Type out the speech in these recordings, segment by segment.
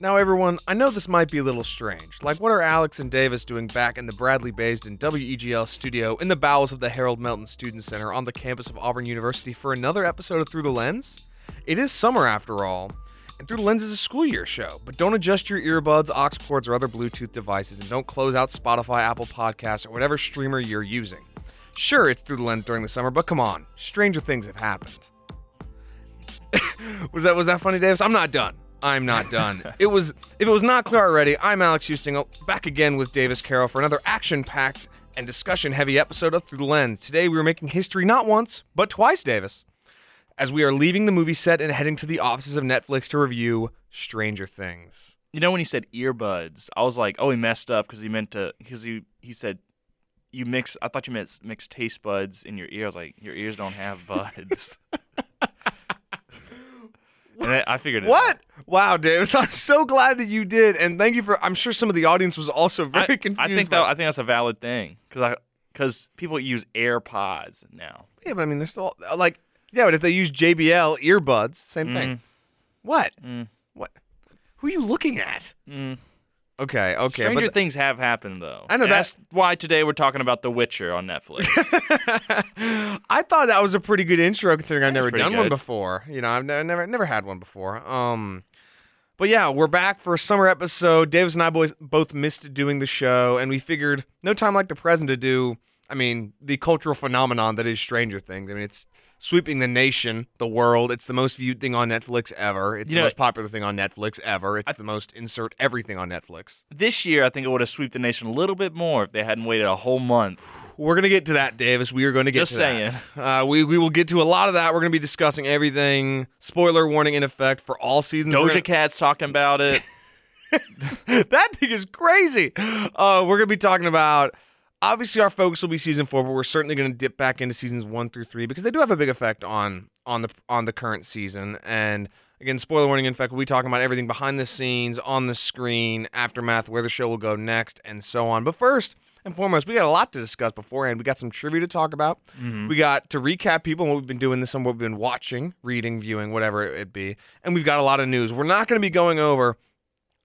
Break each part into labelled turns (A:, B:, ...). A: Now, everyone, I know this might be a little strange. Like, what are Alex and Davis doing back in the Bradley based and WEGL studio in the bowels of the Harold Melton Student Center on the campus of Auburn University for another episode of Through the Lens? It is summer after all, and Through the Lens is a school year show, but don't adjust your earbuds, aux cords, or other Bluetooth devices, and don't close out Spotify, Apple Podcasts, or whatever streamer you're using. Sure, it's Through the Lens during the summer, but come on, stranger things have happened. was that was that funny, Davis? I'm not done. I'm not done. it was if it was not clear already, I'm Alex Houston uh, back again with Davis Carroll for another action-packed and discussion-heavy episode of Through the Lens. Today we are making history not once, but twice, Davis. As we are leaving the movie set and heading to the offices of Netflix to review Stranger Things.
B: You know when he said earbuds, I was like, oh, he messed up because he meant to because he he said you mix. I thought you meant mix taste buds in your ear. I was like, your ears don't have buds. and I, I figured it
A: What?
B: out.
A: Wow, Davis, I'm so glad that you did, and thank you for. I'm sure some of the audience was also very
B: I,
A: confused.
B: I think
A: by-
B: that I think that's a valid thing because I because people use AirPods now.
A: Yeah, but I mean, they're still like, yeah, but if they use JBL earbuds, same thing. What? What? Who are you looking at? Okay, okay.
B: Stranger
A: but
B: things have happened though.
A: I know
B: And
A: that-
B: that's why today we're talking about The Witcher on Netflix.
A: I thought that was a pretty good intro, considering I've
B: was
A: never
B: pretty
A: done one
B: good.
A: before. You know, I've ne- never never had one before. Um, but yeah, we're back for a summer episode. Davis and I boys both missed doing the show, and we figured no time like the present to do. I mean, the cultural phenomenon that is Stranger Things. I mean, it's sweeping the nation, the world. It's the most viewed thing on Netflix ever. It's
B: You
A: the
B: know-
A: most popular thing on Netflix ever. It's the most insert everything on Netflix.
B: this year, I think it would have swept the nation a little bit more if they hadn't waited a whole month.
A: We're gonna get to that, Davis. We are going to get
B: Just
A: to that. Uh, we we will get to a lot of that. We're gonna be discussing everything. Spoiler warning in effect for all seasons. We're
B: Doja Cat's talking about it.
A: gonna- that thing is crazy. Uh, we're gonna be talking about. Obviously, our focus will be season four, but we're certainly gonna dip back into seasons one through three because they do have a big effect on on the on the current season. And again, spoiler warning in effect. We'll be talking about everything behind the scenes, on the screen, aftermath, where the show will go next, and so on. But first. And foremost, we got a lot to discuss beforehand. We got some trivia to talk about. We got to recap people and what we've been doing this and what we've been watching, reading, viewing, whatever it, it be. And we've got a lot of news. We're not going to be going over.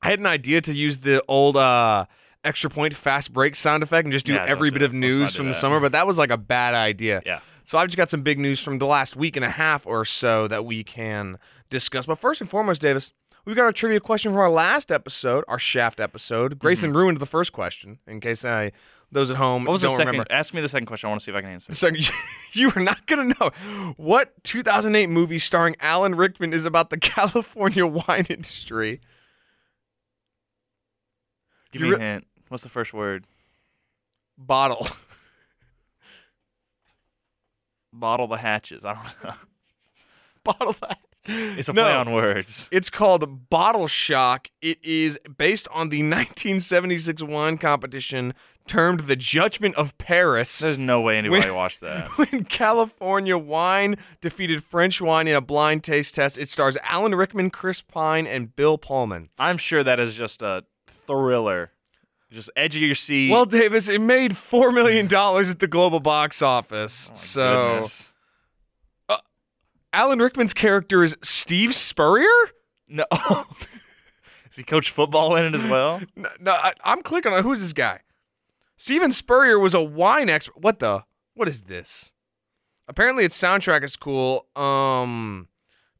A: I had an idea to use the old uh, extra point fast break sound effect and just do
B: Yeah, don't
A: every
B: do
A: bit
B: it.
A: of
B: Let's
A: news
B: not do
A: from the
B: that.
A: summer, but that was like a bad idea.
B: Yeah.
A: So I've just got some big news from the last week and a half or so that we can discuss. But first and foremost, Davis, we've got our trivia question from our last episode, our Shaft episode. Grayson ruined the first question in case I. Those at home
B: Mm-hmm. What was
A: don't
B: the second?
A: remember.
B: Ask me the second question. I want to see if I can answer.
A: So you are not going to know what 2008 movie starring Alan Rickman is about the California wine industry.
B: Give
A: You
B: me a
A: re-
B: hint. What's the first word?
A: Bottle.
B: Bottle the hatches. I don't know.
A: Bottle that.
B: It's a
A: No.
B: play on words.
A: It's called Bottle Shock. It is based on the 1976 wine competition termed the Judgment of Paris.
B: There's no way anybody
A: When-
B: watched that.
A: When California wine defeated French wine in a blind taste test, it stars Alan Rickman, Chris Pine, and Bill Pullman.
B: I'm sure that is just a thriller. Just edge of your seat. Oh
A: Well, Davis, it made four million dollars at the global box office.
B: Oh, My
A: so
B: goodness.
A: Alan Rickman's character is Steve Spurrier.
B: no. Does he coach football in it as well?
A: No, no, I, I'm clicking on who's this guy. Steven Spurrier was a wine expert. What the? What is this? Apparently, its soundtrack is cool. Um,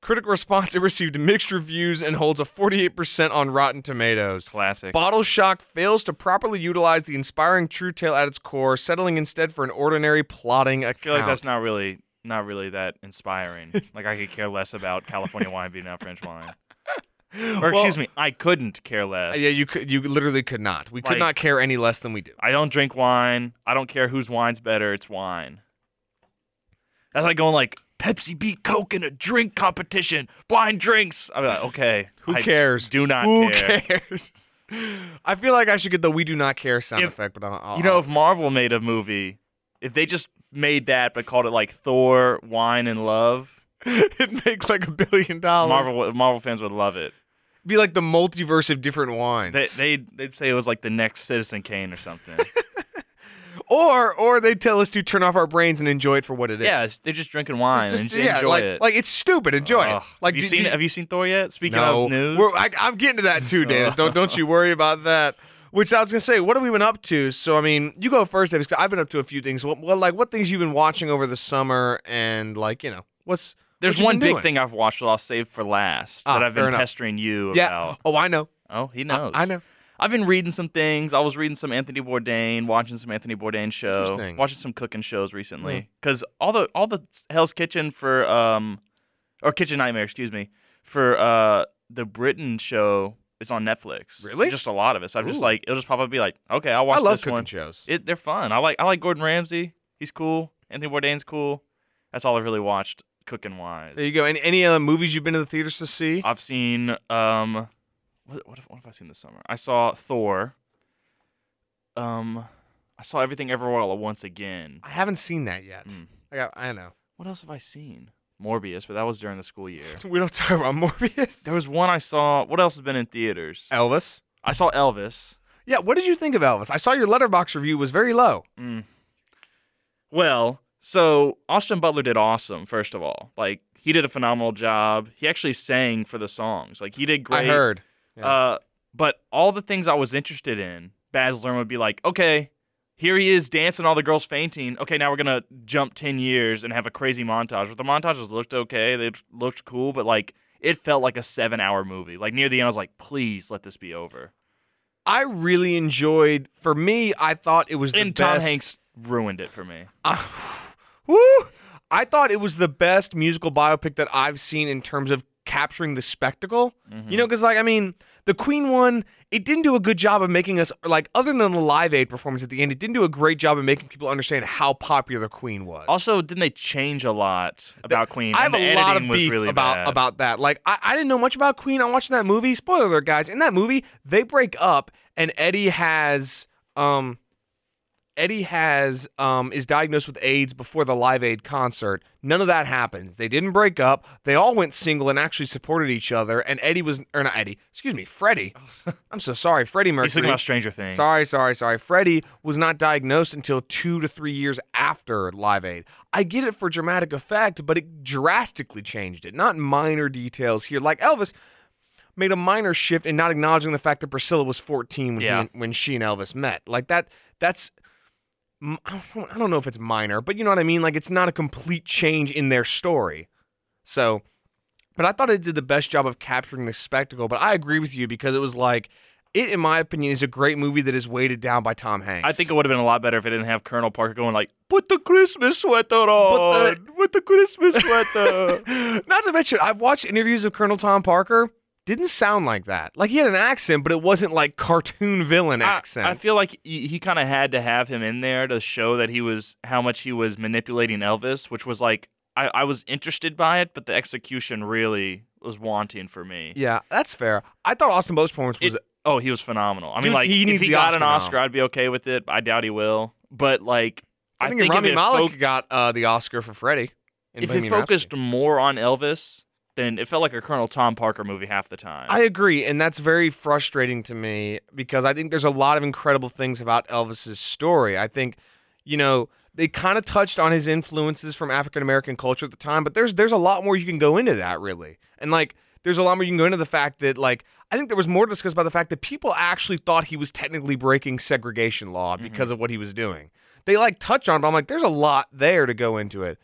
A: critical response. It received mixed reviews and holds a 48% on Rotten Tomatoes.
B: Classic.
A: Bottle Shock fails to properly utilize the inspiring true tale at its core, settling instead for an ordinary plotting account.
B: I feel like that's not really not really that inspiring. like I could care less about California wine beating out French wine. Or
A: Well-
B: excuse me, I couldn't care less.
A: Uh, Yeah, you could. You literally could not. We could
B: Like-
A: not care any less than we do.
B: I don't drink wine. I don't care whose wine's better. It's wine. That's like going like Pepsi beat Coke in a drink competition. Blind drinks. I'm like, okay.
A: Who
B: I
A: cares?
B: Do not
A: Who
B: care.
A: cares? I feel like I should get the "We do not care" sound
B: If-
A: effect, but I'll, I'll,
B: You know, if Marvel made a movie, if they just made that but called it like Thor, Wine, and Love,
A: it'd make like a billion dollars.
B: Marvel would- Marvel fans would love it.
A: It'd be like the multiverse of different wines.
B: They, they'd, they'd say it was like the next Citizen Kane or something.
A: Or or they tell us to turn off our brains and enjoy it for what it is.
B: Yeah, it's- they're just drinking wine
A: Just-
B: and
A: just- yeah,
B: enjoy
A: like,
B: it.
A: like it's stupid. Enjoy
B: Ugh.
A: it. Like
B: have you
A: do-
B: seen?
A: do-
B: have you seen Thor yet? Speaking
A: no,
B: of news,
A: We're- I, I'm getting to that too, Dan. don't don't you worry about that. Which I was gonna say, what have we been up to? So I mean, you go first, Davis. 'cause I've been up to a few things. What, what like what things you've been watching over the summer and like you know what's
B: there's
A: what you been
B: one big
A: doing?
B: thing I've watched that I'll save for last
A: Ah,
B: that I've
A: fair
B: been
A: enough.
B: pestering you
A: Yeah.
B: about.
A: Oh, I know.
B: Oh, he
A: I-
B: knows.
A: I know.
B: I've been reading some things. I was reading some Anthony Bourdain, watching some Anthony Bourdain show,
A: Interesting.
B: watching some cooking shows recently. Because all the all the Hell's Kitchen for um, or Kitchen Nightmare, excuse me, for uh the Britain show is on Netflix.
A: Really?
B: Just a lot of it. So I'm
A: Ooh.
B: just like, it'll just pop up and be like, okay, I'll watch
A: I love
B: this
A: cooking
B: one.
A: shows.
B: It, they're fun. I like I like Gordon Ramsay. He's cool. Anthony Bourdain's cool. That's all I've really watched cooking wise.
A: There you go. Any any other movies you've been to the theaters to see?
B: I've seen um, what what have, what have I seen this summer? I saw Thor. Um, I saw Everything Everywhere All at Once again.
A: I haven't seen that yet.
B: Mm.
A: I got. I know.
B: What else have I seen? Morbius, but that was during the school year.
A: We don't talk about Morbius.
B: There was one I saw. What else has been in theaters?
A: Elvis.
B: I saw Elvis.
A: Yeah. What did you think of Elvis? I saw your letterbox review was very low.
B: Mm. Well, so Austin Butler did awesome. First of all, like he did a phenomenal job. He actually sang for the songs. Like he did great.
A: I heard. Yeah.
B: Uh, but all the things I was interested in, Baz Luhrmann would be like, okay, here he is dancing, all the girls fainting. Okay, now we're gonna jump ten years and have a crazy montage. But the montages looked okay, they looked cool, but like it felt like a seven-hour movie. Like near the end, I was like, please let this be over.
A: I really enjoyed. For me, I thought it was the
B: and Tom
A: best.
B: Hanks ruined it for me.
A: Woo! I thought it was the best musical biopic that I've seen in terms of capturing the spectacle. You know, because like I mean, the Queen one, it didn't do a good job of making us like other than the Live Aid performance at the end, it didn't do a great job of making people understand how popular Queen was.
B: Also, didn't they change a lot about Queen?
A: I have
B: and the
A: a lot
B: editing
A: of
B: was
A: beef
B: really
A: about
B: bad.
A: about that. Like I, I didn't know much about Queen. I'm watching that movie. Spoiler alert, guys. In that movie, they break up and Eddie has um Eddie has um is diagnosed with AIDS before the Live Aid concert. None of that happens. They didn't break up. They all went single and actually supported each other. And Eddie was or not Eddie, excuse me, Freddie. I'm so sorry, Freddie
B: He's thinking
A: Mercury.
B: about Stranger Things.
A: Sorry, sorry, sorry. Freddie was not diagnosed until two to three years after Live Aid. I get it for dramatic effect, but it drastically changed it. Not minor details here. Like Elvis made a minor shift in not acknowledging the fact that Priscilla was 14 when, he
B: Yeah.
A: and- when she and Elvis met. Like that, that's. m- I don't, I don't know if it's minor, but you know what I mean? Like it's not a complete change in their story. So, but I thought it did the best job of capturing the spectacle. But I agree with you because it was like, it, in my opinion, is a great movie that is weighted down by Tom Hanks.
B: I think it would have been a lot better if it didn't have Colonel Parker going like, "Put the Christmas sweater on, put the Christmas sweater."
A: Not to mention, I've watched interviews of Colonel Tom Parker. Didn't sound like that. Like he had an accent, but it wasn't like cartoon villain
B: I-
A: accent.
B: I, feel like he, he kind of had to have him in there to show that he was how much he was manipulating Elvis, which was like I, I was interested by it, but the execution really was wanting for me.
A: yeah, that's fair. I thought Austin Bow's performance was.
B: It- oh, he was phenomenal. I
A: Dude,
B: mean, like
A: he needs
B: if he
A: the
B: got
A: Oscar
B: an
A: now.
B: Oscar, I'd be okay with it. I doubt he will. But like,
A: I think,
B: if
A: Rami
B: it
A: Malek
B: fo-
A: got uh, the Oscar for Freddie. in
B: if it
A: Bohemian
B: focused
A: Rhapsody.
B: more on Elvis, then it felt like a Colonel Tom Parker movie half the time.
A: I agree, and that's very frustrating to me because I think there's a lot of incredible things about Elvis's story. I think, you know, they kind of touched on his influences from African American culture at the time, but there's there's a lot more you can go into that really, and like there's a lot more you can go into the fact that like I think there was more discussed by the fact that people actually thought he was technically breaking segregation law because of what he was doing. They like touch on, it, but I'm like, there's a lot there to go into it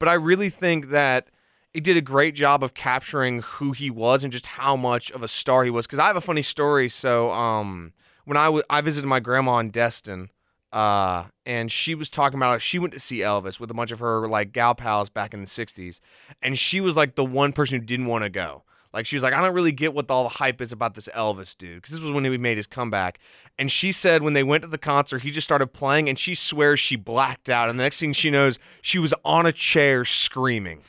A: but I really think that it did a great job of capturing who he was and just how much of a star he was. Because I have a funny story. So, um, when I wa- I visited my grandma in Destin, uh, and she was talking about how she went to see Elvis with a bunch of her like gal pals back in the '60s, and she was like the one person who didn't want to go. Like she was like, I don't really get what all the hype is about this Elvis dude, because this was when he made his comeback. And she said when they went to the concert, he just started playing, and she swears she blacked out. And the next thing she knows, she was on a chair screaming.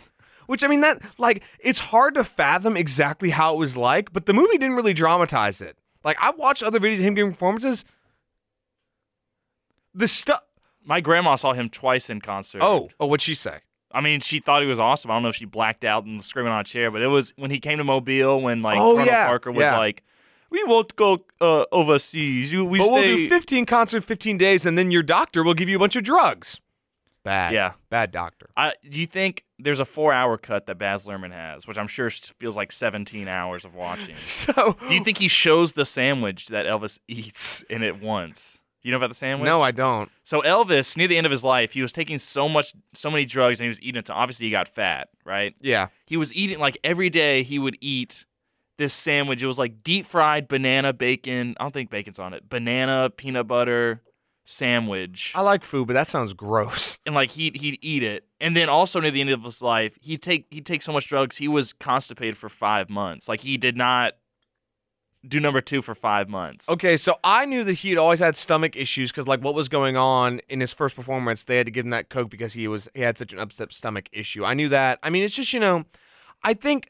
A: Which I mean, that like it's hard to fathom exactly how it was like, but the movie didn't really dramatize it. Like I watched other videos of him giving performances. The stuff.
B: My grandma saw him twice in concert.
A: Oh, oh, what'd she say?
B: I mean, she thought he was awesome. I don't know if she blacked out and was screaming on a chair, but it was when he came to Mobile when like
A: Oh,
B: Colonel
A: yeah,
B: Parker was
A: yeah.
B: like, we won't go uh, overseas. You, we
A: but
B: stay.
A: we'll do 15 concerts, 15 days, and then your doctor will give you a bunch of drugs. Bad.
B: Yeah.
A: Bad doctor.
B: I, do you think there's a four-hour cut that Baz Luhrmann has, which I'm sure s- feels like 17 hours of watching?
A: So.
B: Do you think he shows the sandwich that Elvis eats in it once? You know about the sandwich?
A: No, I don't.
B: So Elvis, near the end of his life, he was taking so much, so many drugs, and he was eating it. Obviously, he got fat, right?
A: Yeah.
B: He was eating like every day. He would eat this sandwich. It was like deep fried banana bacon. I don't think bacon's on it. Banana peanut butter sandwich,
A: I like food, but that sounds gross.
B: and like he'd he'd eat it. And then also near the end of his life, he would take he would take so much drugs. He was constipated for five months. Like he did not do number two for five months.
A: Okay, so I knew that he had always had stomach issues because, like, what was going on in his first performance? They had to give him that coke because he was he had such an upset stomach issue. I knew that. I mean, it's just you know, I think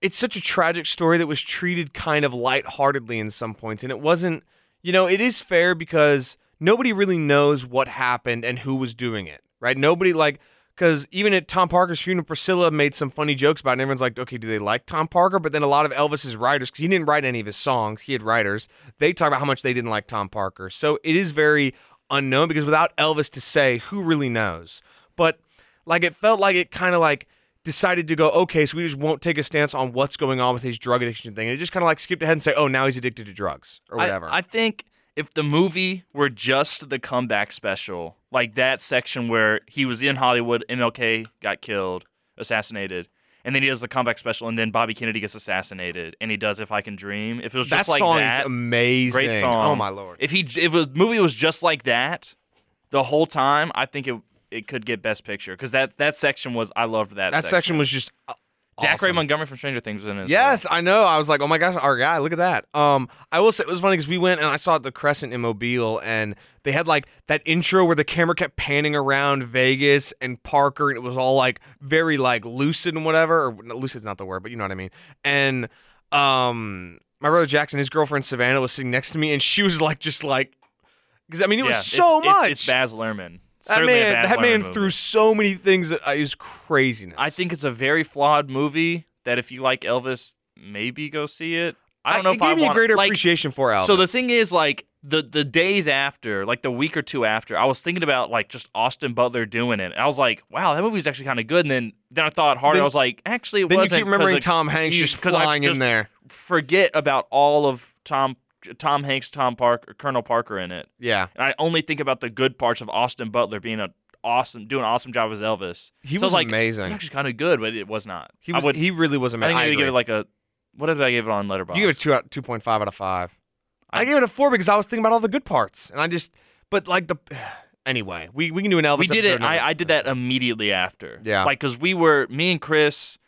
A: it's such a tragic story that was treated kind of lightheartedly in some points, and it wasn't. You know, it is fair because nobody really knows what happened and who was doing it, right? Nobody like. Because even at Tom Parker's funeral, Priscilla made some funny jokes about it, and everyone's like, okay, do they like Tom Parker? But then a lot of Elvis's writers, because he didn't write any of his songs, he had writers, they talk about how much they didn't like Tom Parker. So it is very unknown because without Elvis to say, who really knows? But like it felt like it kind of like decided to go, okay, so we just won't take a stance on what's going on with his drug addiction thing. And it just kind of like skipped ahead and say, oh, now he's addicted to drugs or
B: I-
A: whatever.
B: I, think if the movie were just the comeback special, like that section where he was in Hollywood, MLK got killed, assassinated, and then he does the comeback special, and then Bobby Kennedy gets assassinated, and he does "If I Can Dream." If it was
A: that
B: just like
A: song is
B: that,
A: amazing.
B: great song.
A: Oh my lord.
B: If he, if the movie was just like that, the whole time, I think it it could get Best Picture because that that section was I loved that.
A: that section was just uh,
B: Zachary
A: awesome.
B: Montgomery from Stranger Things was in it. as well.
A: Yes, I know. I was like, oh my gosh, our guy, look at that. Um, I will say it was funny because we went and I saw at the Crescent in Mobile, and they had like that intro where the camera kept panning around Vegas and Parker, and it was all like very like lucid and whatever. Or no, lucid's not the word, but you know what I mean. And um, my brother Jackson, his girlfriend Savannah was sitting next to me, and she was like, just like, because I mean, it
B: Yeah,
A: was so
B: it's,
A: much.
B: It's, it's Baz Luhrmann.
A: that
B: Certainly a
A: man,
B: Baz
A: that man
B: Luhrmann movie.
A: threw so many things that I is craziness.
B: I think it's a very flawed movie that if you like Elvis, maybe go see it. I don't know
A: it
B: if
A: gave
B: I
A: me
B: want
A: a greater
B: like,
A: appreciation for Elvis.
B: So the thing is, like the the days after, like the week or two after, I was thinking about like just Austin Butler doing it. And I was like, wow, that movie was actually kind of good. And then then I thought harder.
A: Then-
B: I was like, actually, it
A: Then you
B: wasn't.
A: keep remembering
B: 'cause it-
A: Tom Hanks
B: you-
A: just
B: 'cause I
A: flying
B: just
A: in there.
B: Forget about all of Tom Tom Hanks, Tom Parker, Colonel Parker in it.
A: Yeah,
B: And I only think about the good parts of Austin Butler being a awesome, doing an awesome job as Elvis.
A: he
B: So I
A: was
B: like,
A: amazing.
B: It's actually kind of good, but it was not.
A: he was,
B: I would,
A: he really was
B: I
A: amazing.
B: think
A: I
B: I would give
A: agree.
B: it like a. What did I give it on Letterboxd?
A: you give it a two out two point five out of five. I,
B: I-
A: gave it a four because I was thinking about all the good parts, and I just but like the anyway we, we can do an Elvis.
B: we did
A: episode
B: it.
A: another-
B: I, I did that immediately after.
A: Yeah.
B: Like, cause we were me and Chris,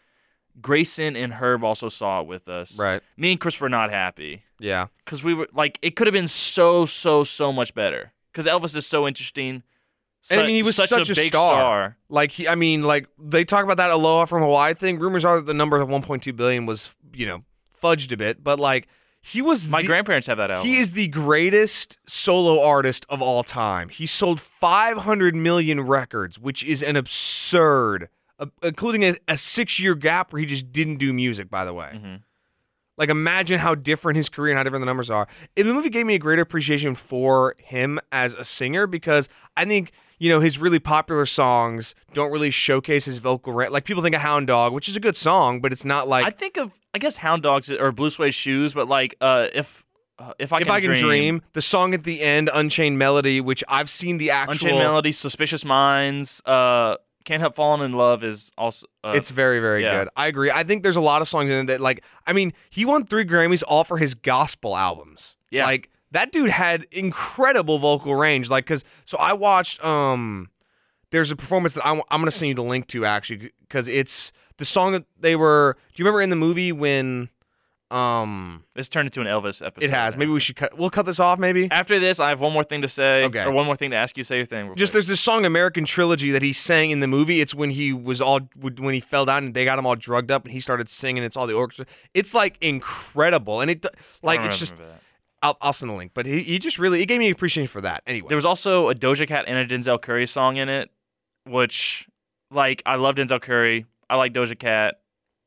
B: Grayson and Herb also saw it with us.
A: right.
B: Me and Chris were not happy
A: Yeah,
B: because we were like it could have been so so so much better because Elvis is so interesting.
A: And I
B: Su-
A: mean, he was
B: such,
A: such a
B: big
A: star.
B: star.
A: like he. I mean, like they talk about that Aloha from Hawaii thing. Rumors are that the number of one point two billion was you know fudged a bit, but like he was
B: My
A: the-
B: grandparents have that album.
A: He is the greatest solo artist of all time. He sold 500 million records, which is an absurd, uh, including a, a six year gap where he just didn't do music, by the way.
B: Mhm.
A: Like, imagine how different his career and how different the numbers are. And the movie gave me a greater appreciation for him as a singer because I think, you know, his really popular songs don't really showcase his vocal range. Like, people think of Hound Dog, which is a good song, but it's not like.
B: I think of I guess Hound Dogs or Blue Suede Shoes, but like uh, if uh, if I
A: if
B: can
A: I can dream, the song at the end, Unchained Melody, which I've seen the actual.
B: Unchained Melody, Suspicious Minds, uh, Can't Help Falling in Love is also. Uh,
A: It's very, very
B: yeah.
A: good. I agree. I think there's a lot of songs in it that, like, I mean, he won three Grammys all for his gospel albums.
B: Yeah.
A: Like, that dude had incredible vocal range. Like, cause, so I watched, um, there's a performance that I, am going to send you the link to actually, cause it's the song that they were, do you remember in the movie when, um,
B: this turned into an Elvis episode.
A: it has,
B: now.
A: maybe we should cut, we'll cut this off maybe?
B: After this, I have one more thing to say.
A: Okay.
B: Or one more thing to ask you. Say your thing. real
A: Just
B: quick.
A: there's this song American Trilogy that he sang in the movie. It's when he was all when he fell down and they got him all drugged up and he started singing. It's all the orchestra. It's like incredible and it
B: I
A: like
B: don't
A: it's just
B: remember that.
A: I'll, I'll send the link. But he, he just really it gave me appreciation for that.
B: There
A: Anyway,
B: was also a Doja Cat and a Denzel Curry song in it, which, like, I love Denzel Curry. I like Doja Cat.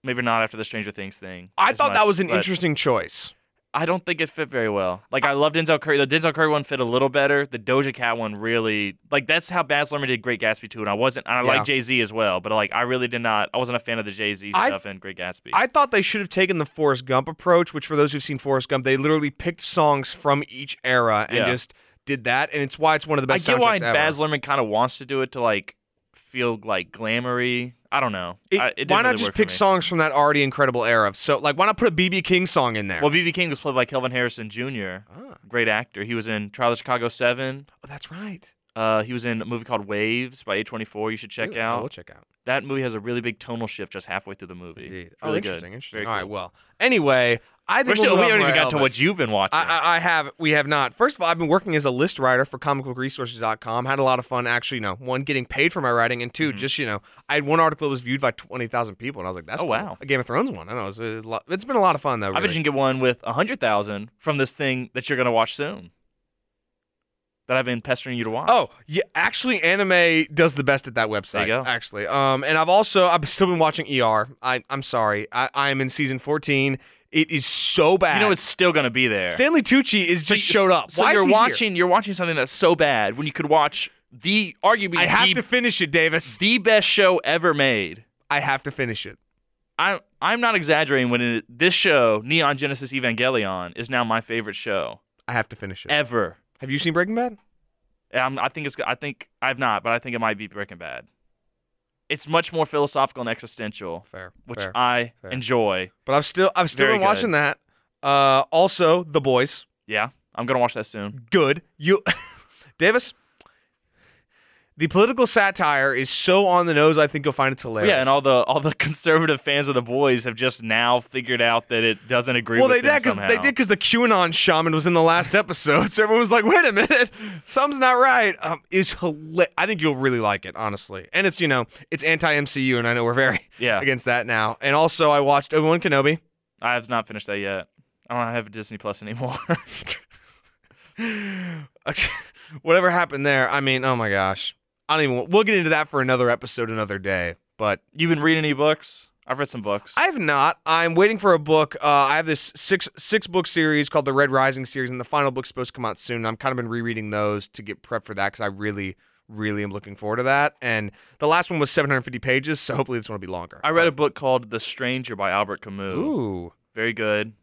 B: Maybe not after the Stranger Things thing.
A: I
B: as
A: thought
B: much,
A: that was an
B: but
A: interesting choice.
B: I don't think it fit very well. Like I love Denzel Curry. The Denzel Curry one fit a little better. The Doja Cat one really like that's how Baz Luhrmann did Great Gatsby too. And I wasn't. And I
A: Yeah.
B: like Jay Z as well, but like I really did not. I wasn't a fan of the Jay Z
A: I
B: stuff in Great Gatsby.
A: I thought they should have taken the Forrest Gump approach, which for those who've seen Forrest Gump, they literally picked songs from each era and
B: Yeah.
A: just did that, and it's why it's one of the
B: I
A: best
B: get
A: soundtracks
B: why
A: ever.
B: Baz Luhrmann kind of wants to do it to like feel like glamory. I don't know.
A: It-
B: I, uh, it didn't
A: why not
B: really
A: just
B: work for
A: pick
B: me.
A: songs from that already incredible era? So, like, why not put a BB King song in there?
B: Well, BB King was played by Kelvin Harrison Jr.
A: ah,
B: Great actor. He was in Trial of Chicago Seven.
A: oh, that's right.
B: Uh, he was in a movie called Waves by A24. You should check
A: Really? I
B: out.
A: will check out.
B: That movie has a really big tonal shift just halfway through the movie.
A: Indeed.
B: Really
A: oh,
B: good.
A: interesting. Interesting.
B: Very
A: All right.
B: cool.
A: Well, anyway, I think
B: We're still,
A: we'll
B: we
A: move on
B: haven't even
A: to our
B: gotten to
A: Elvis.
B: what you've been watching.
A: I, I, I have. We have not. First of all, I've been working as a list writer for comicbookresources.com. Had a lot of fun, actually. You know, one getting paid for my writing, and 2
B: Mhm.
A: just you know, I had one article that was viewed by twenty thousand people, and I was like, "That's
B: Oh,
A: cool.
B: wow.
A: a Game of Thrones one." I know it's, a lot, it's been a lot of fun though.
B: I bet
A: Really.
B: you can get one with 100,000 from this thing that you're going to watch soon that I've been pestering you to watch.
A: Oh yeah, actually, anime does the best at that website.
B: There you go.
A: Actually, um, and I've also I've still been watching ER. I I'm sorry, I I am in season fourteen. It is so bad.
B: You know it's still going to be there.
A: Stanley Tucci is
B: So
A: just
B: you-
A: showed up.
B: So
A: Why is
B: you're
A: he here?
B: watching you're watching something that's so bad when you could watch the arguably
A: I have
B: the,
A: to finish it, Davis.
B: the best show ever made.
A: I have to finish it.
B: I I'm not exaggerating when it, this show Neon Genesis Evangelion is now my favorite show
A: I have to finish it.
B: ever.
A: Have you seen Breaking Bad?
B: Um, I think it's. I think I've not, but I think it might be Breaking Bad. It's much more philosophical and existential,
A: Fair,
B: which
A: fair.
B: I
A: fair.
B: enjoy.
A: but I've still I've still
B: Very
A: been watching that. Uh, also, The Boys,
B: Yeah, I'm gonna watch that soon.
A: good. You, Davis. The political satire is so on the nose. I think you'll find it hilarious.
B: Yeah, and all the all the conservative fans of the boys have just now figured out that it doesn't agree.
A: well,
B: with
A: they
B: them
A: did because
B: somehow.
A: they did because the QAnon shaman was in the last episode, so everyone was like, "Wait a minute, something's not right." Um, is hilarious. I think you'll really like it, honestly. And it's you know it's anti MCU, and I know we're very
B: Yeah,
A: against that now. And also, I watched Obi Wan Kenobi.
B: I have not finished that yet. I don't have a Disney Plus anymore.
A: Whatever happened there, I mean, oh my gosh, I don't even. We'll get into that for another episode another day, but
B: You've been reading any books? I've read some books.
A: I have not. I'm waiting for a book. Uh, I have this six six book series called the Red Rising series, and the final book's supposed to come out soon. I've kind of been rereading those to get prepped for that because I really, really am looking forward to that. And the last one was 750 pages, so hopefully this one will be longer.
B: I read a book called The Stranger by Albert
A: But-
B: Camus.
A: Ooh,
B: Very good.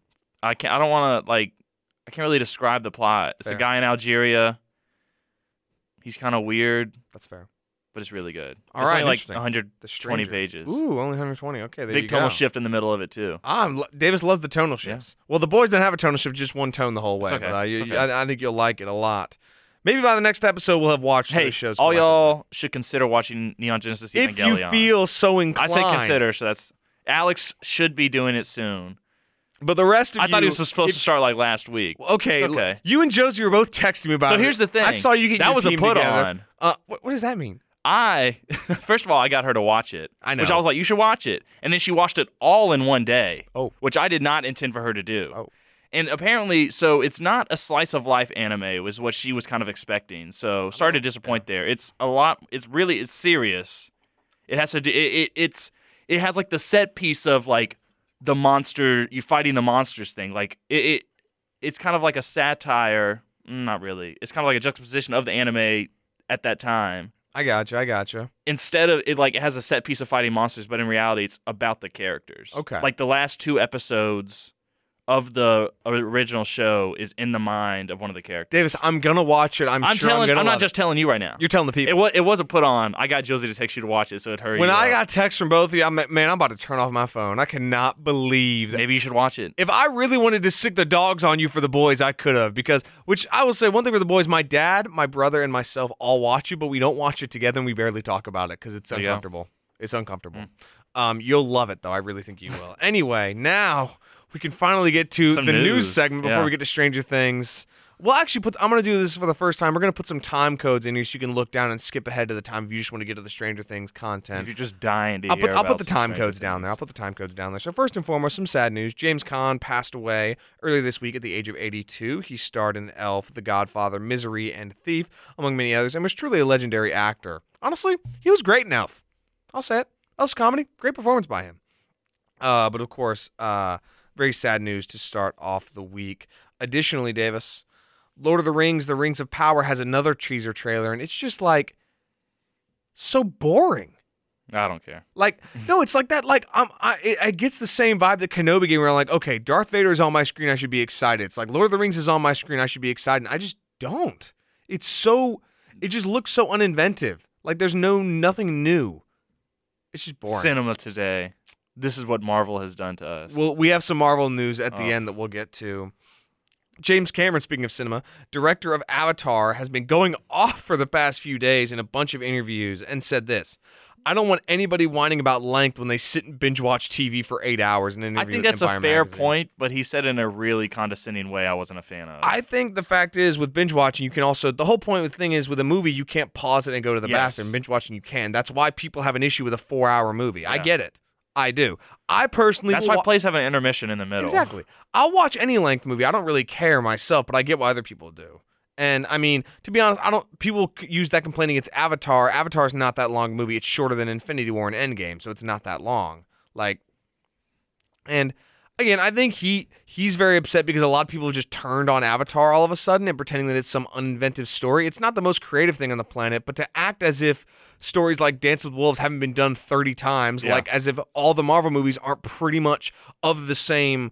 B: I can't. I don't want to like. I can't really describe the plot. It's
A: Fair.
B: a guy in Algeria. He's kind of weird,
A: that's fair.
B: but it's really good.
A: All
B: it's
A: right,
B: only like
A: interesting.
B: 120
A: The Stranger.
B: pages.
A: Ooh, only 120. Okay, there
B: Big
A: you
B: tonal
A: go.
B: shift in the middle of it too.
A: Ah, I'm lo- Davis loves the tonal shifts. Well, the boys don't have a tonal shift, just one tone the whole way.
B: It's okay.
A: But, uh, you-
B: It's okay.
A: I, I think you'll like it a lot. Maybe by the next episode, we'll have watched
B: Hey,
A: those shows.
B: all
A: collectively.
B: y'all should consider watching Neon Genesis
A: If
B: Evangelion.
A: you feel so
B: I
A: inclined,
B: say consider, so that's Alex should be doing it soon.
A: But the rest of
B: I
A: you,
B: thought he was supposed
A: if-
B: to start like last week.
A: Okay,
B: It's
A: l-
B: okay.
A: you and Josie were both texting me about
B: So
A: it.
B: here's the thing.
A: I saw you get
B: that
A: your
B: was
A: team
B: a put
A: together.
B: on.
A: Uh, what, what does that mean?
B: I first of all, I got her to watch it.
A: I
B: Which
A: know.
B: I was like, you should watch it, and then she watched it all in one day.
A: Oh.
B: Which I did not intend for her to do.
A: Oh.
B: And apparently, so it's not a slice of life anime, was what she was kind of expecting. So sorry
A: Oh,
B: to disappoint there. It's a lot. It's really it's serious. It has to do. It, it it's it has like the set piece of like the monster you fighting the monsters thing. Like it, it it's kind of like a satire. Mm, Not really. It's kind of like a juxtaposition of the anime at that time
A: I gotcha. I gotcha.
B: instead of it like it has a set piece of fighting monsters, but in reality it's about the characters.
A: Okay.
B: Like the last two episodes of the original show is in the mind of one of the characters.
A: Davis, I'm gonna watch it. I'm,
B: I'm,
A: sure I'm
B: telling
A: gonna.
B: I'm not
A: love
B: just telling you right now.
A: It. You're telling the
B: It
A: people.
B: was it was a put on. I got Josie to text you to watch it, so it hurried.
A: when
B: you
A: I
B: up.
A: got texts from both of you, I'm like, man, I'm about to turn off my phone. I cannot believe that.
B: maybe you should watch it.
A: If I really wanted to sick the dogs on you for the boys, I could have. Because, which I will say, one thing for the boys, my dad, my brother, and myself all watch it, but we don't watch it together and we barely talk about it because it's
B: There you go.
A: uncomfortable. It's uncomfortable.
B: Hmm.
A: Um, you'll love it, though. I really think you will. anyway, now we can finally get to
B: Some
A: the news,
B: news.
A: segment before
B: Yeah.
A: we get to Stranger Things. We'll actually put, I'm going to do this for the first time. We're going to put some time codes in here so you can look down and skip ahead to the time if you just want to get to the Stranger Things content.
B: If you're just dying to
A: I'll
B: hear
A: put, I'll
B: about
A: put the
B: some
A: time
B: Stranger
A: codes down there. I'll
B: Things.
A: put the time codes down there. So first and foremost, some sad news. James Caan passed away earlier this week at the age of 82. He starred in Elf, The Godfather, Misery, and Thief, among many others, and was truly a legendary actor. Honestly, he was great in Elf. I'll say it. Elf's comedy, great performance by him. Uh, but of course, uh, very sad news to start off the week. Additionally, Davis, Lord of the Rings, The Rings of Power has another teaser trailer, and it's just like so boring.
B: I don't care.
A: Like no, it's like that. Like um, I, it, it gets the same vibe that Kenobi gave. Where I'm like, okay, Darth Vader is on my screen. I should be excited. It's like Lord of the Rings is on my screen. I should be excited. I just don't. It's so. It just looks so uninventive. Like there's no nothing new. It's just boring.
B: Cinema today. This is what Marvel has done to us.
A: Well, we have some Marvel news at the
B: Oh.
A: end that we'll get to. James Cameron, speaking of cinema, director of Avatar, has been going off for the past few days in a bunch of interviews and said this I don't want anybody whining about length when they sit and binge watch TV for eight hours in an
B: I
A: interview.
B: think
A: with
B: that's a
A: Empire
B: fair
A: magazine.
B: point, but he said in a really condescending way I wasn't a fan of.
A: I think the fact is with binge watching, you can also the whole point with the thing is with a movie you can't pause it and go to the
B: Yes.
A: bathroom. Binge watching you can. That's why people have an issue with a four hour movie. I
B: Yeah.
A: get it. I do. I personally
B: that's
A: will
B: why
A: wa-
B: plays have an intermission in the middle.
A: Exactly. I'll watch any length movie. I don't really care myself, but I get why other people do. And I mean, to be honest, I don't. People c- use that complaint against Avatar. Avatar's not that long movie. It's shorter than Infinity War and Endgame, so it's not that long. Like, and again, I think he he's very upset because a lot of people have just turned on Avatar all of a sudden and pretending that it's some uninventive story. It's not the most creative thing on the planet, but to act as if stories like Dance with Wolves haven't been done 30 times,
B: Yeah.
A: like as if all the Marvel movies aren't pretty much of the same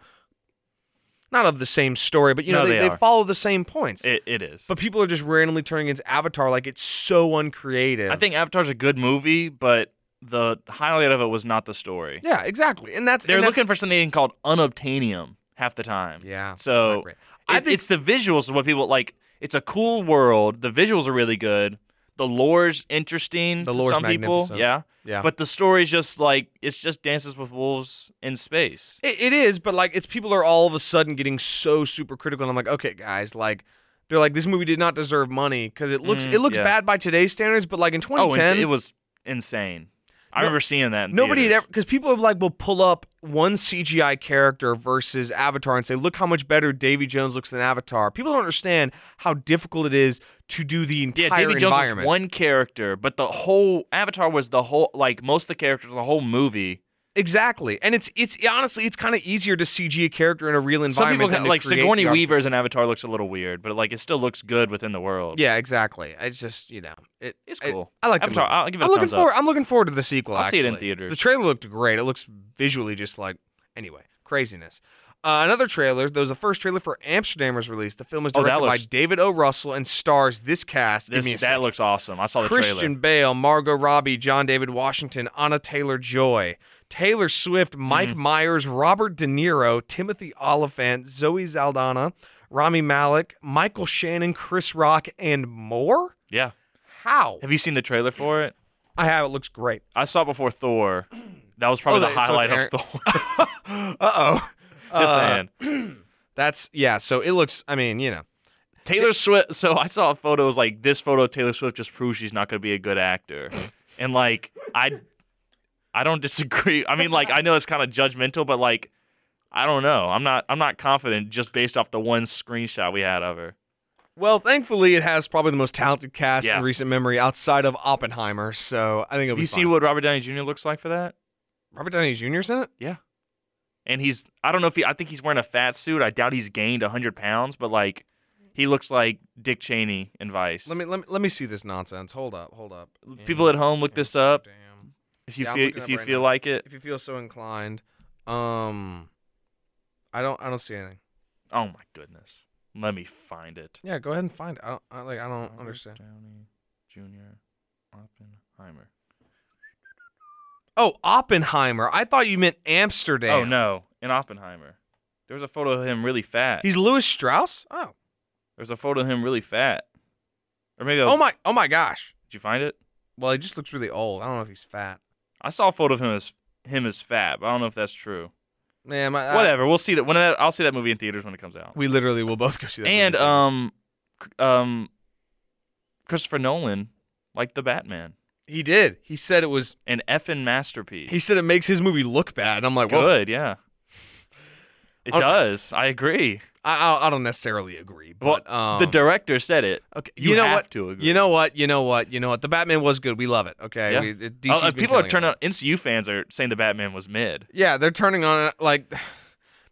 A: not of the same story, but you know
B: No,
A: they,
B: they
A: they
B: are.
A: follow the same points.
B: It, it is.
A: but people are just randomly turning against Avatar like it's so uncreative.
B: I think Avatar's a good movie, but the highlight of it was not the story.
A: yeah, exactly, and that's
B: They're
A: and that's-
B: looking for something called unobtainium half the time.
A: yeah. it's
B: So,
A: not great. I
B: It-
A: think
B: it's the visuals of what people like. It's a cool world. The visuals are really good. The lore's interesting.
A: The
B: to
A: lore's
B: some people.
A: magnificent.
B: Yeah.
A: yeah,
B: But the story's just like it's just dances with wolves in space.
A: It, it is, but like it's people are all of a sudden getting so super critical, and I'm like, okay, guys, like they're like this movie did not deserve money because it looks
B: Mm,
A: it looks
B: yeah.
A: bad by today's standards, but like in
B: Oh,
A: 2010,
B: and it was insane. I
A: No-
B: remember seeing that. In
A: nobody had
B: theaters.
A: ever because people are like will pull up one CGI character versus Avatar and say, look how much better Davy Jones looks than Avatar. People don't understand how difficult it is to do the entire
B: Yeah, Davy Jones was
A: environment.
B: one character, but the whole Avatar was the whole like most of the characters, the whole movie.
A: exactly, and it's it's honestly it's kind of easier to CG a character in a real
B: Some
A: environment
B: people
A: than to
B: like
A: create
B: Sigourney
A: the artificial-
B: Weaver as an Avatar looks a little weird, but like it still looks good within the world.
A: Yeah, exactly. It's just you know it.
B: it's
A: I-
B: cool.
A: I, like the
B: Avatar,
A: movie.
B: I'll give it a
A: I'm looking
B: thumbs up.
A: forward. I'm looking forward to the sequel.
B: I'll see it in
A: actually.
B: theaters.
A: The trailer looked great. It looks visually just like anyway craziness. Uh, another trailer. There was the first trailer for Amsterdam was released. The film is
B: Oh, that
A: directed by
B: looks-
A: David O. Russell and stars this cast. Give
B: This-
A: me a
B: that
A: second.
B: looks awesome. I saw the
A: Christian
B: trailer.
A: Bale, Margot Robbie, John David Washington, Anna Taylor Joy, Taylor Swift, Mike
B: Mm-hmm.
A: Myers, Robert De Niro, Timothy Oliphant, Zoe Zaldana, Rami Malik, Michael Shannon, Chris Rock, and more.
B: Yeah.
A: How?
B: Have you seen the trailer for it?
A: I have. It looks great.
B: I saw it before Thor. That was probably
A: Oh,
B: the
A: that- so it's
B: highlight
A: Aaron-
B: of Thor.
A: Uh-oh.
B: Just
A: Uh
B: saying.
A: That's yeah. So it looks. I mean, you know.
B: Taylor Swift. So I saw photos like this photo of Taylor Swift just proves she's not going to be a good actor, and like I, I don't disagree. I mean, like I know it's kind of judgmental, but like I don't know. I'm not. I'm not confident just based off the one screenshot we had of her.
A: Well, thankfully, it has probably the most talented cast
B: Yeah.
A: in recent memory outside of Oppenheimer. So I think it'll
B: Do
A: be
B: you
A: fine.
B: see what Robert Downey Jr. looks like for that?
A: Robert Downey Jr.'s in it.
B: And he's. I don't know if he. I think he's wearing a fat suit. I doubt he's gained hundred pounds, but like he looks like Dick Cheney in Vice.
A: Let me let me let me see this nonsense. Hold up, hold up.
B: People at home, look this up
A: Amsterdam.
B: if you
A: Yeah, I'm
B: feel
A: looking
B: if
A: up
B: you
A: right
B: feel
A: now.
B: like it.
A: If you feel so inclined, um, I don't I don't see anything.
B: Oh my goodness. Let me find it.
A: Yeah, go ahead and find. It. I don't I, like I don't
B: Robert
A: understand.
B: Downey Jr. Oppenheimer.
A: Oh, Oppenheimer. I thought you meant Amsterdam.
B: Oh no, in Oppenheimer. There was a photo of him really fat.
A: He's Louis Strauss. Oh.
B: There's a photo of him really fat. Or maybe that was,
A: Oh my. Oh my gosh.
B: did you find it?
A: Well, he just looks really old. I don't know if he's fat.
B: I saw a photo of him as him as fat. But I don't know if that's true.
A: Man, my, I-
B: Whatever. We'll see that when I, I'll see that movie in theaters when it comes out.
A: Uh, we literally will both go see that. movie
B: And
A: in theaters.
B: um, cr- um, Christopher Nolan, like the Batman,
A: he did. He said it was.
B: an effing masterpiece.
A: He said it makes his movie look bad. And I'm like, well,
B: good. Yeah. It
A: I'm-
B: does. I agree.
A: I, I I don't necessarily agree. But um,
B: the director said it.
A: okay,
B: You,
A: know
B: have
A: what?
B: to agree.
A: You know what? You know what? You know what? The Batman was good. We love it. Okay.
B: Yeah.
A: We, it,
B: Oh,
A: DC's
B: uh,
A: been
B: people are
A: killing it.
B: turning. MCU fans are saying the Batman was mid.
A: Yeah, they're turning on it like.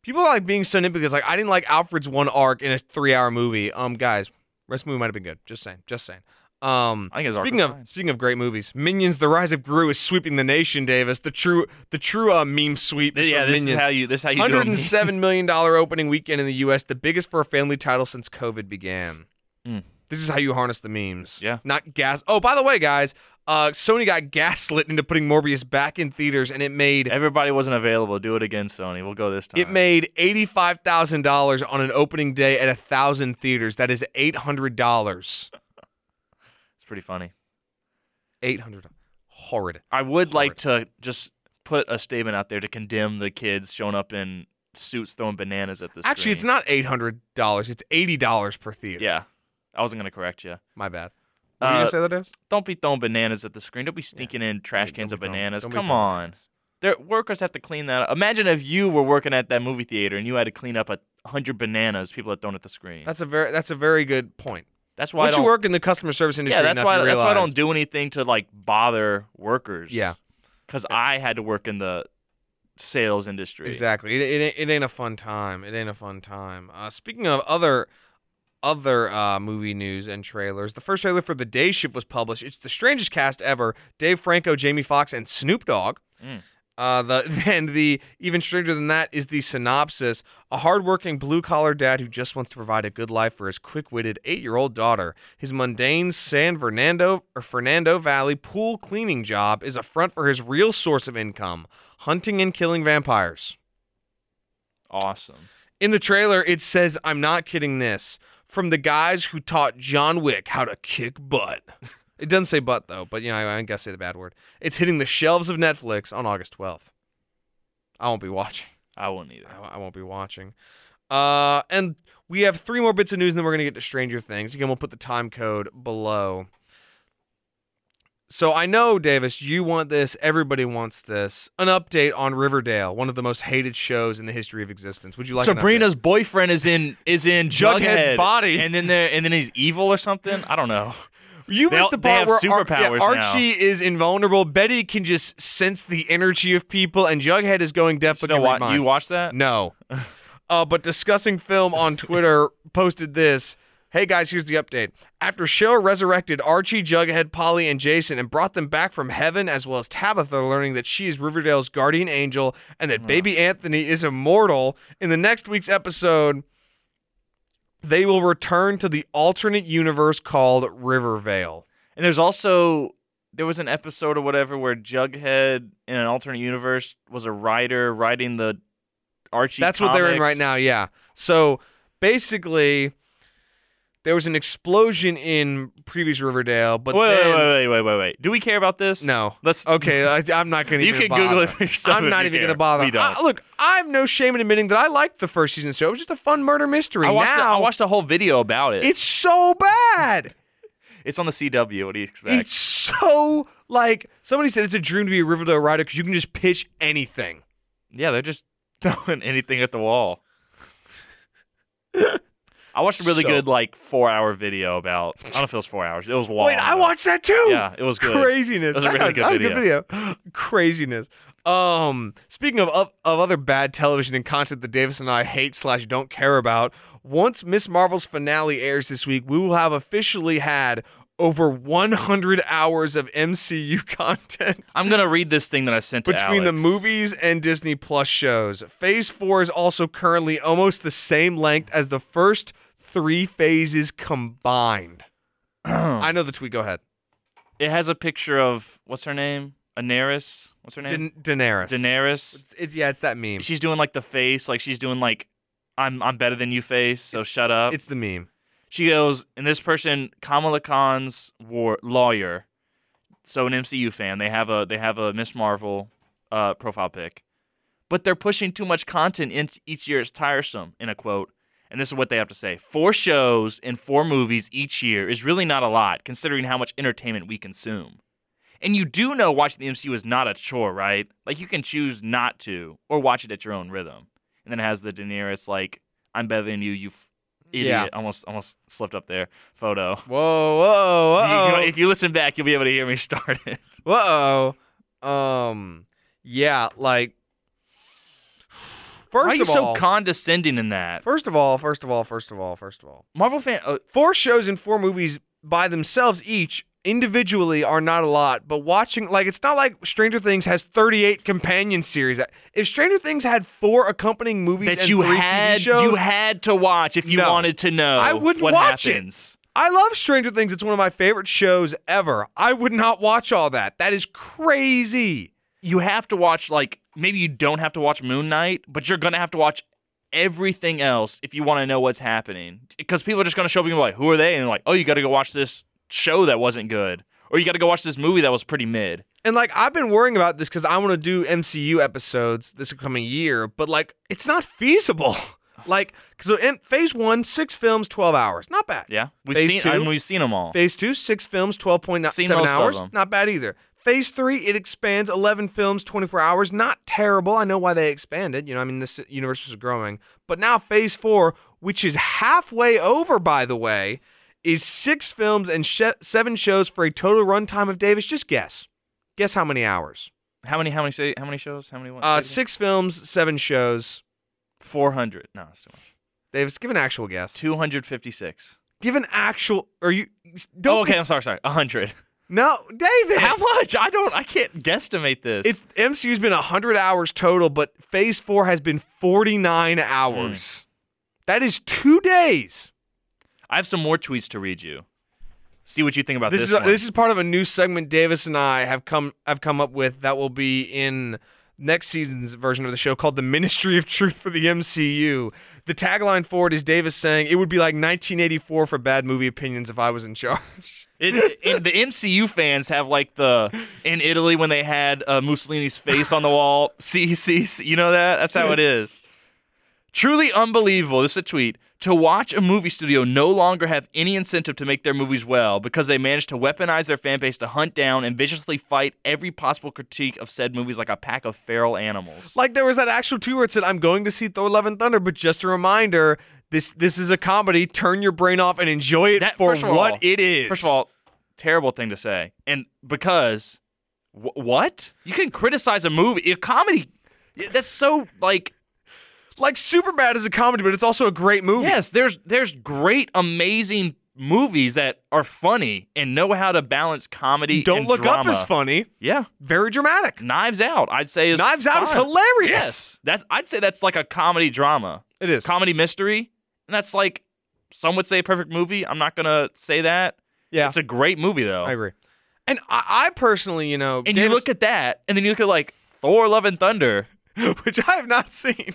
A: People are like being so nippy because like I didn't like Alfred's one arc in a three-hour movie. Um, guys, rest of the movie might have been good. Just saying. Just saying. Um,
B: I think it's
A: Speaking of speaking of great movies, Minions: The Rise of Gru is sweeping the nation, Davis. The true the true uh, meme sweep. is
B: yeah,
A: from
B: this
A: Minions.
B: is how you this is how you do
A: Hundred
B: them.
A: and seven million dollar opening weekend in the U.S., the biggest for a family title since COVID began.
B: Mm.
A: This is how you harness the memes.
B: Yeah.
A: not gas. Oh, by the way, guys, uh, Sony got gaslit into putting Morbius back in theaters, and it made
B: Everybody wasn't available. Do it again, Sony. We'll go this time.
A: it made eighty five thousand dollars on an opening day at a thousand theaters. That is eight hundred dollars.
B: it's pretty funny.
A: Eight hundred. Horrid.
B: I would like to just put a statement out there to condemn the kids showing up in suits throwing bananas at the
A: Actually, it's
B: screen.
A: not eight hundred dollars. It's eighty dollars per theater.
B: Yeah, I wasn't gonna correct you.
A: my bad. Were you gonna
B: Uh,
A: say that, Davis?
B: Don't be throwing bananas at the screen. Don't be sneaking in trash
A: Don't
B: cans
A: be
B: of
A: throwing-
B: bananas.
A: don't be
B: Come
A: throwing
B: on. Their workers have to clean that up. Imagine if you were working at that movie theater and you had to clean up a hundred bananas people had thrown at the screen.
A: That's a very that's a very good point.
B: That's why I
A: Once you
B: don't.
A: work in the customer service industry,
B: yeah, that's
A: enough,
B: why.
A: you
B: That's why I
A: realize-
B: don't do anything to like bother workers.
A: Yeah.
B: because I had to work in the sales industry.
A: Exactly. It, it, ain't- it ain't a fun time. It ain't a fun time. Uh, speaking of other other uh, movie news and trailers, the first trailer for The Day Shift was published. It's the strangest cast ever: Dave Franco, Jamie Foxx, and Snoop Dogg.
B: Mm.
A: Uh, the and the even stranger than that is the synopsis: a hardworking blue collar dad who just wants to provide a good life for his quick witted eight year old daughter. His mundane San Fernando or Fernando Valley pool cleaning job is a front for his real source of income: hunting and killing vampires.
B: Awesome.
A: In the trailer, it says, I'm not kidding this, from the guys who taught John Wick how to kick butt. It doesn't say butt, though, but you know, I, I guess say the bad word. It's hitting the shelves of Netflix on August 12th. I won't be watching.
B: I wouldn't either.
A: I, I won't be watching. Uh, and we have three more bits of news, and then we're gonna get to Stranger Things. Again, we'll put the time code below. So I know, Davis, you want this. Everybody wants this. An update on Riverdale, one of the most hated shows in the history of existence. Would you like an update?
B: Sabrina's boyfriend is in is in
A: Jughead's
B: Jughead,
A: body.
B: and then there and then he's evil or something. I don't know.
A: You
B: They
A: missed
B: all-
A: the
B: they
A: part
B: have
A: where Ar- yeah,
B: superpowers now.
A: Archie is invulnerable. Betty can just sense the energy of people, and Jughead is going deaf.
B: You,
A: But
B: know
A: can read
B: what? you
A: minds.
B: watch that?
A: No. Uh, but discussing film on Twitter posted this. Hey guys, here's the update. After Show resurrected Archie, Jughead, Polly, and Jason and brought them back from heaven, as well as Tabitha learning that she is Riverdale's guardian angel and that baby Anthony is immortal, in the next week's episode, they will return to the alternate universe called Rivervale.
B: And there's also there was an episode or whatever where Jughead in an alternate universe was a writer writing the Archie.
A: That's what they're in
B: comics.
A: right now, yeah. So basically, there was an explosion in previous Riverdale, but
B: wait,
A: then
B: wait, wait, wait, wait, wait. Do we care about this?
A: no.
B: Let's.
A: Okay, I, I'm not going to.
B: You
A: even
B: can
A: bother.
B: Google it for yourself.
A: I'm
B: if
A: not
B: you
A: even
B: care.
A: going to bother.
B: We don't.
A: I- look, I have no shame in admitting that I liked the first season show. It was just a fun murder mystery.
B: I watched, a,
A: now
B: I watched a whole video about it.
A: it's so bad.
B: It's on the CW. What do you expect?
A: it's so like somebody said it's a dream to be a Riverdale writer because you can just pitch anything.
B: Yeah, they're just throwing anything at the wall. I watched a really
A: So-
B: good like four hour video about. I don't know if it was four hours. It was long.
A: Wait, I
B: though.
A: watched that too.
B: Yeah, it was good.
A: Craziness.
B: That was a really good
A: that video. Craziness. Um, speaking of of other bad television and content that Davis and I hate slash don't care about, once Miss Marvel's finale airs this week, we will have officially had over 100 hours of MCU content
B: I'm gonna read this thing that I sent to
A: between the
B: Alex.
A: movies and Disney Plus shows. Phase four is also currently almost the same length as the first three phases combined. I know the tweet. Go ahead.
B: it has a picture of what's her name? Daenerys. What's her name?
A: Da- Daenerys.
B: Daenerys.
A: It's, it's yeah, it's that meme.
B: She's doing like the face, like she's doing like I'm I'm better than you face. So shut up.
A: It's the meme.
B: She goes, and this person, Kamala Khan's war lawyer, so an MCU fan. They have a they have a Miss Marvel uh, profile pic, but they're pushing too much content in each year. It's tiresome. In a quote, and this is what they have to say: four shows and four movies each year is really not a lot, considering how much entertainment we consume. And you do know watching the MCU is not a chore, right? Like you can choose not to, or watch it at your own rhythm. And then it has the Daenerys like, "I'm better than you, you f- idiot."
A: Yeah.
B: Almost, almost slipped up there. Photo.
A: Whoa,
B: You-
A: whoa,
B: you- if you listen back, you'll be able to hear me start it.
A: whoa, whoa. Um, yeah, like
B: Why are
A: First
B: you
A: of all,
B: so condescending in that?
A: first of all, first of all, first of all, first of all,
B: Marvel fan. Uh,
A: four shows and four movies by themselves each individually are not a lot but watching like it's not like stranger things has 38 companion series if stranger things had four accompanying movies
B: that
A: and
B: you
A: three
B: had
A: tv shows
B: you had to watch if you
A: No.
B: wanted to know.
A: I wouldn't
B: what
A: watch it.
B: happens.
A: i love stranger things it's one of my favorite shows ever i would not watch all that that is crazy
B: You have to watch like maybe you don't have to watch Moon Knight, but you're gonna have to watch everything else if you want to know what's happening. Because people are just gonna show up and be like, "Who are they?" And like, "Oh, you got to go watch this show that wasn't good." Or you got to go watch this movie that was pretty mid.
A: and like i've been worrying about this because i want to do mcu episodes this coming year but like it's not feasible like so in phase one six films 12 hours not bad
B: Yeah, we've
A: Phase
B: seen.
A: two.
B: I mean, we've seen them all.
A: Phase two, six films, twelve point
B: Seen
A: seven
B: most of
A: hours.
B: them.
A: Not bad either. Phase three, it expands eleven films, twenty four hours. Not terrible. I know why they expanded. You know, I mean, this universe is growing. But now phase four, which is halfway over, by the way, is six films and sh- seven shows for a total runtime of Davis. Just guess. Guess how many hours?
B: How many? How many? Say how many shows? How many?
A: Uh, six films, seven shows.
B: Four hundred. No, that's too much.
A: Davis, give an actual guess.
B: Two hundred fifty-six.
A: Give an actual. Or you don't?
B: Oh, okay. I'm sorry. Sorry. hundred.
A: No, Davis.
B: How much? I don't. I can't guesstimate this.
A: It's MCU's been 100 hours total, but phase 4 has been 49 hours.
B: Hmm.
A: That is 2 days.
B: I have some more tweets to read you. See what you think about
A: This,
B: this.
A: is
B: one.
A: this is part of a new segment Davis and I have come have come up with that will be in next season's version of the show called The Ministry of Truth for the MCU. The tagline for it is Davis saying it would be like 1984 for bad movie opinions if I was in charge.
B: It- it- the MCU fans have like the in Italy when they had uh, Mussolini's face on the wall. See, see, see, you know that? That's how it is. Truly unbelievable. This is a tweet. To watch a movie studio no longer have any incentive to make their movies well because they managed to weaponize their fan base to hunt down and viciously fight every possible critique of said movies like a pack of feral animals.
A: Like there was that actual tweet where it said, "I'm going to see Thor: Love and Thunder," but just a reminder, this this is a comedy. Turn your brain off and enjoy it
B: That-
A: for
B: first of
A: what
B: all-
A: it is.
B: First of all, terrible thing to say. And because wh- what? You can criticize a movie, a comedy. Yeah, That's so like
A: like Superbad is a comedy, but it's also a great movie.
B: yes, there's there's great amazing movies that are funny and know how to balance comedy
A: Don't
B: and
A: look up
B: drama.
A: is funny.
B: Yeah.
A: Very dramatic.
B: Knives Out, I'd say is
A: Knives Out is
B: fine.
A: hilarious.
B: Yes. That's I'd say that's like a comedy drama.
A: It is.
B: Comedy mystery. And that's like some would say a perfect movie. I'm not going to say that.
A: Yeah.
B: It's a great movie though.
A: I agree. And I, I personally, you know,
B: And you
A: Davis-
B: look at that, and then you look at like Thor: Love and Thunder.
A: which I have not seen.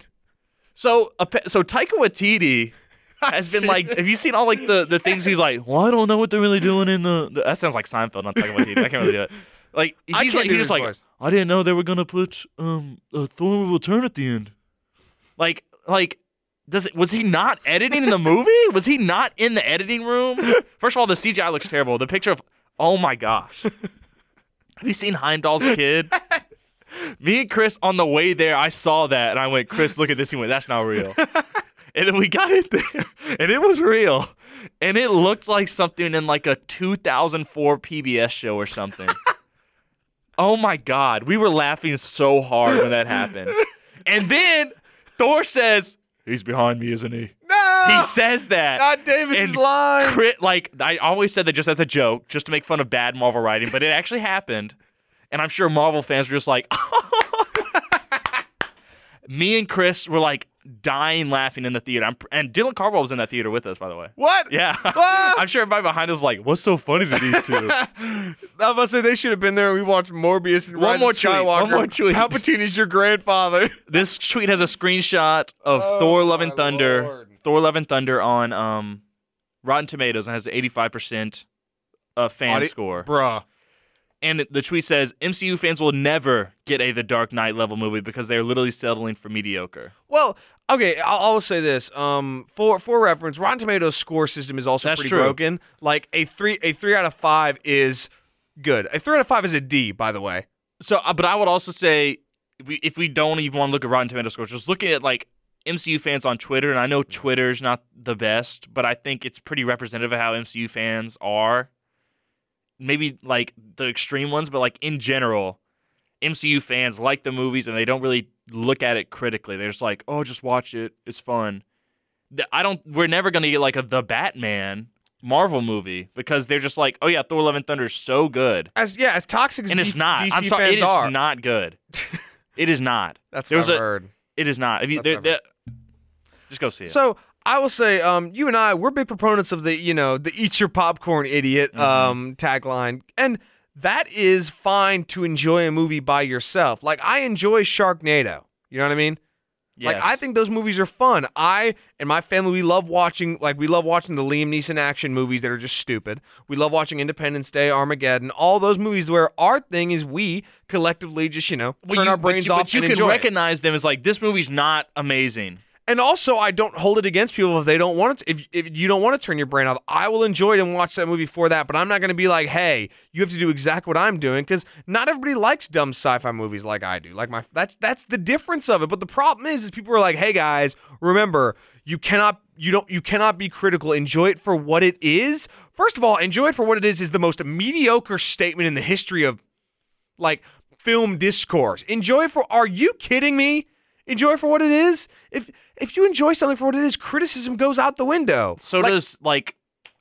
B: So, a pe- so Taika Waititi has been like, have you seen all like the the things he's like? Well, I don't know what they're really doing in the. the-" that sounds like Seinfeld, not Taika Waititi. I can't really do it. Like he's
A: I can't
B: like
A: do
B: he's just
A: his
B: like
A: voice.
B: I didn't know they were gonna put um uh, Thor will return at the end. Like like. Does it, was he not editing the movie? Was he not in the editing room? First of all, the CGI looks terrible. The picture of oh my gosh, have you seen Heimdall's kid? Me and Chris on the way there, I saw that and I went, Chris, look at this. He went, that's not real. and then we got it there and it was real. And it looked like something in like a 2004 PBS show or something. oh my God. We were laughing so hard when that happened. And then Thor says, He's behind me, isn't he?
A: No,
B: He says that.
A: not Davis's
B: and
A: line.
B: Crit, like I always said that just as a joke, just to make fun of bad Marvel writing, but it actually happened, and I'm sure Marvel fans were just like, me and Chris were like dying laughing in the theater, I'm, and Dylan Carwell was in that theater with us, by the way.
A: what?
B: Yeah,
A: What?
B: I'm sure everybody behind us was like, what's so funny to these two?
A: I was gonna say they should have been there. and We watched Morbius and
B: One
A: Rise
B: more
A: of
B: tweet, one
A: Skywalker.
B: more tweet.
A: Palpatine is your grandfather.
B: this tweet has a screenshot of
A: Oh,
B: Thor: Love and
A: my
B: Thunder.
A: lord.
B: Thor: Love and Thunder on um, Rotten Tomatoes and has an 85 percent uh, fan
A: Audi-
B: score.
A: Bruh.
B: And the tweet says MCU fans will never get a The Dark Knight level movie because they're literally settling for mediocre.
A: Well, okay, I'll, I'll say this. Um, for for reference, Rotten Tomatoes score system is also
B: That's
A: pretty
B: true.
A: broken. Like a three a three out of five is good. A three out of five is a D, by the way.
B: So, uh, but I would also say if we, if we don't even want to look at Rotten Tomato scores, just looking at like MCU fans on Twitter, and I know Twitter's not the best, but I think it's pretty representative of how MCU fans are. Maybe like the extreme ones, but like in general, MCU fans like the movies and they don't really look at it critically. They're just like, oh, just watch it. It's fun. Th- I don't. We're never gonna get like a the Batman Marvel movie because they're just like, oh yeah, Thor: Love and Thunder is so good,
A: As yeah, as toxic as
B: and
A: D-
B: it's not.
A: DC
B: I'm sorry,
A: fans
B: it is
A: are.
B: not good. it is not.
A: That's
B: There
A: what
B: was
A: I've
B: a-
A: heard.
B: It is not. If you
A: That's
B: there-
A: what I've
B: there- just go see it.
A: So I will say, um, you and I, we're big proponents of the, you know, the eat your popcorn idiot
B: Mm-hmm.
A: um, tagline. And that is fine to enjoy a movie by yourself. Like, I enjoy Sharknado. You know what I mean? Like
B: Yes.
A: I think those movies are fun. I and my family we love watching like we love watching the Liam Neeson action movies that are just stupid. We love watching Independence Day, Armageddon, all those movies where our thing is we collectively just you know
B: Well,
A: turn
B: you-
A: our
B: but
A: brains
B: you,
A: off
B: But you
A: and
B: can
A: enjoy. it.
B: recognize them as like this movie's not amazing.
A: And also, I don't hold it against people if they don't want it. If, if you don't want to turn your brain off, I will enjoy it and watch that movie for that. But I'm not going to be like, hey, you have to do exactly what I'm doing because not everybody likes dumb sci-fi movies like I do. Like my that's that's the difference of it. But the problem is, is people are like, hey guys, remember you cannot you don't you cannot be critical. Enjoy it for what it is. First of all, enjoy it for what it is is the most mediocre statement in the history of like film discourse. Enjoy it for are you kidding me? Enjoy it for what it is. If if you enjoy something for what it is, criticism goes out the window.
B: So
A: Like,
B: does like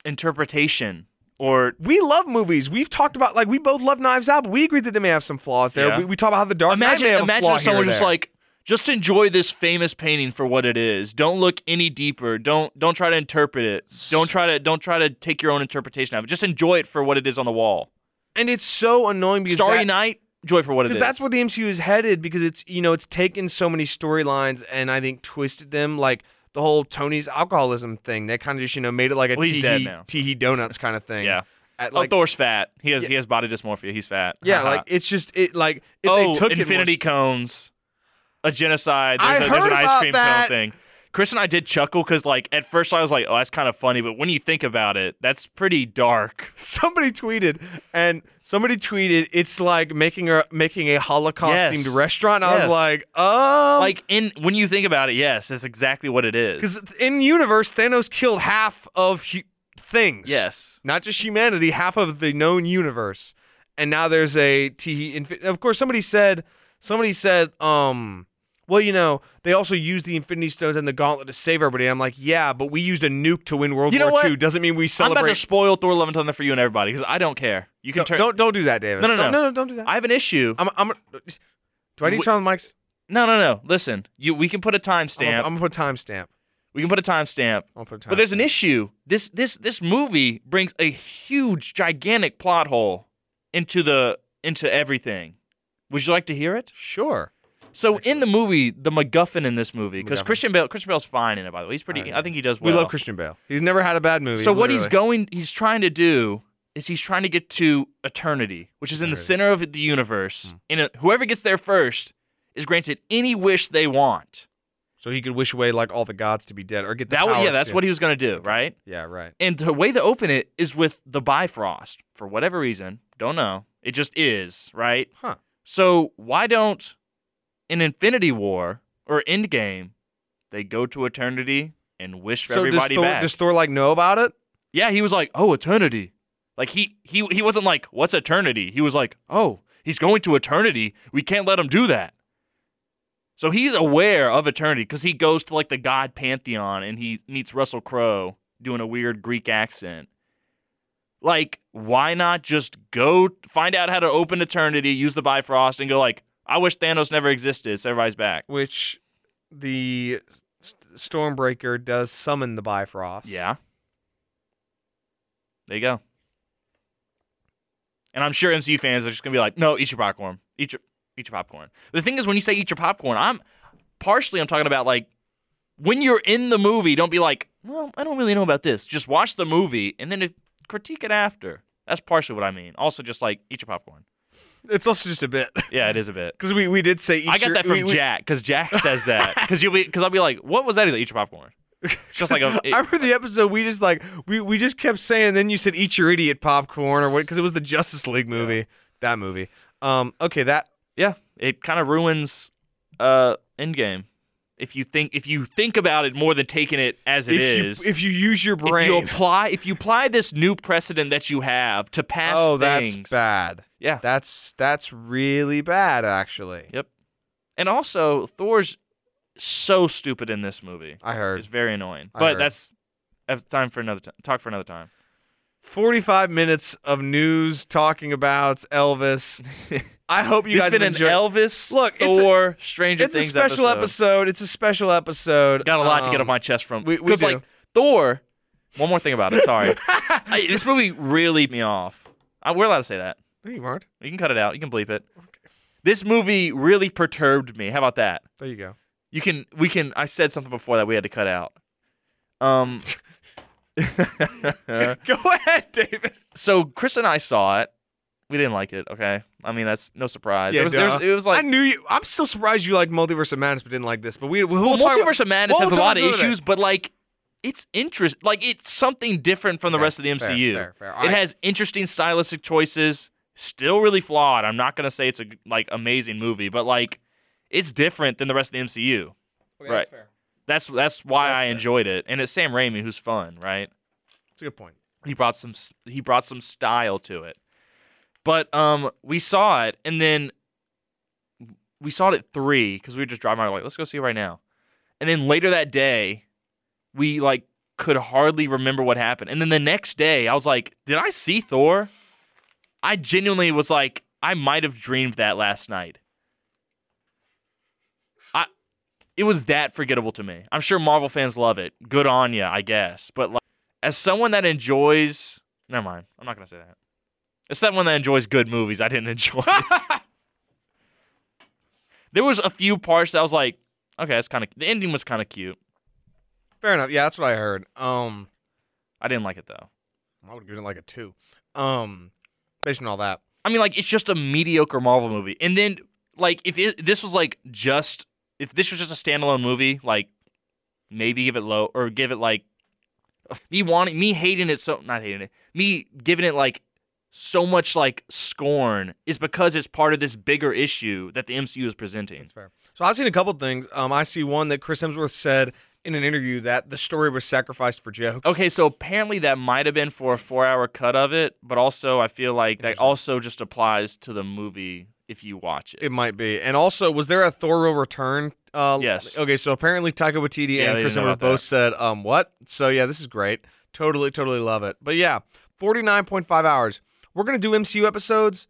B: interpretation or
A: we love movies. We've talked about like we both love Knives Out, but we agree that they may have some flaws there.
B: Yeah.
A: We, we talk about how the Dark
B: imagine
A: Knight may have a
B: imagine
A: flaw
B: if someone
A: here or
B: just
A: there.
B: like just enjoy this famous painting for what it is. Don't look any deeper. Don't don't try to interpret it. Don't try to don't try to take your own interpretation of it. Just enjoy it for what it is on the wall.
A: and it's so annoying because
B: Starry
A: that-
B: Night, enjoy it for what it is.
A: because that's where the MCU is headed. Because it's you know it's taken so many storylines and I think twisted them like the whole Tony's alcoholism thing. They kind of just you know made it like a
B: Well, he's dead
A: teehee-
B: now.
A: teehee donuts kind of thing.
B: yeah.
A: At,
B: oh, Thor's fat. He has he has body dysmorphia. He's fat.
A: Yeah,
B: Haha.
A: like it's just it like if
B: Uh-huh. oh,
A: they took it more
B: infinity
A: s-
B: cones, a genocide. There's,
A: I
B: a, there's
A: heard
B: an ice
A: about
B: cream
A: that.
B: cone thing. Chris and I did chuckle because, like, at first I was like, "Oh, that's kind of funny," but when you think about it, that's pretty dark.
A: somebody tweeted and somebody tweeted it's like making a making a Holocaust
B: Yes.
A: themed restaurant. I
B: Yes.
A: was like, um,
B: like in when you think about it, yes, that's exactly what it is.
A: because in universe Thanos killed half of hu- things.
B: Yes,
A: not just humanity, half of the known universe. And now there's a Teehee. Infi- of course, somebody said, somebody said, um, well, you know, they also used the Infinity Stones and the Gauntlet to save everybody. I'm like, yeah, but we used a nuke to win World
B: You know
A: War
B: what?
A: II. Doesn't mean we
B: I'm about to
A: celebrate.
B: spoil Thor: Love and Thunder for you and everybody because I don't care. You can
A: Don't-
B: turn.
A: Don't don't do that, Davis.
B: No, no,
A: don't,
B: no.
A: no, don't do that.
B: I have an issue.
A: I'm I'm. Do I need to
B: Wh-
A: turn on the mics?
B: no, no, no. Listen, you. We can put a
A: I'm gonna-
B: timestamp.
A: I'm gonna put timestamp.
B: We can put a timestamp.
A: I'm gonna put a timestamp.
B: But there's an issue. This this this movie brings a huge, gigantic plot hole into the into everything. Would you like to hear it?
A: Sure.
B: So in the movie, the MacGuffin in this movie, because
A: MacGuffin.
B: Christian Bale Christian Bale's fine in it by the way. He's pretty.
A: I-
B: I think he does
A: We
B: well.
A: love Christian Bale. He's never had a bad movie.
B: So what he's
A: literally.
B: going, he's trying to do is he's trying to get to eternity, which is in the
A: Eternity. Hmm.
B: center of the universe. And uh, whoever gets there first is granted any wish they want.
A: So he could wish away like all the gods to be dead or get the
B: That
A: power
B: w- yeah, that's
A: to-
B: what he was gonna do, right?
A: Yeah. Right.
B: And the way to open it is with the Bifrost for whatever reason. Don't know. It just is, right?
A: Huh.
B: So why don't in Infinity War or Endgame they go to eternity and wish for
A: so does
B: everybody
A: Thor,
B: back?
A: does Thor like know about it?
B: yeah, he was like, "Oh, eternity." Like he he he wasn't like, "What's eternity?" He was like, "Oh, he's going to eternity. We can't let him do that." So he's aware of eternity because he goes to like the god pantheon and he meets Russell Crowe doing a weird Greek accent. Like, why not just go find out how to open eternity, use the Bifrost, and go like, "I wish Thanos never existed." So everybody's back.
A: Which the S- Stormbreaker does summon the Bifrost.
B: Yeah. There you go. And I'm sure MCU fans are just gonna be like, "No, eat your popcorn. Eat your eat your popcorn." The thing is, when you say eat your popcorn, I'm partially I'm talking about like when you're in the movie, don't be like, "Well, I don't really know about this." Just watch the movie and then if, critique it after. That's partially what I mean. Also, just like eat your popcorn.
A: It's also just a bit
B: Yeah, it is a bit.
A: because we, we did say each
B: I got that from Jack because Jack says that because you'll be because I'll be like, "What was that?" He's like, "Eat your popcorn." Just like a,
A: I remember the episode we just like we, we just kept saying. Then you said "eat your idiot popcorn" or what? Because it was the Justice League movie, that movie. Um, okay, that
B: yeah, it kind of ruins uh Endgame. If you think if you think about it more than taking it as it
A: if
B: is,
A: you if you use your
B: if
A: brain,
B: you apply if you apply this new precedent that you have to past
A: oh,
B: things,
A: that's bad.
B: yeah,
A: That's that's really bad, actually.
B: Yep. and also Thor's so stupid in this movie.
A: I heard
B: It's very annoying,
A: I
B: but
A: heard.
B: that's that's time for another time. Talk for another time.
A: 45 minutes of news talking about Elvis. I hope you
B: This
A: guys
B: been
A: have
B: an
A: enjoyed.
B: Elvis,
A: Look, it's a-
B: Thor, Stranger
A: it's a
B: Things
A: special episode. It's a special episode.
B: Got a lot to get
A: Um,
B: off my chest from
A: we- we
B: because like
A: do.
B: Thor. One more thing about it. Sorry, I, this movie really me off. I, we're allowed to say that.
A: No, you aren't.
B: You can cut it out. You can bleep it. This movie really perturbed me. How about that?
A: There you go.
B: You can we can I said something before that we had to cut out. Um Uh,
A: go ahead, Davis.
B: So Chris and I saw it. We didn't like it, okay? I mean that's no surprise.
A: Yeah,
B: it was there was-
A: duh.
B: it was
A: I
B: like
A: knew you. I'm still surprised you like Multiverse of Madness, but didn't like this. But we we'll
B: well,
A: talk about-
B: Multiverse of Madness
A: we'll
B: has a
A: talk
B: lot of
A: about it.
B: issues, but like it's interest like it's something different from the
A: Fair,
B: rest of the
A: fair,
B: MCU.
A: fair, fair. All
B: It
A: right.
B: has interesting stylistic choices, still really flawed. I'm not going to say it's a like amazing movie, but like it's different than the rest of the MCU.
A: Okay,
B: right.
A: That's fair.
B: That's that's why
A: That's
B: I
A: fair.
B: enjoyed it, and it's Sam Raimi who's fun, right?
A: That's a good point.
B: He brought some s- he brought some style to it. But um, we saw it, and then we saw it at three because we were just driving. around like, let's go see it right now. And then later that day, we like could hardly remember what happened. And then the next day, I was like, did I see Thor? I genuinely was like, I might have dreamed that last night. I, it was that forgettable to me. I'm sure Marvel fans love it. Good on ya, I guess. But like, as someone that enjoys, never mind. I'm not gonna say that. As someone that enjoys good movies, I didn't enjoy. it. there was a few parts that I was like, okay, that's kind of. The ending was kind of cute.
A: Fair enough. Yeah, that's what I heard. Um,
B: I didn't like it though.
A: I would give it like a two. Um, based on all that.
B: I mean, like it's just a mediocre Marvel movie. And then like if it, this was like just if this was just a standalone movie, like maybe give it low or give it like me wanting me hating it so not hating it me giving it like so much like scorn is because it's part of this bigger issue that the MCU is presenting.
A: That's fair. So I've seen a couple things. Um, I see one that Chris Hemsworth said in an interview that the story was sacrificed for jokes.
B: Okay, so apparently that might have been for a four-hour cut of it, but also I feel like that
A: Interesting.
B: also just applies to the movie if you watch it.
A: It might be. And also, was there a thorough return? Uh,
B: Yes.
A: Okay, so apparently Taika Waititi
B: Yeah,
A: and
B: they
A: Chris
B: didn't know
A: Hemsworth
B: about
A: both
B: that.
A: said, um, what? So yeah, this is great. Totally, totally love it. But yeah, 49.5 hours. We're going to do MCU episodes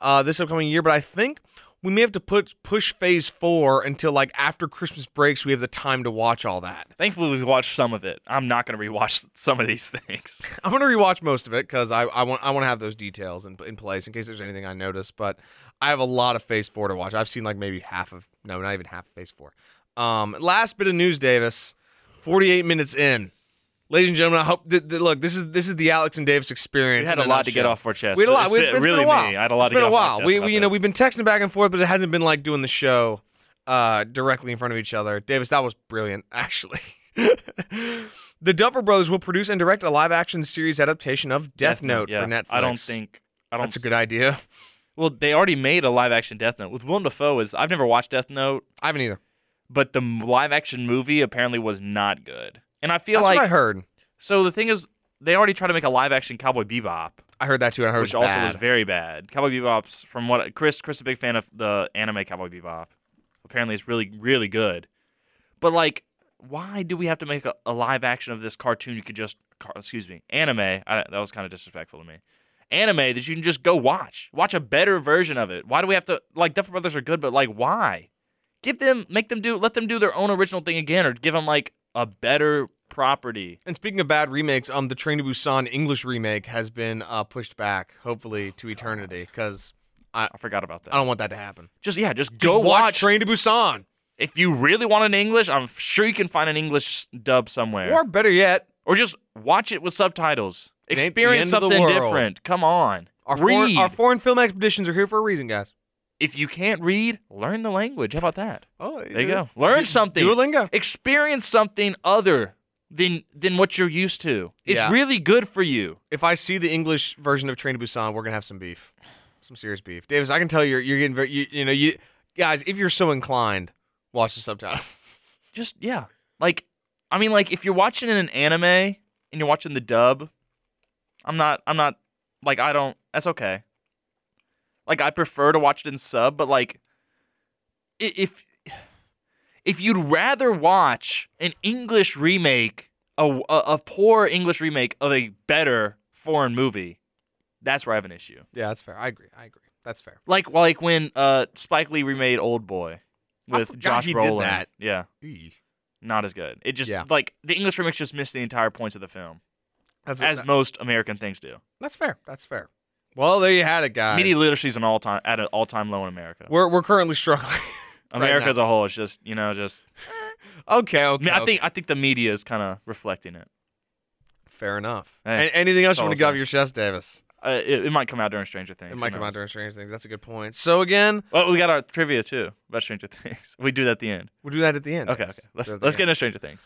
A: uh, this upcoming year, but I think we may have to put push phase four until like after Christmas breaks, we have the time to watch all that.
B: Thankfully, we watched some of it. I'm not going to rewatch some of these things.
A: I'm gonna rewatch most of it because I, I want I want to have those details in, in place in case there's anything I notice. But I have a lot of Phase Four to watch. I've seen like maybe half of no, not even half of Phase Four. Um, last bit of news, Davis. 48 minutes in, ladies and gentlemen. I hope that, that- look this is this is the Alex and Davis
B: We
A: experience.
B: had
A: in
B: a lot to get
A: nutshell.
B: off our chest.
A: We had a lot.
B: It's
A: It's
B: been-
A: been- it's been
B: really
A: a while.
B: me. I had a lot
A: It's
B: to
A: been a
B: get off my
A: while.
B: chest
A: We,
B: about
A: we you know
B: this.
A: we've been texting back and forth, but it hasn't been like doing the show uh, directly in front of each other. Davis, that was brilliant, actually. the Duffer Brothers will produce and direct a live action series adaptation of Death, Note
B: yeah.
A: for Netflix.
B: I don't think. I don't.
A: that's a good idea.
B: Well, they already made a live action Death Note with Willem Dafoe. Is I've never watched Death Note,
A: I haven't either.
B: but the live action movie apparently was not good. And I feel
A: That's
B: like
A: what I heard.
B: so the thing is they already tried to make a live action Cowboy Bebop,
A: I heard that too. and I heard
B: which
A: it was
B: also was
A: bad.
B: very bad. Cowboy Bebop's from what Chris Chris is a big fan of the anime Cowboy Bebop. Apparently, it's really really good. But like, why do we have to make a, a live action of this cartoon? You could just car, excuse me, anime. I, that was kind of disrespectful to me. Anime that you can just go watch. Watch a better version of it. Why do we have to like Duffer Brothers are good, but like why? Give them, make them do, let them do their own original thing again, or give them like a better property.
A: and speaking of bad remakes, um, the Train to Busan English remake has been uh, pushed back, hopefully to eternity, because
B: I forgot about that.
A: I don't want that to happen.
B: just yeah, just
A: Um, Just
B: go
A: watch,
B: watch
A: Train to Busan,
B: If you really want an English, I'm sure you can find an English dub somewhere.
A: or
B: Or,
A: better yet,
B: just watch it with subtitles.
A: It ain't the
B: Experience
A: end of the
B: something
A: world.
B: different. Come on.
A: Our
B: read.
A: foreign, our foreign film expeditions are here for a reason, guys.
B: if you can't read, learn the language. How about that?
A: Oh,
B: There you go. Learn something.
A: Duolingo.
B: Experience something other than than what you're used to. It's
A: Yeah.
B: really good for you.
A: If I see the English version of Train to Busan, we're gonna have some beef, some serious beef. Davis, I can tell you're you're getting very, you, you know, you guys, if you're so inclined, watch the subtitles.
B: just yeah. Like I mean, like if you're watching an anime and you're watching the dub, I'm not. I'm not. Like I don't. That's okay. Like I prefer to watch it in sub, but like i- if if you'd rather watch an English remake, a a, a poor English remake of a better foreign movie, that's where I have an issue.
A: Yeah, that's fair. I agree. I agree. That's fair.
B: Like like when uh Spike Lee remade Old Boy
A: I
B: with
A: forgot
B: Josh
A: he did
B: Brolin.
A: that.
B: Yeah, not as good. It just
A: Yeah.
B: like the English remakes just missed the entire points of the film,
A: That's
B: as
A: that-
B: most American things do.
A: that's fair. That's fair. Well, there you had it, guys.
B: Media literacy is an all time at an all time low in America.
A: We're we're currently struggling.
B: America
A: now.
B: as a whole is just you know just.
A: okay,
B: I,
A: okay.
B: mean, I
A: okay.
B: think I think the media is kind of reflecting it.
A: fair enough.
B: Hey,
A: A- anything else
B: that's
A: you want
B: all
A: to get
B: I'm
A: off your chest, Davis?
B: Uh, it. It might come out during Stranger Things.
A: It
B: who
A: might come out
B: knows?
A: during Strange Things. That's a good point. So again,
B: Well, we got our trivia too about Stranger Things. We do that at the end.
A: we'll do that at the end.
B: Okay, okay.
A: Davis.
B: Let's
A: Do that at the
B: let's
A: end.
B: get into Stranger Things.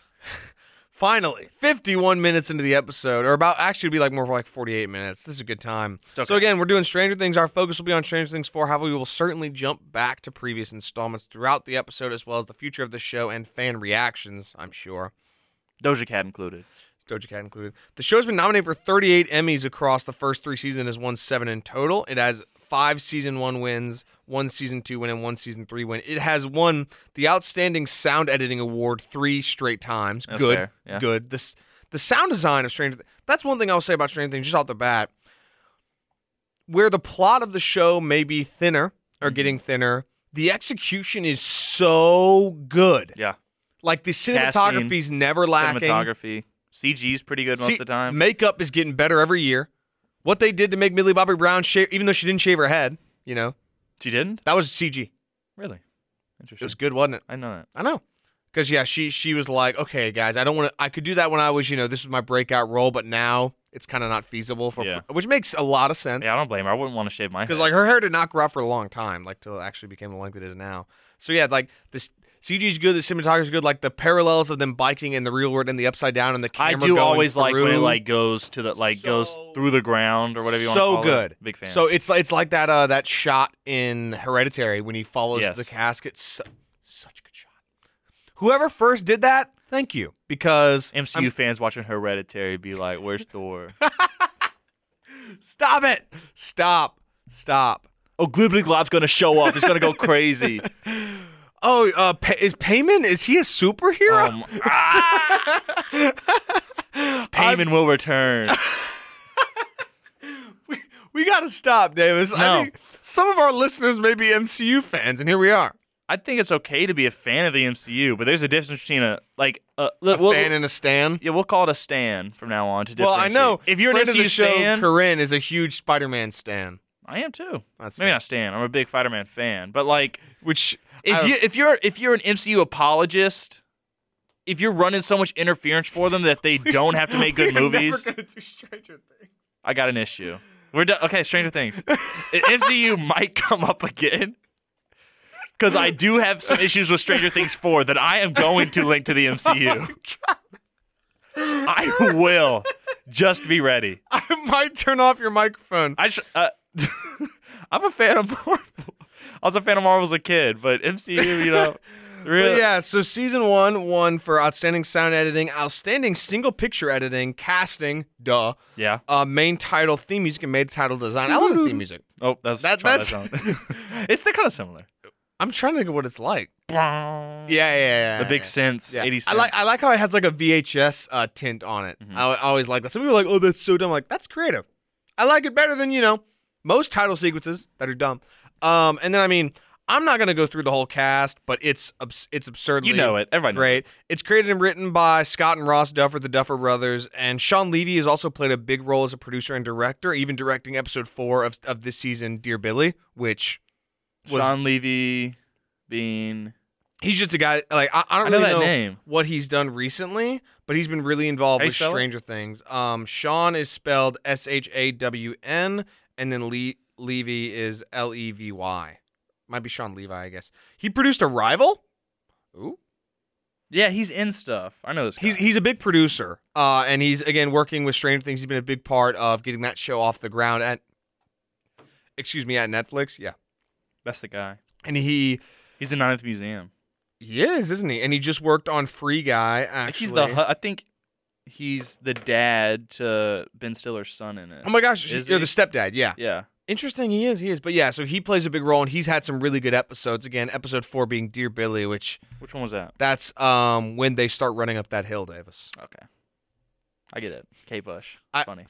A: Finally, 51 minutes into the episode, or about actually it'd be like more like 48 minutes. This is a good time.
B: It's
A: So
B: okay.
A: again, we're doing Stranger Things. Our focus will be on Stranger Things 4. However, we will certainly jump back to previous installments throughout the episode, as well as the future of the show and fan reactions. I'm sure.
B: Doja Cat included.
A: Doja Cat included. The show's been nominated for 38 Emmys across the first three seasons and has won seven in total. It has five season one wins, one season two win, and one season three win. It has won the Outstanding Sound Editing Award three straight times.
B: That's
A: good,
B: fair, yeah.
A: good. This the sound design of Stranger. Th- That's one thing I'll say about Stranger Things just off the bat. Where the plot of the show may be thinner or
B: Mm-hmm.
A: getting thinner, the execution is so good.
B: Yeah.
A: Like the
B: Casting,
A: cinematography's never lacking.
B: Cinematography. CG's pretty good most
A: See,
B: of the time.
A: Makeup is getting better every year. What they did to make Millie Bobby Brown shave, even though she didn't shave her head, you know,
B: she didn't
A: that was CG.
B: really.
A: It
B: Interesting.
A: was good, wasn't it?
B: I know that.
A: I know. Cause yeah, she she was like, okay, guys, I don't want to. I could do that when I was, you know, this was my breakout role, but now it's kind of not feasible for,
B: Yeah.
A: which makes a lot of sense.
B: Yeah, I don't blame her. I wouldn't want to shave my head.
A: Because like her hair did not grow out for a long time, like till it actually became the length it is now. So yeah, like this CG is good, the cinematography is good, like the parallels of them biking in the real world and the upside down and the
B: I
A: camera.
B: do
A: going
B: always like when it
A: through.
B: like goes to the like goes
A: So-
B: through the ground or whatever you want.
A: so
B: to call
A: good.
B: It. Big fan.
A: So it's like it's like that uh, that shot in Hereditary when he follows
B: Yes.
A: the casket. Su- such a good shot. Whoever first did that, thank you because
B: MCU
A: I'm-
B: fans watching Hereditary be like, "Where's Thor?"
A: stop it. Stop. Stop.
B: oh, Glibbly Glob's gonna show up. It's gonna go crazy.
A: Oh, uh, pa- is Payman? Is he a superhero?
B: Um, ah! Payman will return.
A: we, we gotta stop, Davis. I
B: No.
A: think some of our listeners may be MCU fans, and here we are.
B: I think it's okay to be a fan of the MCU, but there's a difference between a like a,
A: A
B: look, we'll,
A: fan and a stan.
B: yeah, we'll call it a stan from now on. To
A: Well, I know.
B: differentiate. if you're an
A: friend of the
B: MCU
A: show,
B: stan,
A: Corinne is a huge Spider-Man stan.
B: I am too.
A: That's
B: Maybe
A: fair.
B: not stan. I'm a big Spider Man fan, but like.
A: Which I
B: if
A: don't-
B: you if you're if you're an MCU apologist, if you're running so much interference for them that they don't have to make good
A: We are never
B: movies,
A: gonna do Stranger Things.
B: I got an issue. We're done. Okay, Stranger Things. I- MCU might come up again because I do have some issues with Stranger Things four that I am going to link to the MCU. I will. Just be ready.
A: I might turn off your microphone.
B: I sh- uh, I'm a fan of Marvel. I was a fan of Marvel as a kid, but MCU, you know,
A: But
B: really,
A: yeah, so season one won for outstanding sound editing, outstanding single picture editing, casting, duh,
B: yeah.
A: uh, main title, theme music, and main title design. I love the theme music.
B: Oh, that's
A: That-
B: that,
A: that's-
B: that's it's they're kind of similar.
A: I'm trying to think of what it's like.
B: Yeah,
A: Yeah, yeah, yeah.
B: the big
A: yeah.
B: synths,
A: Yeah.
B: eighty.
A: I like I like how it has like a VHS uh, tint on it.
B: Mhm.
A: I, I always like that. Some people are like, oh, that's so dumb. I'm like that's creative. I like it better than you know most title sequences that are dumb. Um, and then I mean, I'm not gonna go through the whole cast, but it's abs- it's absurdly
B: you know it. Everybody knows.
A: Great. It's created and written by Scott and Ross Duffer, the Duffer brothers, and Sean Levy has also played a big role as a producer and director, even directing episode four of, of this season, Dear Billy, which
B: it.
A: was
B: Sean Levy, Bean.
A: he's just a guy like I, I
B: I,
A: don't
B: know
A: really
B: that
A: know
B: name.
A: what he's done recently, but he's been really involved
B: How you
A: with
B: spell it?
A: Stranger Things. Um, Sean is spelled S H A W N, and then Le- Levy is L E V Y. Might be Sean Levi, I guess. He produced Arrival. Ooh.
B: Yeah, he's in stuff. I know this. Guy.
A: He's he's a big producer, uh, and he's again working with Stranger Things. He's been a big part of getting that show off the ground at, excuse me, at Netflix. Yeah,
B: that's the guy.
A: and he
B: He's in Ninth Museum.
A: He is, isn't he? And he just worked on Free Guy.
B: I think
A: Actually,
B: he's the. hu- I think he's the dad to Ben Stiller's son in it.
A: oh my gosh,
B: Is
A: you're
B: he?
A: the stepdad. Yeah,
B: yeah.
A: interesting. He is. He is. But yeah, so he plays a big role, and he's had some really good episodes. Again, episode four being Dear Billy, which
B: Which one was that?
A: that's um when they start running up that hill, Davis.
B: Okay. I get it. K. Bush.
A: I-
B: Funny.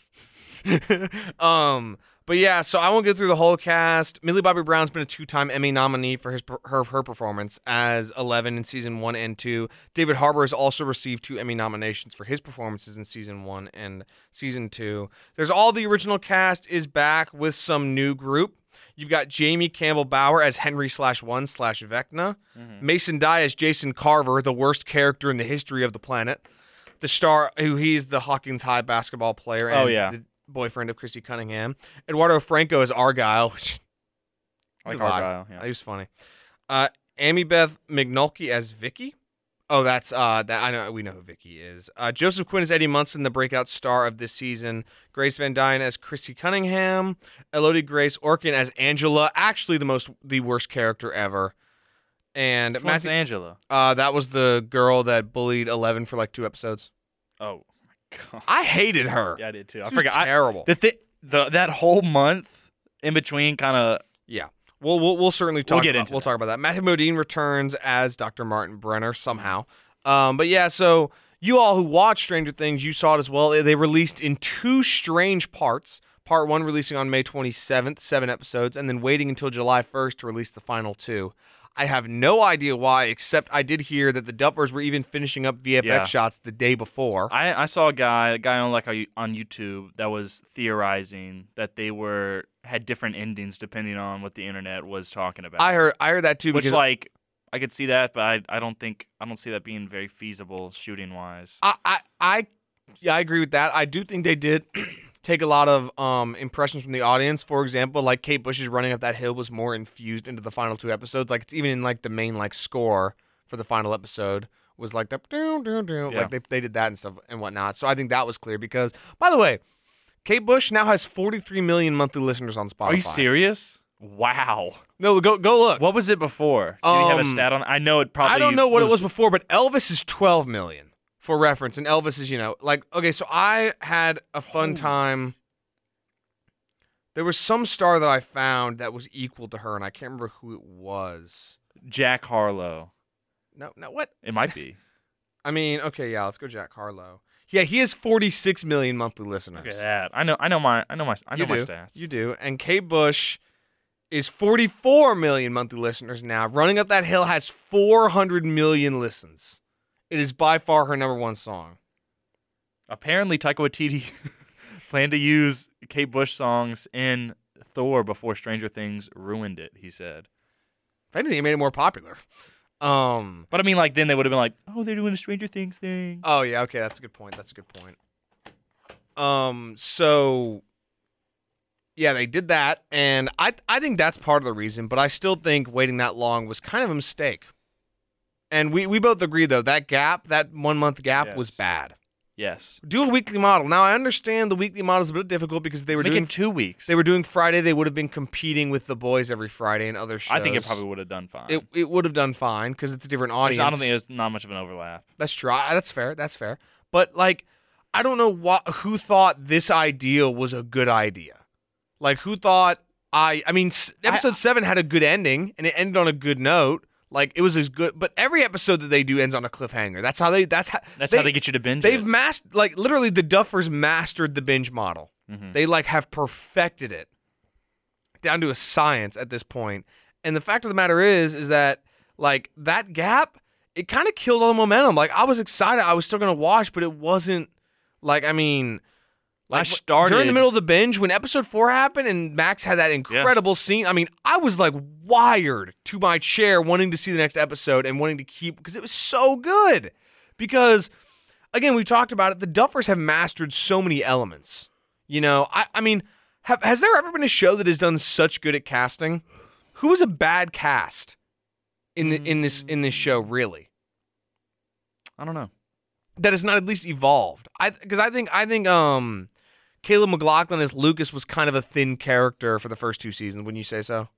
A: um, but yeah, so I won't go through the whole cast. Millie Bobby Brown's been a two-time Emmy nominee for his per- her her performance as Eleven in season one and two. David Harbour has also received two Emmy nominations for his performances in season one and season two. There's all the original cast is back with some new group. You've got Jamie Campbell Bauer as Henry slash one slash Vecna.
B: Mhm.
A: Mm-hmm. Mason Dye as Jason Carver, the worst character in the history of the planet. The star who he's the Hawkins High basketball player and
B: Oh, yeah.
A: the boyfriend of Christy Cunningham. Eduardo Franco as Argyle, which
B: Like
A: a vibe.
B: Argyle.
A: he
B: Yeah.
A: was funny. Uh Amy Beth McNulty as Vicky. Oh, that's uh that I know we know who Vicky is. Uh Joseph Quinn as Eddie Munson, the breakout star of this season. Grace Van Dyne as Christy Cunningham. Elodie Grace Orkin as Angela, actually the most the worst character ever. And
B: Which one's
A: Matthew
B: Angela.
A: uh, that was the girl that bullied Eleven for like two episodes.
B: Oh my god.
A: I hated her.
B: Yeah, I did too.
A: She
B: I
A: was
B: forgot. I,
A: Terrible.
B: the thi- the that whole month in between kind of
A: we'll, we'll we'll certainly talk.
B: get
A: about,
B: into
A: We'll
B: that.
A: talk about that. Matthew Modine returns as Dr. Martin Brenner somehow. Um, but yeah, so you all who watched Stranger Things, you saw it as well. They- They released in two strange parts. Part one releasing on May 27th, seven episodes, and then waiting until July 1st to release the final two. I have no idea why, except I did hear that the Duffers were even finishing up VFX
B: Yeah.
A: shots the day before.
B: I, I saw a guy a guy on like a, on YouTube that was theorizing that they were had different endings depending on what the internet was talking about.
A: I heard I heard that too
B: which
A: because
B: like I could see that, but I, I don't think I don't see that being very feasible shooting wise.
A: I, I, I, yeah, I agree with that. I do think they did take a lot of um, impressions from the audience. For example, like Kate Bush's running up that hill was more infused into the final two episodes. Like it's even in like the main like score for the final episode was like that. Doo, doo, doo.
B: Yeah.
A: Like they they did that and stuff and whatnot. So I think that was clear because by the way, Kate Bush now has 43 million monthly listeners on Spotify.
B: Are you serious? Wow.
A: No, go go look.
B: What was it before? Do you have a
A: Um,
B: stat on? I know it probably.
A: I don't know what it was before, but Elvis is 12 million for reference, and Elvis is you know like okay. So I had a fun
B: Holy
A: time. There was some star that I found that was equal to her, and I can't remember who it was.
B: Jack Harlow.
A: No, no, what?
B: It might be.
A: I mean, okay, yeah, let's go Jack Harlow. Yeah, he has 46 million monthly listeners.
B: Look at that. I know. I know my. I know my. I know
A: you
B: my
A: do.
B: stats.
A: You do. And Kate Bush is 44 million monthly listeners now. Running Up That Hill has 400 million listens. It is by far her number one song.
B: Apparently, Taika Waititi planned to use Kate Bush songs in Thor before Stranger Things ruined it. He said.
A: If anything, it made it more popular. Um.
B: But I mean, like then they would have been like, "Oh, they're doing a Stranger Things thing."
A: Oh yeah. Okay, that's a good point. That's a good point. Um. So. Yeah, they did that, and I I think that's part of the reason. But I still think waiting that long was kind of a mistake. And we we both agree though that gap, that one month gap, was
B: Yes.
A: bad.
B: yes.
A: Do a weekly model. Now I understand the weekly model is a bit difficult because they were
B: Make
A: doing
B: it two weeks.
A: they were doing Friday. They would have been competing with the boys every Friday and other shows.
B: I think it probably would have done fine.
A: it, it would have done fine because it's a different
B: There's-
A: audience.
B: I don't think there's not much of an overlap.
A: That's true. I- That's fair. That's fair. But like, I don't know what who thought this idea was a good idea. Like, who thought I? I mean, s-
B: I-
A: episode seven had a good ending, and it ended on a good note. Like, it was as good. But every episode that they do ends on a cliffhanger. That's how they. That's how.
B: That's how they get you to binge.
A: They've mastered. Like, literally, the Duffers mastered the binge model.
B: hmm
A: They like have perfected it down to a science at this point. And the fact of the matter is, is that like that gap, it kind of killed all the momentum. Like I was excited, I was still gonna watch, but it wasn't like I mean,
B: I
A: like
B: started
A: during the middle of the binge when episode four happened and Max had that incredible scene. I mean, I was like wired to my chair, wanting to see the next episode and wanting to keep because it was so good. Because again, we've talked about it. The Duffers have mastered so many elements. You know, I, I mean, have, has there ever been a show that has done such good at casting? Who was a bad cast in the in this in this show? Really,
B: I don't know.
A: that has not at least evolved. I because I think I think um, Caleb McLaughlin as Lucas was kind of a thin character for the first two seasons. Wouldn't you say so?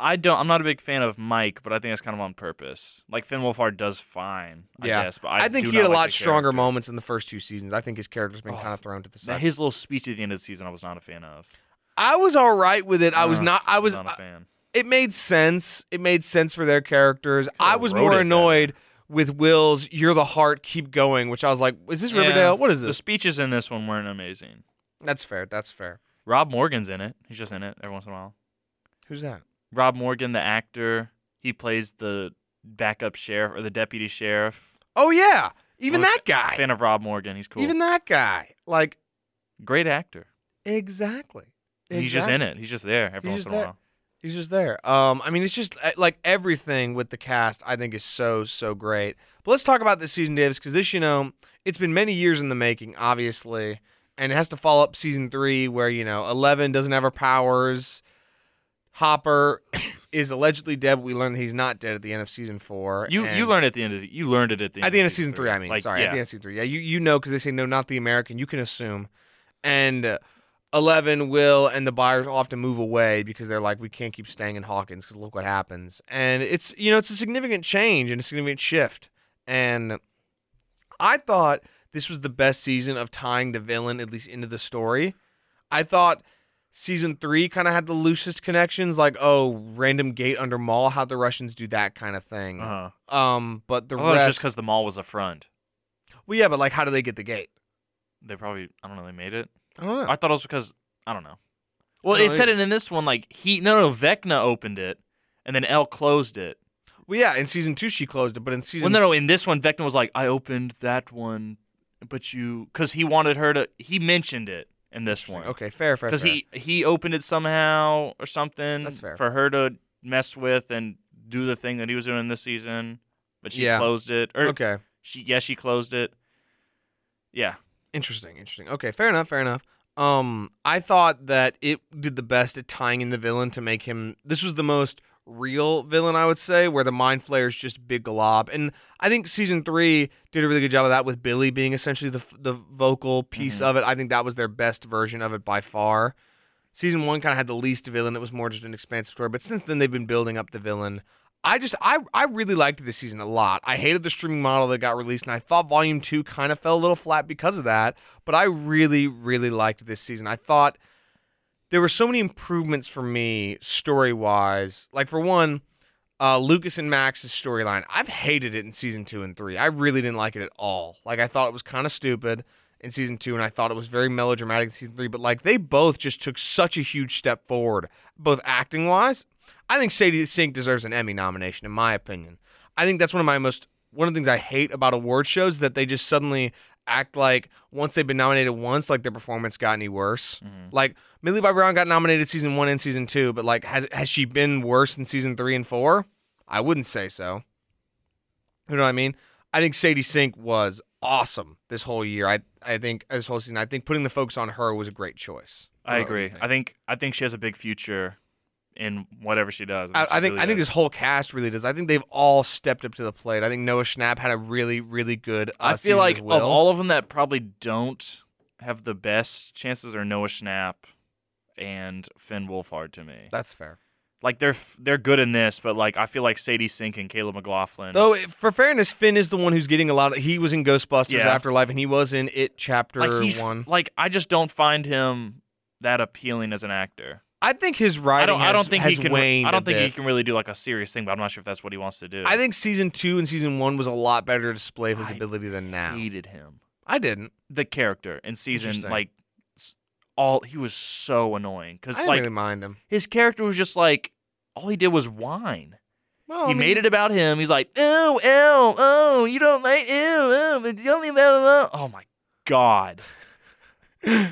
B: I don't. I'm not a big fan of Mike, but I think that's kind of on purpose. Like Finn Wolfhard does fine, I
A: Yeah.
B: guess. But
A: I,
B: I,
A: think
B: do
A: he had
B: not
A: a
B: like
A: lot
B: the
A: stronger
B: character.
A: moments in the first two seasons. I think his character's been
B: Oh.
A: kind of thrown to the side.
B: Now, his little speech at the end of the season, I was not a fan of.
A: I was all right with it. I was
B: Uh,
A: not. I was.
B: not a fan.
A: it made sense. It made sense for their characters. I was
B: wrote it
A: more
B: better.
A: annoyed with Will's "You're the heart, keep going," which I was like, "Is this
B: Yeah.
A: Riverdale? What is
B: The
A: this?"
B: speeches in this one weren't amazing.
A: That's fair. That's fair.
B: Rob Morgan's in it. He's just in it every once in a while.
A: Who's that?
B: Rob Morgan, the actor, he plays the backup sheriff or the deputy sheriff.
A: Oh yeah, even
B: I'm a
A: that guy.
B: Fan of Rob Morgan. He's cool.
A: Even that guy. Like
B: Great actor.
A: exactly.
B: He's just in it. He's just there every
A: He's
B: once
A: just
B: in a
A: there.
B: while.
A: He's just there. Um, I mean, it's just uh, like everything with the cast. I think is so so great. But let's talk about this season, Davis, because this, you know, it's been many years in the making, obviously, and it has to follow up season three, where you know Eleven doesn't have her powers. Hopper is allegedly dead. But we learn that he's not dead at the end of season four.
B: You
A: and-
B: you learned at the end of the, you learned it at the end
A: at the end of season three. I mean,
B: Like,
A: sorry, at
B: yeah.
A: the end of season three. Yeah, you you know because they say no, not the American. You can assume, and uh, eleven will and the buyers all have to move away because they're like, we can't keep staying in Hawkins because look what happens. And it's you know it's a significant change and a significant shift. And I thought this was the best season of tying the villain at least into the story. I thought season three kind of had the loosest connections, like oh, random gate under mall, how the Russians do that kind of thing.
B: Uh-huh.
A: Um, but the
B: I thought it was
A: rest,
B: just because the mall was a front.
A: well, yeah, but like, how do they get the gate?
B: They probably I don't know they made it.
A: I don't know.
B: I thought it was because I don't know. Well,
A: No,
B: it said it in this one like he no no Vecna opened it and then L closed it.
A: well, yeah, in season two she closed it, but in season
B: well, no, no. In this one, Vecna was like, "I opened that one, but you," because he wanted her to. He mentioned it in this one
A: okay, fair, fair,
B: because
A: fair.
B: he he opened it somehow or something.
A: That's fair.
B: for her to mess with and do the thing that he was doing this season, but she
A: Yeah.
B: closed it. Or
A: okay,
B: she, yeah, she closed it. Yeah,
A: interesting, interesting. Okay, fair enough, fair enough. Um, I thought that it did the best at tying in the villain to make him. This was the most real villain, I would say, where the mind flayer is just big glob, and I think season three did a really good job of that with Billy being essentially the f- the vocal piece
B: Mhm.
A: of it. I think that was their best version of it by far. Season one kind of had the least villain; it was more just an expansive story. But since then, they've been building up the villain. I just I I really liked this season a lot. I hated the streaming model that got released, and I thought Volume Two kind of fell a little flat because of that. But I really really liked this season. I thought there were so many improvements for me story wise. Like for one, uh, Lucas and Max's storyline. I've hated it in season two and three. I really didn't like it at all. Like I thought it was kind of stupid in season two, and I thought it was very melodramatic in season three. But like they both just took such a huge step forward, both acting wise. I think Sadie Sink deserves an Emmy nomination, in my opinion. I think that's one of my most one of the things I hate about award shows is that they just suddenly act like once they've been nominated once, like their performance got any worse.
B: Mm-hmm.
A: Like Millie Bobby Brown got nominated season one and season two, but like has has she been worse in season three and four? I wouldn't say so. You know what I mean? I think Sadie Sink was awesome this whole year. I I think this whole season. I think putting the focus on her was a great choice.
B: I
A: What do you
B: agree.
A: think?
B: I think I think she has a big future in whatever she does.
A: I, I
B: she
A: think
B: really
A: I think
B: does.
A: this whole cast really does. I think they've all stepped up to the plate. I think Noah Schnapp had a really really good. Uh,
B: I
A: season
B: feel like
A: as well.
B: of all of them that probably don't have the best chances are Noah Schnapp and Finn Wolfhard to me.
A: that's fair.
B: Like they're f- they're good in this, but like I feel like Sadie Sink and Caleb McLaughlin.
A: Though it- for fairness, Finn is the one who's getting a lot. Of, he was in Ghostbusters
B: Yeah.
A: Afterlife, and he was in It Chapter
B: like he's
A: One.
B: like I just don't find him that appealing as an actor.
A: I think his writing.
B: I don't I
A: has-
B: don't think he
A: has
B: can
A: Waned
B: I
A: a
B: don't think he
A: bit.
B: can really do like a serious thing, but I'm not sure if that's what he wants to do.
A: I think season two and season one was a lot better display of his
B: I
A: ability than now.
B: hated him.
A: I didn't.
B: The character in season
A: Interesting.
B: like s- all he was so annoying cuz
A: I didn't
B: like
A: really mind him.
B: his character was just like all he did was whine.
A: Well,
B: he made it about him. He's like, oh, oh, oh, you don't like, oh, oh, but you only blah, blah, blah." Oh my god,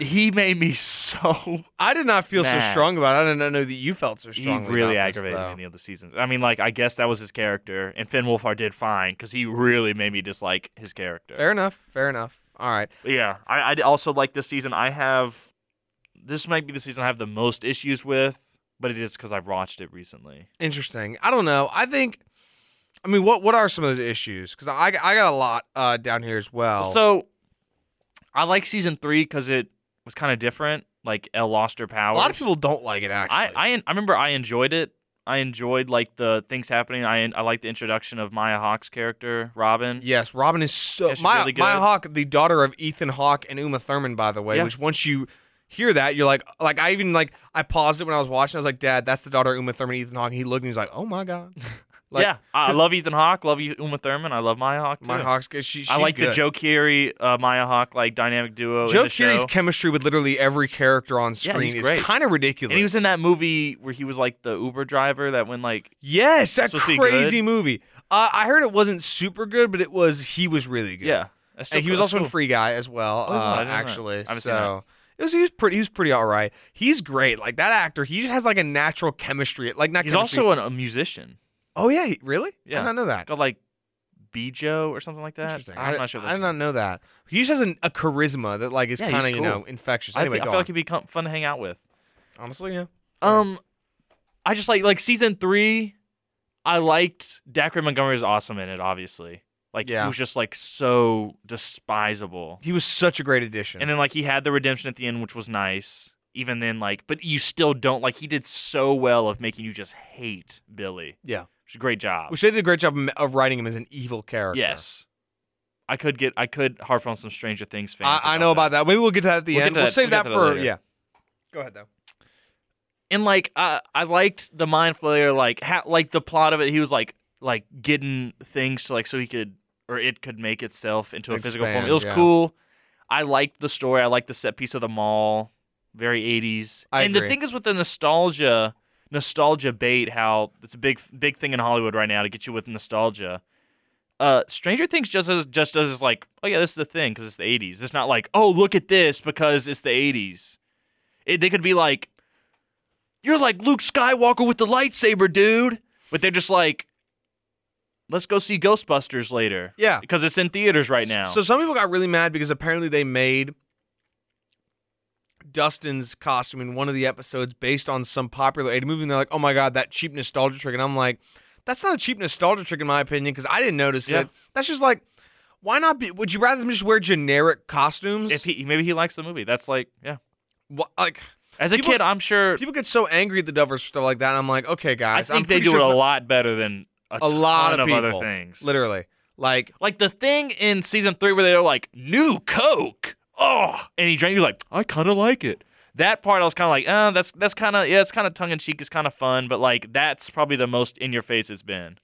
B: he made me so.
A: I did not feel so
B: Nah.
A: strong about. it. I did not know that you felt so
B: He
A: strongly.
B: really
A: about this,
B: aggravated me
A: though.
B: in the other seasons. I mean, like, I guess that was his character, and Finn Wolfhard did fine because he really made me dislike his character.
A: Fair enough. Fair enough. All right.
B: But yeah, I I also like this season. I have this might be the season I have the most issues with, but it is because I watched it recently.
A: Interesting. I don't know. I think. I mean, what what are some of those issues? Because I I got a lot uh, down here as well.
B: So I like season three because it was kind of different. Like Elle lost her
A: a
B: powers.
A: lot of people don't like it. Actually,
B: I, I I remember I enjoyed it. I enjoyed like the things happening. I I like the introduction of Maya Hawke's character, Robin.
A: Yes, Robin is so
B: Yeah, she's
A: Maya,
B: really good.
A: Maya Hawke, the daughter of Ethan Hawke and Uma Thurman, by the way.
B: Yeah.
A: Which once you hear that, you're like, like I even like I paused it when I was watching. I was like, Dad, that's the daughter of Uma Thurman, Ethan Hawke. And he looked and he's like, Oh my god, like,
B: yeah, I I
A: 'cause-
B: love Ethan Hawke. Love E- Uma Thurman. I love Maya Hawke too.
A: Maya Hawke's good. She, she's
B: I like
A: good.
B: the Joe Keery, uh, Maya Hawke like dynamic duo. in
A: Joe
B: the
A: Keery's
B: show.
A: chemistry with literally every character on
B: Yeah,
A: screen
B: he's
A: is
B: great.
A: kind of ridiculous.
B: and he was in that movie where he was like the Uber driver that when like
A: Yes, that
B: Supposed to be
A: crazy movie. Uh, I heard it wasn't super good, but it was. He was really good.
B: yeah, that's still
A: and he was
B: cool. That's
A: also in
B: cool.
A: Free Guy as well.
B: Oh, I
A: uh,
B: didn't know that.
A: actually,
B: I haven't seen
A: so it was. He was pretty. He was pretty all right. He's great. Like that actor. He just has like a natural chemistry. Like not.
B: He's
A: chemistry.
B: also an, a musician
A: Oh yeah, he- really? I
B: Yeah.
A: did not know that.
B: called like Bijo or something like that.
A: Interesting.
B: I'm
A: I-
B: not sure.
A: I
B: That's
A: did not know that. He just has an, a charisma that like is
B: Yeah, he's
A: kind of you know
B: cool.
A: infectious.
B: I,
A: Anyway,
B: feel, I
A: go
B: feel
A: on.
B: like it'd be com- fun to hang out with.
A: honestly, yeah. Yeah.
B: Um, I just like like season three. I liked Dacre Montgomery was awesome in it. Obviously, like
A: Yeah.
B: he was just like so despisable.
A: He was such a great addition.
B: And then like he had the redemption at the end, which was nice. Even then, like, but you still don't like. He did so well of making you just hate Billy.
A: Yeah.
B: which is a great job.
A: which they did a great job of writing him as an evil character.
B: yes, I could get. I could harp on some Stranger Things fans.
A: I, I know about that. Maybe we'll get to that at the
B: We'll get
A: end.
B: to
A: We'll
B: that-
A: save that,
B: we'll get to that
A: for
B: later.
A: yeah. Go ahead though.
B: and like I I liked the mind flayer like ha- like the plot of it. He was like like getting things to like so he could or it could make itself into a physical form.
A: Expand,
B: It was
A: yeah.
B: cool. I liked the story. I liked the set piece of the mall. Very 80s.
A: I
B: and
A: agree.
B: the thing is with the nostalgia nostalgia bait how it's a big big thing in Hollywood right now to get you with nostalgia. Uh, Stranger Things just does, just does is like, oh yeah, this is the thing because it's the 80s. It's not like, oh look at this because it's the 80s. It, they could be like, you're like Luke Skywalker with the lightsaber, dude. But they're just like, let's go see Ghostbusters later
A: Yeah.
B: because it's in theaters right now.
A: So some people got really mad because apparently they made Dustin's costume in one of the episodes based on some popular 80 movie, and they're like, "Oh my god, that cheap nostalgia trick!" And I'm like, "That's not a cheap nostalgia trick in my opinion because I didn't notice
B: Yeah.
A: it. That's just like, why not be? Would you rather them just wear generic costumes?
B: if he maybe he likes the movie, that's like, yeah.
A: Wha- like
B: As a
A: People-
B: kid, I'm sure
A: people get so angry at the Dovers for stuff like that. And I'm like, okay,
B: I
A: guys, I'm
B: think they
A: pretty
B: do
A: sure
B: it
A: it's
B: a
A: not-
B: lot better than a,
A: A lot
B: ton
A: of
B: of, other
A: people.
B: things.
A: Literally, like."
B: Like the thing in season three where they're like, new Coke. Oh, and he drank. He's like, I kind of like it. That part I was kind of like, uh, that's that's kind of yeah, it's kind of tongue in cheek. It's kind of fun, but like that's probably the most in your face it's been.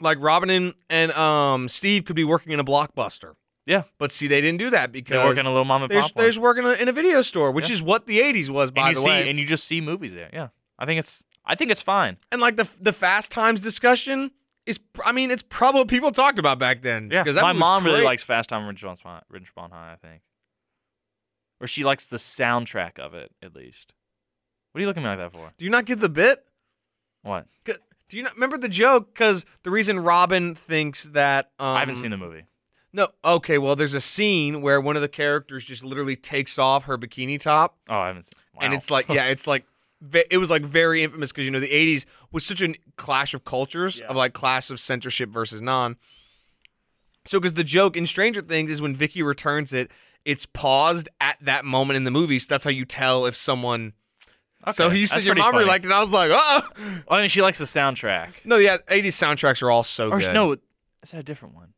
A: like Robin and, and um Steve could be working in a blockbuster.
B: Yeah.
A: But see, they didn't do that
B: They're
A: because
B: working a little mom and
A: they're,
B: pop.
A: they're
B: one.
A: just working in a video store, which
B: Yeah.
A: is what the '80s was, by
B: and you
A: the
B: see,
A: way.
B: and you just see movies there. Yeah, I think it's I think it's fine.
A: And like the the Fast Times discussion is, pr- I mean, it's probably what people talked about back then.
B: Yeah,
A: 'cause that
B: my
A: was
B: mom really
A: great.
B: likes Fast Time at Ridgemont High, Ridgemont High, I think, or she likes the soundtrack of it at least. What are you looking at me like that for?
A: Do you not get the bit?
B: What?
A: 'Cause- Do you not remember the joke? Because the reason Robin thinks that um,
B: I haven't seen the movie.
A: No, okay. Well, there's a scene where one of the characters just literally takes off her bikini top
B: Oh, I haven't. Wow.
A: and it's like yeah it's like ve- it was like very infamous because you know the 80s was such a clash of cultures
B: Yeah.
A: of like class of censorship versus non so because the joke in stranger things is when vicky returns it it's paused at that moment in the movie so that's how you tell if someone
B: Okay,
A: so he said
B: that's
A: your
B: pretty
A: mom really
B: funny.
A: liked it and i was like oh
B: Oh, I mean, she likes the soundtrack.
A: no yeah 80s soundtracks are all so
B: Or
A: good
B: no, is that a different one?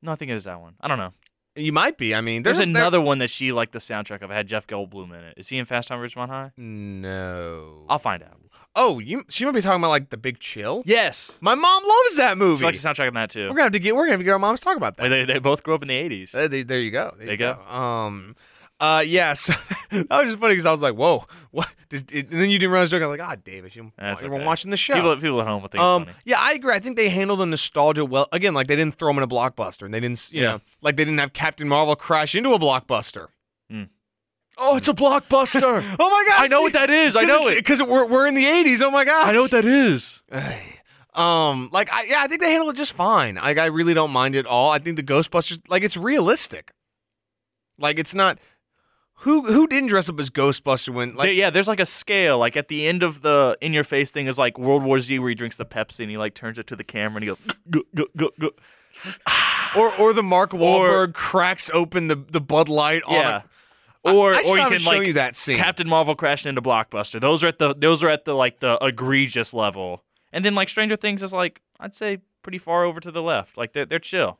B: No, I think it is that one. I don't know.
A: you might be i mean
B: There's,
A: a- there-
B: another one that she liked the soundtrack of. It had Jeff Goldblum in it. Is he in Fast Time at Ridgemont High?
A: no
B: I'll find out.
A: oh you she might be talking about like the big chill
B: Yes,
A: my mom loves that movie
B: she likes the soundtrack on that too.
A: we're gonna have to get we're gonna have to get our moms to talk about that
B: Wait, they, they both grew up in the 80s.
A: Uh, There, there you go. There,
B: There
A: you
B: you
A: go. Um, uh, yeah. So that was just funny because I was like, "Whoa, what?" Just, it, and then you didn't realize. joke. I was like, "Ah, Davis, you,
B: That's
A: everyone
B: okay.
A: watching the
B: People,
A: show."
B: people at home will think
A: Um,
B: it's funny.
A: yeah, I agree. I think they handled the nostalgia well. Again, like they didn't throw them in a blockbuster, and they didn't, s- you
B: Yeah.
A: know, like they didn't have Captain Marvel crash into a blockbuster.
B: Oh, it's a blockbuster.
A: Oh my god!
B: I know what that is. I know it.
A: because we're we're in the '80s. Oh my god!
B: I know what that is.
A: um, like I yeah, I think they handled it just fine. Like I really don't mind it at all. I think the Ghostbusters like it's realistic. Like it's not who who didn't dress up as Ghostbuster when like
B: There- yeah, there's like a scale. Like at the end of the in your face thing is like World War Z where he drinks the Pepsi and he like turns it to the camera and he goes "Guh, guh, guh, guh."
A: or or the Mark
B: Or-
A: Wahlberg cracks open the the Bud Light on
B: Yeah.
A: a,
B: Or
A: I
B: or
A: still
B: you
A: haven't
B: can
A: shown
B: like
A: you that scene.
B: Captain Marvel crashing into Blockbuster. Those are at the those are at the like the egregious level. And then like Stranger Things is like I'd say pretty far over to the left. Like they're they're chill.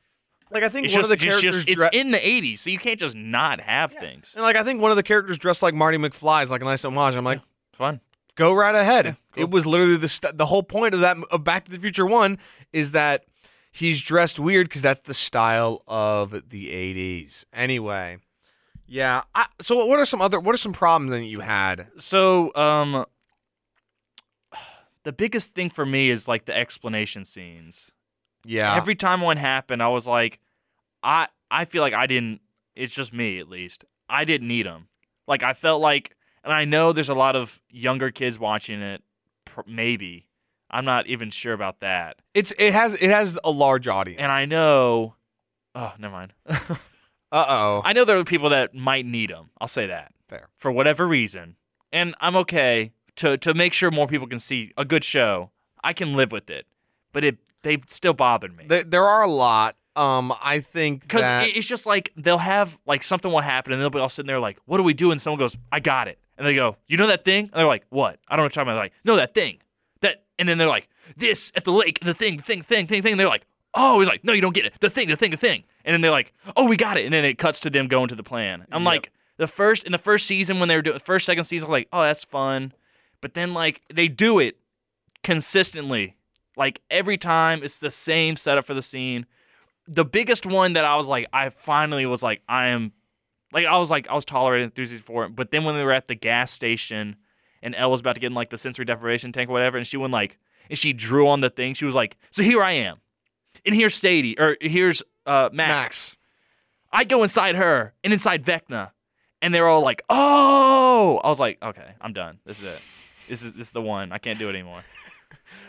A: like I think
B: It's
A: one
B: just,
A: of the
B: it's, just-
A: characters
B: it's
A: dre-
B: in the '80s, so you can't just not have
A: Yeah.
B: things.
A: and like I think one of the characters dressed like Marty McFly is like a nice homage. I'm like,
B: It's fun.
A: go right ahead.
B: cool.
A: It was literally the st- the whole point of that of Back to the Future One is that he's dressed weird because that's the style of the '80s. Anyway, yeah. I, so what are some other what are some problems that you had?
B: So um, the biggest thing for me is like the explanation scenes.
A: Yeah,
B: Every time one happened, I was like, I I feel like I didn't. It's just me, at least. I didn't need them. Like I felt like, and I know there's a lot of younger kids watching it. pr- Maybe I'm not even sure about that.
A: it's it has it has a large audience.
B: And I know. Oh, never mind.
A: uh oh
B: I know there are people that might need them. I'll say that.
A: Fair.
B: For whatever reason, and I'm okay to to make sure more people can see a good show. I can live with it, but it they still bothered me.
A: there, there are a lot. Um, I think
B: Because
A: that
B: it's just like they'll have like something will happen and they'll be all sitting there like, what do we do? And someone goes, I got it. And they go, you know that thing? And they're like, what? I don't know what you're talking about. They're like, no, that thing. That and then they're like, this at the lake, the thing, thing, thing, thing, thing. And they're like, oh, he's like, no, you don't get it. The thing, the thing, the thing. And then they're like, oh, we got it. And then it cuts to them going to the plan. I'm
A: Yep.
B: like, the first in the first season when they were doing the first second season, I was like, oh, that's fun. But then like they do it consistently. Like every time it's the same setup for the scene. The biggest one that I was like, I finally was like, I am like I was like I was tolerating enthusiasm for it. But then when they were at the gas station and Elle was about to get in like the sensory deprivation tank or whatever, and she went like and she drew on the thing, she was like, So here I am. And here's Sadie, or here's uh
A: Max.
B: I go inside her and inside Vecna, and they're all like, "Oh!" I was like, "Okay, I'm done. This is it. This is this is the one. I can't do it anymore."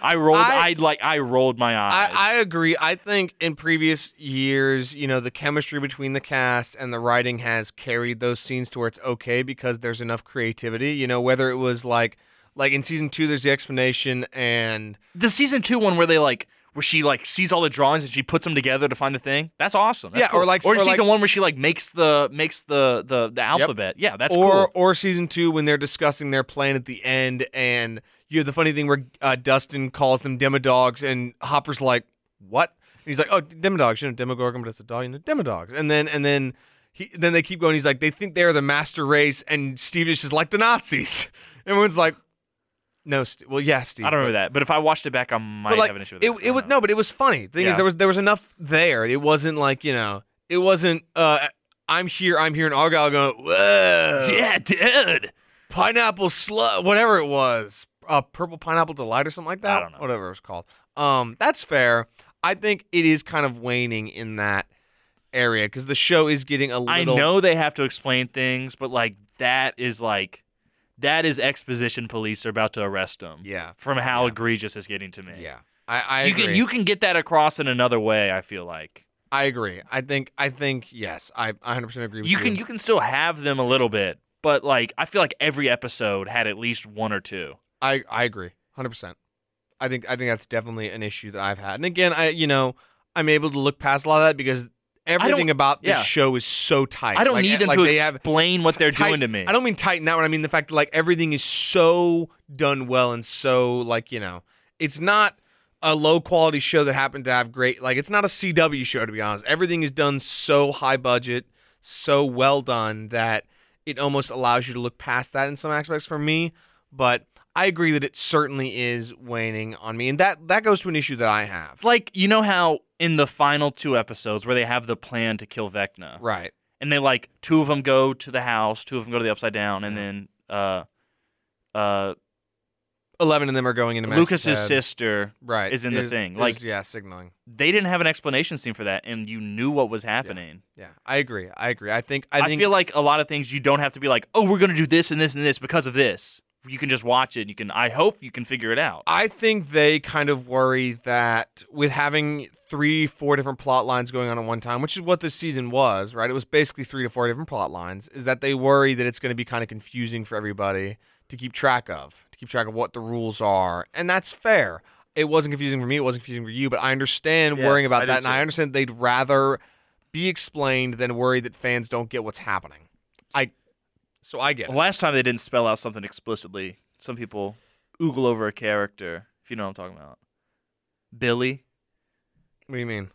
B: I rolled. I,
A: I-
B: like. I rolled my eyes.
A: I, I agree. I think in previous years, you know, the chemistry between the cast and the writing has carried those scenes to where it's okay because there's enough creativity. You know, whether it was like like in season two, there's the explanation and
B: the season two one where they like. Where she like sees all the drawings and she puts them together to find the thing. That's awesome. That's
A: Yeah, or
B: cool.
A: like-
B: or,
A: or
B: season
A: like-
B: one where she like makes the makes the the the alphabet. Yeah, that's
A: or
B: cool.
A: or season two when they're discussing their plan at the end and you have the funny thing where uh, Dustin calls them demodogs and Hopper's like, What? And he's like, Oh, demodogs, you know, demogorgon, but it's a dog, you know, demodogs. And then and then he, then they keep going. He's like, they think they're the master race, and Steve is just like the Nazis. Everyone's like, no, Steve. well, yeah, Steve.
B: I don't
A: but-
B: remember that, but if I watched it back, I might
A: but like
B: have an issue with
A: it,
B: that. I
A: it
B: don't
A: was
B: know.
A: no, but it was funny. The thing
B: Yeah.
A: is, there was there was enough there. It wasn't like you know, it wasn't. uh I'm here, I'm here, and Argyle going, whoa,
B: Yeah, dude.
A: pineapple slut, whatever it was, uh, purple pineapple delight or something like that.
B: I don't know.
A: Whatever it was called. Um, that's fair. I think it is kind of waning in that area because the show is getting a
B: I
A: little.
B: know they have to explain things, but like that is like that is exposition police are about to arrest him
A: Yeah,
B: from how
A: Yeah.
B: egregious it's getting to me.
A: yeah. I, I
B: you
A: agree.
B: can you can get that across in another way. I feel like
A: I agree. I think. I think. Yes. I 100 percent agree with you.
B: you can you can still have them a little bit, but like I feel like every episode had at least one or two.
A: I I agree, hundred percent. I think I think that's definitely an issue that I've had. And again, I you know I'm able to look past a lot of that because everything about this
B: yeah.
A: show is so tight.
B: I don't
A: Like, eh,
B: need them
A: like
B: to
A: they have,
B: explain what they're
A: tight-
B: doing to me.
A: I don't mean tighten that one. I mean the fact that like everything is so done well and so like you know it's not a low quality show that happened to have great like it's not a CW show to be honest. Everything is done so high budget, so well done that it almost allows you to look past that in some aspects for me. But I agree that it certainly is waning on me, and that that goes to an issue that I have.
B: like you know how in the final two episodes where they have the plan to kill Vecna,
A: Right.
B: and they like two of them go to the house, two of them go to the upside down, and then uh, uh,
A: Eleven of them are going into Max's
B: Lucas's
A: head.
B: sister.
A: right
B: is in the thing.
A: is-
B: Like-
A: yeah, signaling.
B: They didn't have an explanation scene for that, and you knew what was happening.
A: Yeah, I agree. I agree. I think
B: I,
A: I think
B: feel like a lot of things you don't have to be like, oh, we're gonna do this and this and this because of this. You can just watch it. And you can. I hope you can figure it out.
A: I think they kind of worry that with having three, four different plot lines going on at one time, which is what this season was, right? It was basically three to four different plot lines, is that they worry that it's going to be kind of confusing for everybody to keep track of, to keep track of what the rules are. And that's fair. It wasn't confusing for me, it wasn't confusing for you, but I understand
B: Yes,
A: worrying
B: I
A: about
B: do
A: that, and I
B: too.
A: understand they'd rather be explained than worry that fans don't get what's happening. I So I get it.
B: Last time they didn't spell out something explicitly. Some people oogle over a character, if you know what I'm talking about. Billy.
A: What do you mean?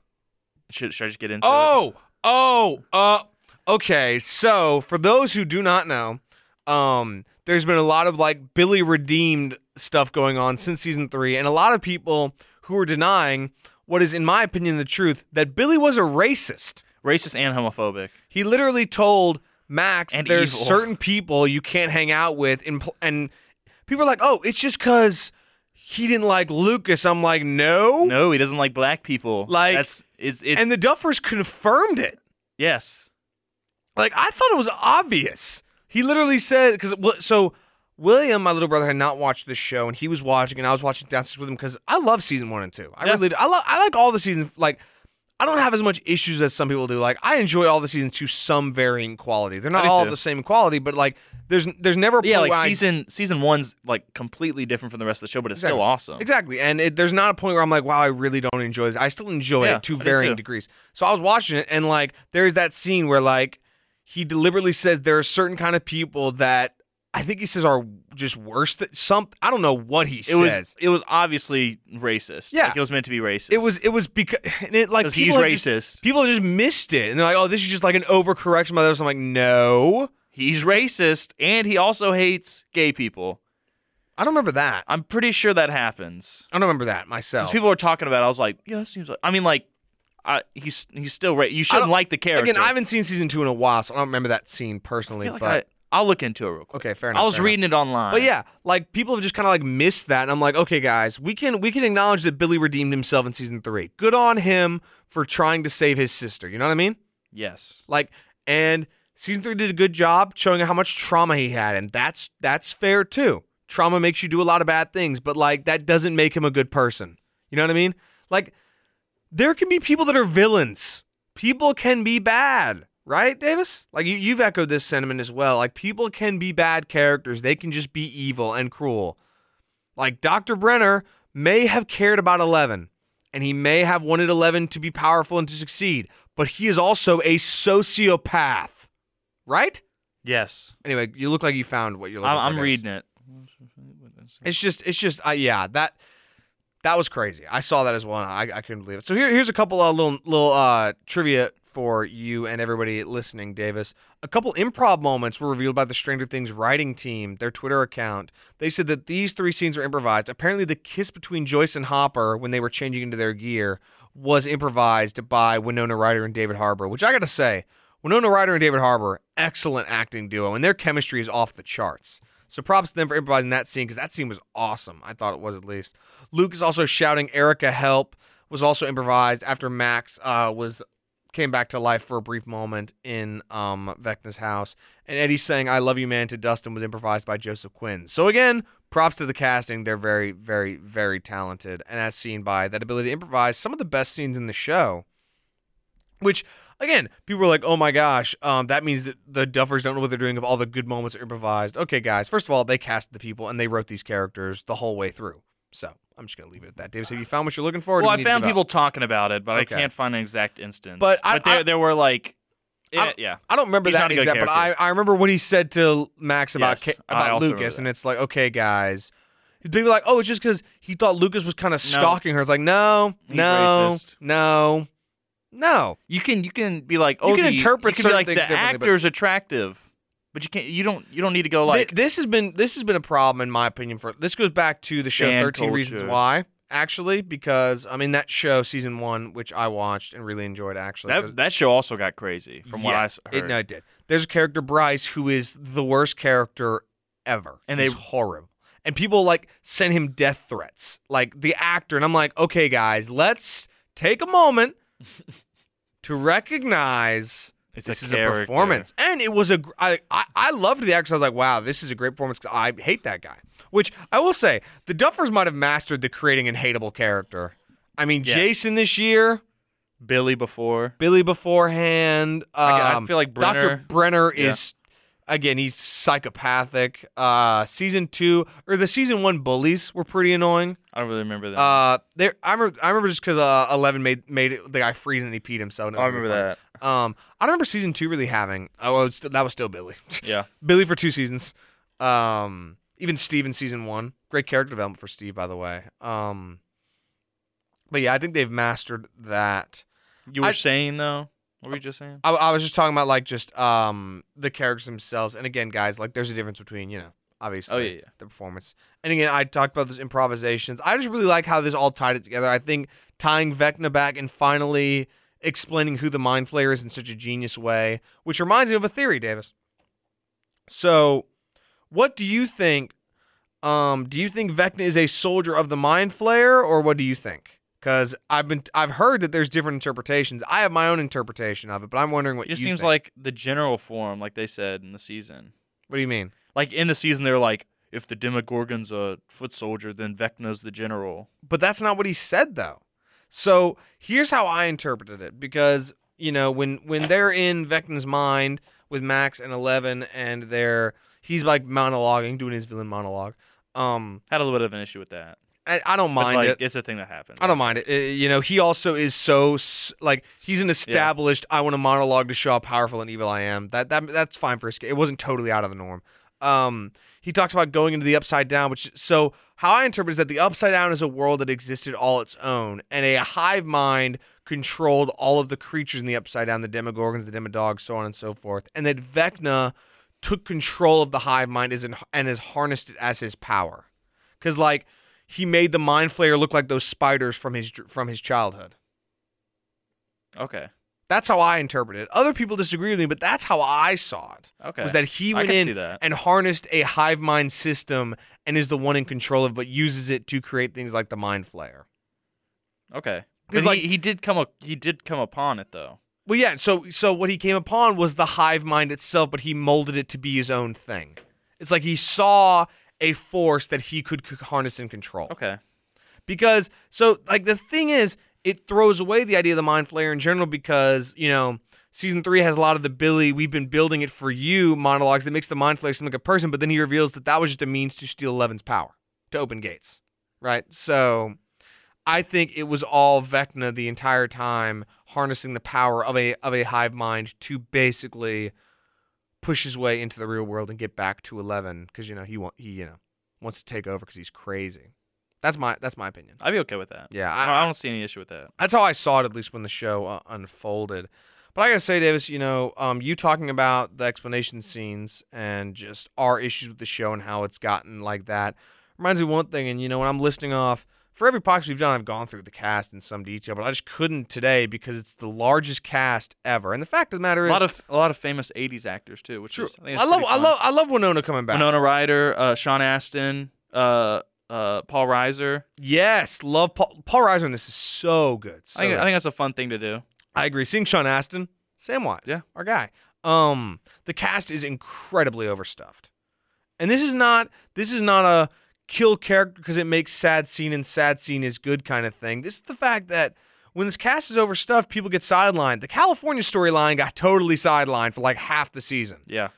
B: Should, should I just get into it?
A: Oh, oh, uh, okay. So for those who do not know, um, there's been a lot of like Billy redeemed stuff going on since season three, and a lot of people who are denying what is, in my opinion, the truth that Billy was a racist.
B: Racist and homophobic.
A: He literally told Max
B: And
A: there's
B: evil.
A: certain people you can't hang out with, and pl- and people are like, oh, it's just because he didn't like Lucas. I'm like, no.
B: No, he doesn't like black people.
A: Like-
B: That's, it's, it's,
A: And the Duffers confirmed it.
B: yes.
A: Like I thought it was obvious. He literally said because so William, my little brother, had not watched this show, and he was watching, and I was watching Downstairs with him because I love season one and two. I
B: Yeah.
A: really, do. I love, I like all the seasons. Like I don't have as much issues as some people do. Like I enjoy all the seasons to some varying quality. They're
B: I
A: not
B: do
A: all
B: too.
A: of the same quality, but like there's there's never a
B: Yeah,
A: point
B: like
A: where I-
B: season season one's like completely different from the rest of the show, but it's
A: Exactly.
B: still awesome.
A: Exactly, and it, there's not a point where I'm like, "Wow, I really don't enjoy this." I still enjoy
B: Yeah,
A: it to
B: I do
A: varying
B: too.
A: degrees. So I was watching it, and like, there's that scene where like he deliberately says there are certain kind of people that I think he says are just worse than some. I don't know what he
B: It
A: says.
B: was it was obviously racist.
A: Yeah.
B: Like, it was meant to be racist.
A: it was it was because and it like
B: 'Cause he's
A: people had just-
B: racist.
A: people just missed it, and they're like, "Oh, this is just like an overcorrection by this." I'm like, "No,
B: He's racist and he also hates gay people.
A: I don't remember that.
B: I'm pretty sure that happens.
A: I don't remember that
B: Because
A: myself."
B: people were talking about it, I was like, yeah, that seems like. I mean, like, I, he's he's still ra- You shouldn't
A: don't-
B: like the character.
A: Again, I haven't seen season two in a while, so I don't remember that scene personally.
B: feel like
A: but
B: I, will look into it real quick.
A: okay, fair enough.
B: I was
A: fair enough.
B: reading it online.
A: But yeah, like people have just kind of like missed that, and I'm like, okay, guys, we can we can acknowledge that Billy redeemed himself in season three. Good on him for trying to save his sister. You know what I mean?
B: Yes.
A: Like, and season three did a good job showing how much trauma he had, and that's that's fair too. Trauma makes you do a lot of bad things, but like that doesn't make him a good person. You know what I mean? Like, there can be people that are villains. People can be bad, right, Davis? Like you, you've echoed this sentiment as well. Like people can be bad characters. They can just be evil and cruel. Like Dr. Brenner may have cared about Eleven, and he may have wanted Eleven to be powerful and to succeed, but he is also a sociopath, right?
B: Yes.
A: Anyway, you look like you found what you're looking
B: I'm,
A: for.
B: I'm
A: Davis.
B: reading it.
A: It's just, it's just, uh, yeah, that that was crazy. I saw that as well, and I, I couldn't believe it. So here, here's a couple uh, little little uh, trivia for you and everybody listening, Davis. A couple improv moments were revealed by the Stranger Things writing team, their Twitter account. They said that these three scenes were improvised. Apparently, the kiss between Joyce and Hopper when they were changing into their gear was improvised by Winona Ryder and David Harbour, which I gotta say, Winona Ryder and David Harbour, excellent acting duo, and their chemistry is off the charts. So props to them for improvising that scene because that scene was awesome. I thought it was at least. Luke is also shouting "Erica, help!" was also improvised after Max uh, was came back to life for a brief moment in um, Vecna's house, and Eddie saying "I love you, man" to Dustin was improvised by Joseph Quinn. So again, props to the casting. They're very, very, very talented, and as seen by that ability to improvise, some of the best scenes in the show. Which again, people were like, "Oh my gosh, um, that means that the Duffers don't know what they're doing. If all the good moments are improvised." Okay, guys. First of all, they cast the people and they wrote these characters the whole way through. So I'm just gonna leave it at that. Davis, have you found what you're looking for? or do
B: Well,
A: we
B: I
A: need to
B: found
A: give up?
B: people talking about it, but
A: Okay.
B: I can't find an exact instance.
A: But I-
B: there,
A: I-
B: there were like,
A: I
B: yeah,
A: don't-
B: yeah.
A: I don't remember
B: He's
A: that
B: not a good
A: exact, but I,
B: character.
A: I remember what he said to Max about
B: Yes,
A: Ca-
B: I
A: about
B: also remember
A: Lucas,
B: that.
A: and it's like, okay, guys, people were like, oh, it's just because he thought Lucas was kind of stalking her. It's like, no,
B: He's
A: no,
B: racist.
A: no, no.
B: You can you can be like, oh,
A: You can
B: the,
A: interpret
B: you can be
A: certain
B: like
A: things
B: the
A: differently, but-
B: actor's attractive, but you can't. You don't. You don't need to go
A: Thi-
B: like.
A: this has been this has been a problem in my opinion. For this goes back to the show
B: Fan
A: Thirteen Reasons
B: culture.
A: Why, actually, because I mean that show season one, which I watched and really enjoyed, actually. 'cause-
B: that that show also got crazy from what
A: Yeah,
B: I s- heard.
A: It, no, it did. There's a character Bryce who is the worst character ever,
B: And
A: He's
B: they-
A: horrible. And people like send him death threats, like the actor. And I'm like, okay, guys, let's take a moment to recognize
B: it's
A: this
B: a
A: is
B: character.
A: a performance, and it was a. gr- I I, I loved the actor. I was like, wow, this is a great performance. 'cause I hate that guy. Which I will say, the Duffers might have mastered the creating an hateable character. I mean,
B: Yes.
A: Jason this year,
B: Billy before.
A: Billy beforehand. Um,
B: I- I feel like
A: Dr.
B: Brenner-
A: Brenner
B: Yeah.
A: is. Again, he's psychopathic. Uh, season two or the season one bullies were pretty annoying.
B: I don't really remember that.
A: Uh, there I remember, I remember just because uh, Eleven made made it, the guy freeze and he peed himself. And it
B: I
A: was really
B: remember that.
A: funny. Um, I don't remember season two really having. Oh, well, it's- that was still Billy.
B: Yeah.
A: Billy for two seasons. Um, even Steve in season one. Great character development for Steve, by the way. Um, but yeah, I think they've mastered that.
B: You were
A: I-
B: saying though. What were you just saying?
A: I, I was just talking about like just um the characters themselves, and again, guys, like there's a difference between you know obviously
B: Oh yeah, yeah.
A: the performance, and again, I talked about those improvisations. I just really like how this all tied it together. I think tying Vecna back and finally explaining who the Mind Flayer is in such a genius way, which reminds me of a theory, Davis. So, what do you think? Um, do you think Vecna is a soldier of the Mind Flayer, or what do you think? Because I've been I've heard that there's different interpretations. I have my own interpretation of it, but I'm wondering what
B: It just
A: you
B: seems
A: think.
B: like the general form, like they said in the season.
A: What do you mean?
B: Like in the season, they're like, if the Demogorgon's a foot soldier, then Vecna's the general.
A: But that's not what he said though. So here's how I interpreted it because you know when when they're in Vecna's mind with Max and Eleven and they're he's like monologuing doing his villain monologue. Um,
B: Had a little bit of an issue with that.
A: I, I don't
B: But,
A: mind
B: like,
A: it.
B: It's a thing that happened.
A: I don't mind it. Uh, You know, he also is so s- like he's an established. I want a monologue to show how powerful and evil I am. That that that's fine for a skit. It wasn't totally out of the norm. Um, he talks about going into the upside down, which so how I interpret is that the upside down is a world that existed all its own, and a hive mind controlled all of the creatures in the upside down, the demogorgons, the demodogs, so on and so forth, and that Vecna took control of the hive mind is in, and has harnessed it as his power. Because like he made the mind flayer look like those spiders from his from his childhood.
B: Okay.
A: That's how I interpret it. Other people disagree with me, but that's how I saw it.
B: Okay.
A: Was that he
B: I
A: went
B: can see
A: in
B: that.
A: and harnessed a hive mind system and is the one in control of, it, but uses it to create things like the mind flayer.
B: Okay.
A: 'Cause,
B: Because
A: like-
B: he, he did come up, he did come upon it though.
A: Well, yeah. So, so what he came upon was the hive mind itself, but he molded it to be his own thing. It's like he saw a force that he could c- harness and control.
B: Okay.
A: because so like the thing is it throws away the idea of the mind flayer in general because you know season three has a lot of the billy we've been building it for you monologues that makes the mind flayer seem like a person but then he reveals that that was just a means to steal eleven's power to open gates right so i think it was all vecna the entire time harnessing the power of a of a hive mind to basically push his way into the real world and get back to 11 because you know he want he you know wants to take over because he's crazy that's my that's my opinion
B: I'd be okay with that.
A: yeah,
B: I,
A: I,
B: don't- I don't see any issue with that.
A: that's how I saw it at least when the show uh, unfolded. But I gotta say, Davis, you know, um, you talking about the explanation scenes and just our issues with the show and how it's gotten like that reminds me of one thing. And you know, when I'm listing off for every podcast we've done, I've gone through the cast in some detail, but I just couldn't today because it's the largest cast ever. And the fact of the matter
B: A
A: is,
B: lot of a lot of famous '80s actors too, which
A: Sure.
B: is, I, think
A: I,
B: it's
A: love,
B: pretty
A: I
B: fun.
A: love, I love Winona coming back.
B: Winona Ryder, uh, Sean Astin, uh, uh, Paul Reiser.
A: Yes, love Paul, Paul Reiser. And this is so good. So
B: I, think,
A: good.
B: I think that's a fun thing to do.
A: I agree. Seeing Sean Astin, Samwise,
B: Yeah.
A: our guy. Um, the cast is incredibly overstuffed, and this is not this is not a kill character because it makes sad scene and sad scene is good kind of thing. This is the fact that when this cast is overstuffed, people get sidelined. The California storyline got totally sidelined for like half the season,
B: Yeah,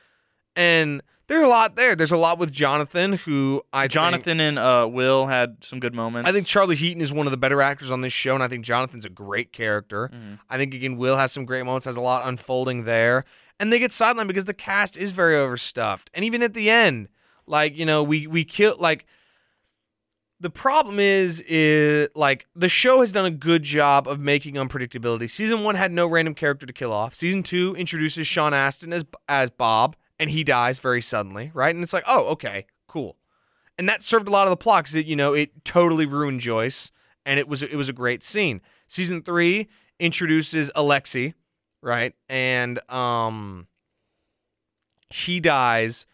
A: and there's a lot there. There's a lot with Jonathan, who I think-
B: Jonathan and uh, Will had some good moments.
A: I think Charlie Heaton is one of the better actors on this show, and I think Jonathan's a great character.
B: Mhm.
A: I think again Will has some great moments, has a lot unfolding there, and they get sidelined because the cast is very overstuffed. And even at the end, like you know, we we kill like the problem is is like the show has done a good job of making unpredictability. Season one had no random character to kill off. Season two introduces Sean Astin as as Bob, and he dies very suddenly, right? And it's like, oh, okay, cool. And that served a lot of the plot because it, you know, it totally ruined Joyce, and it was it was a great scene. Season three introduces Alexi, right, and um, he dies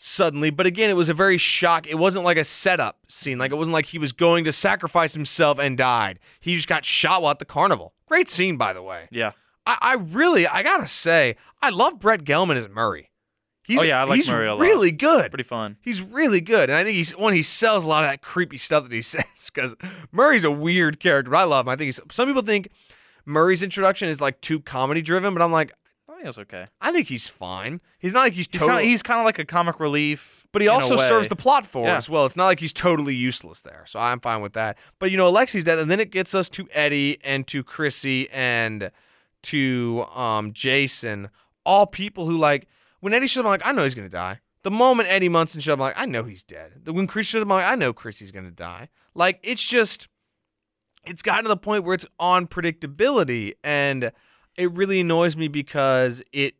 A: suddenly. But again, it was a very shock. It wasn't like a setup scene. Like it wasn't like he was going to sacrifice himself and died. He just got shot while at the carnival. Great scene, by the way.
B: Yeah.
A: I, I really, I gotta say, I love Brett Gelman as Murray. He's,
B: Oh, yeah, I like
A: he's
B: Murray a lot.
A: really good.
B: pretty fun.
A: He's really good, and I think he's one. He sells a lot of that creepy stuff that he says because Murray's a weird character, but I love him. I think he's. Some people think Murray's introduction is like too comedy driven, but I'm like,
B: I think that's okay.
A: I think he's fine. He's not like he's,
B: He's
A: totally.
B: kind of he's kind of like a comic relief,
A: but he
B: in a
A: also serves
B: way.
A: the plot forward
B: Yeah.
A: as well. It's not like he's totally useless there, so I'm fine with that. But you know, Alexi's dead, and then it gets us to Eddie and to Chrissy and to um, Jason, all people who like when Eddie shows up, I'm like, I know he's gonna die. The moment Eddie Munson shows up, I'm like, I know he's dead. The- When Chrissy shows up, I'm like, I know Chrissy's gonna die. Like it's just, it's gotten to the point where it's on predictability, and it really annoys me because it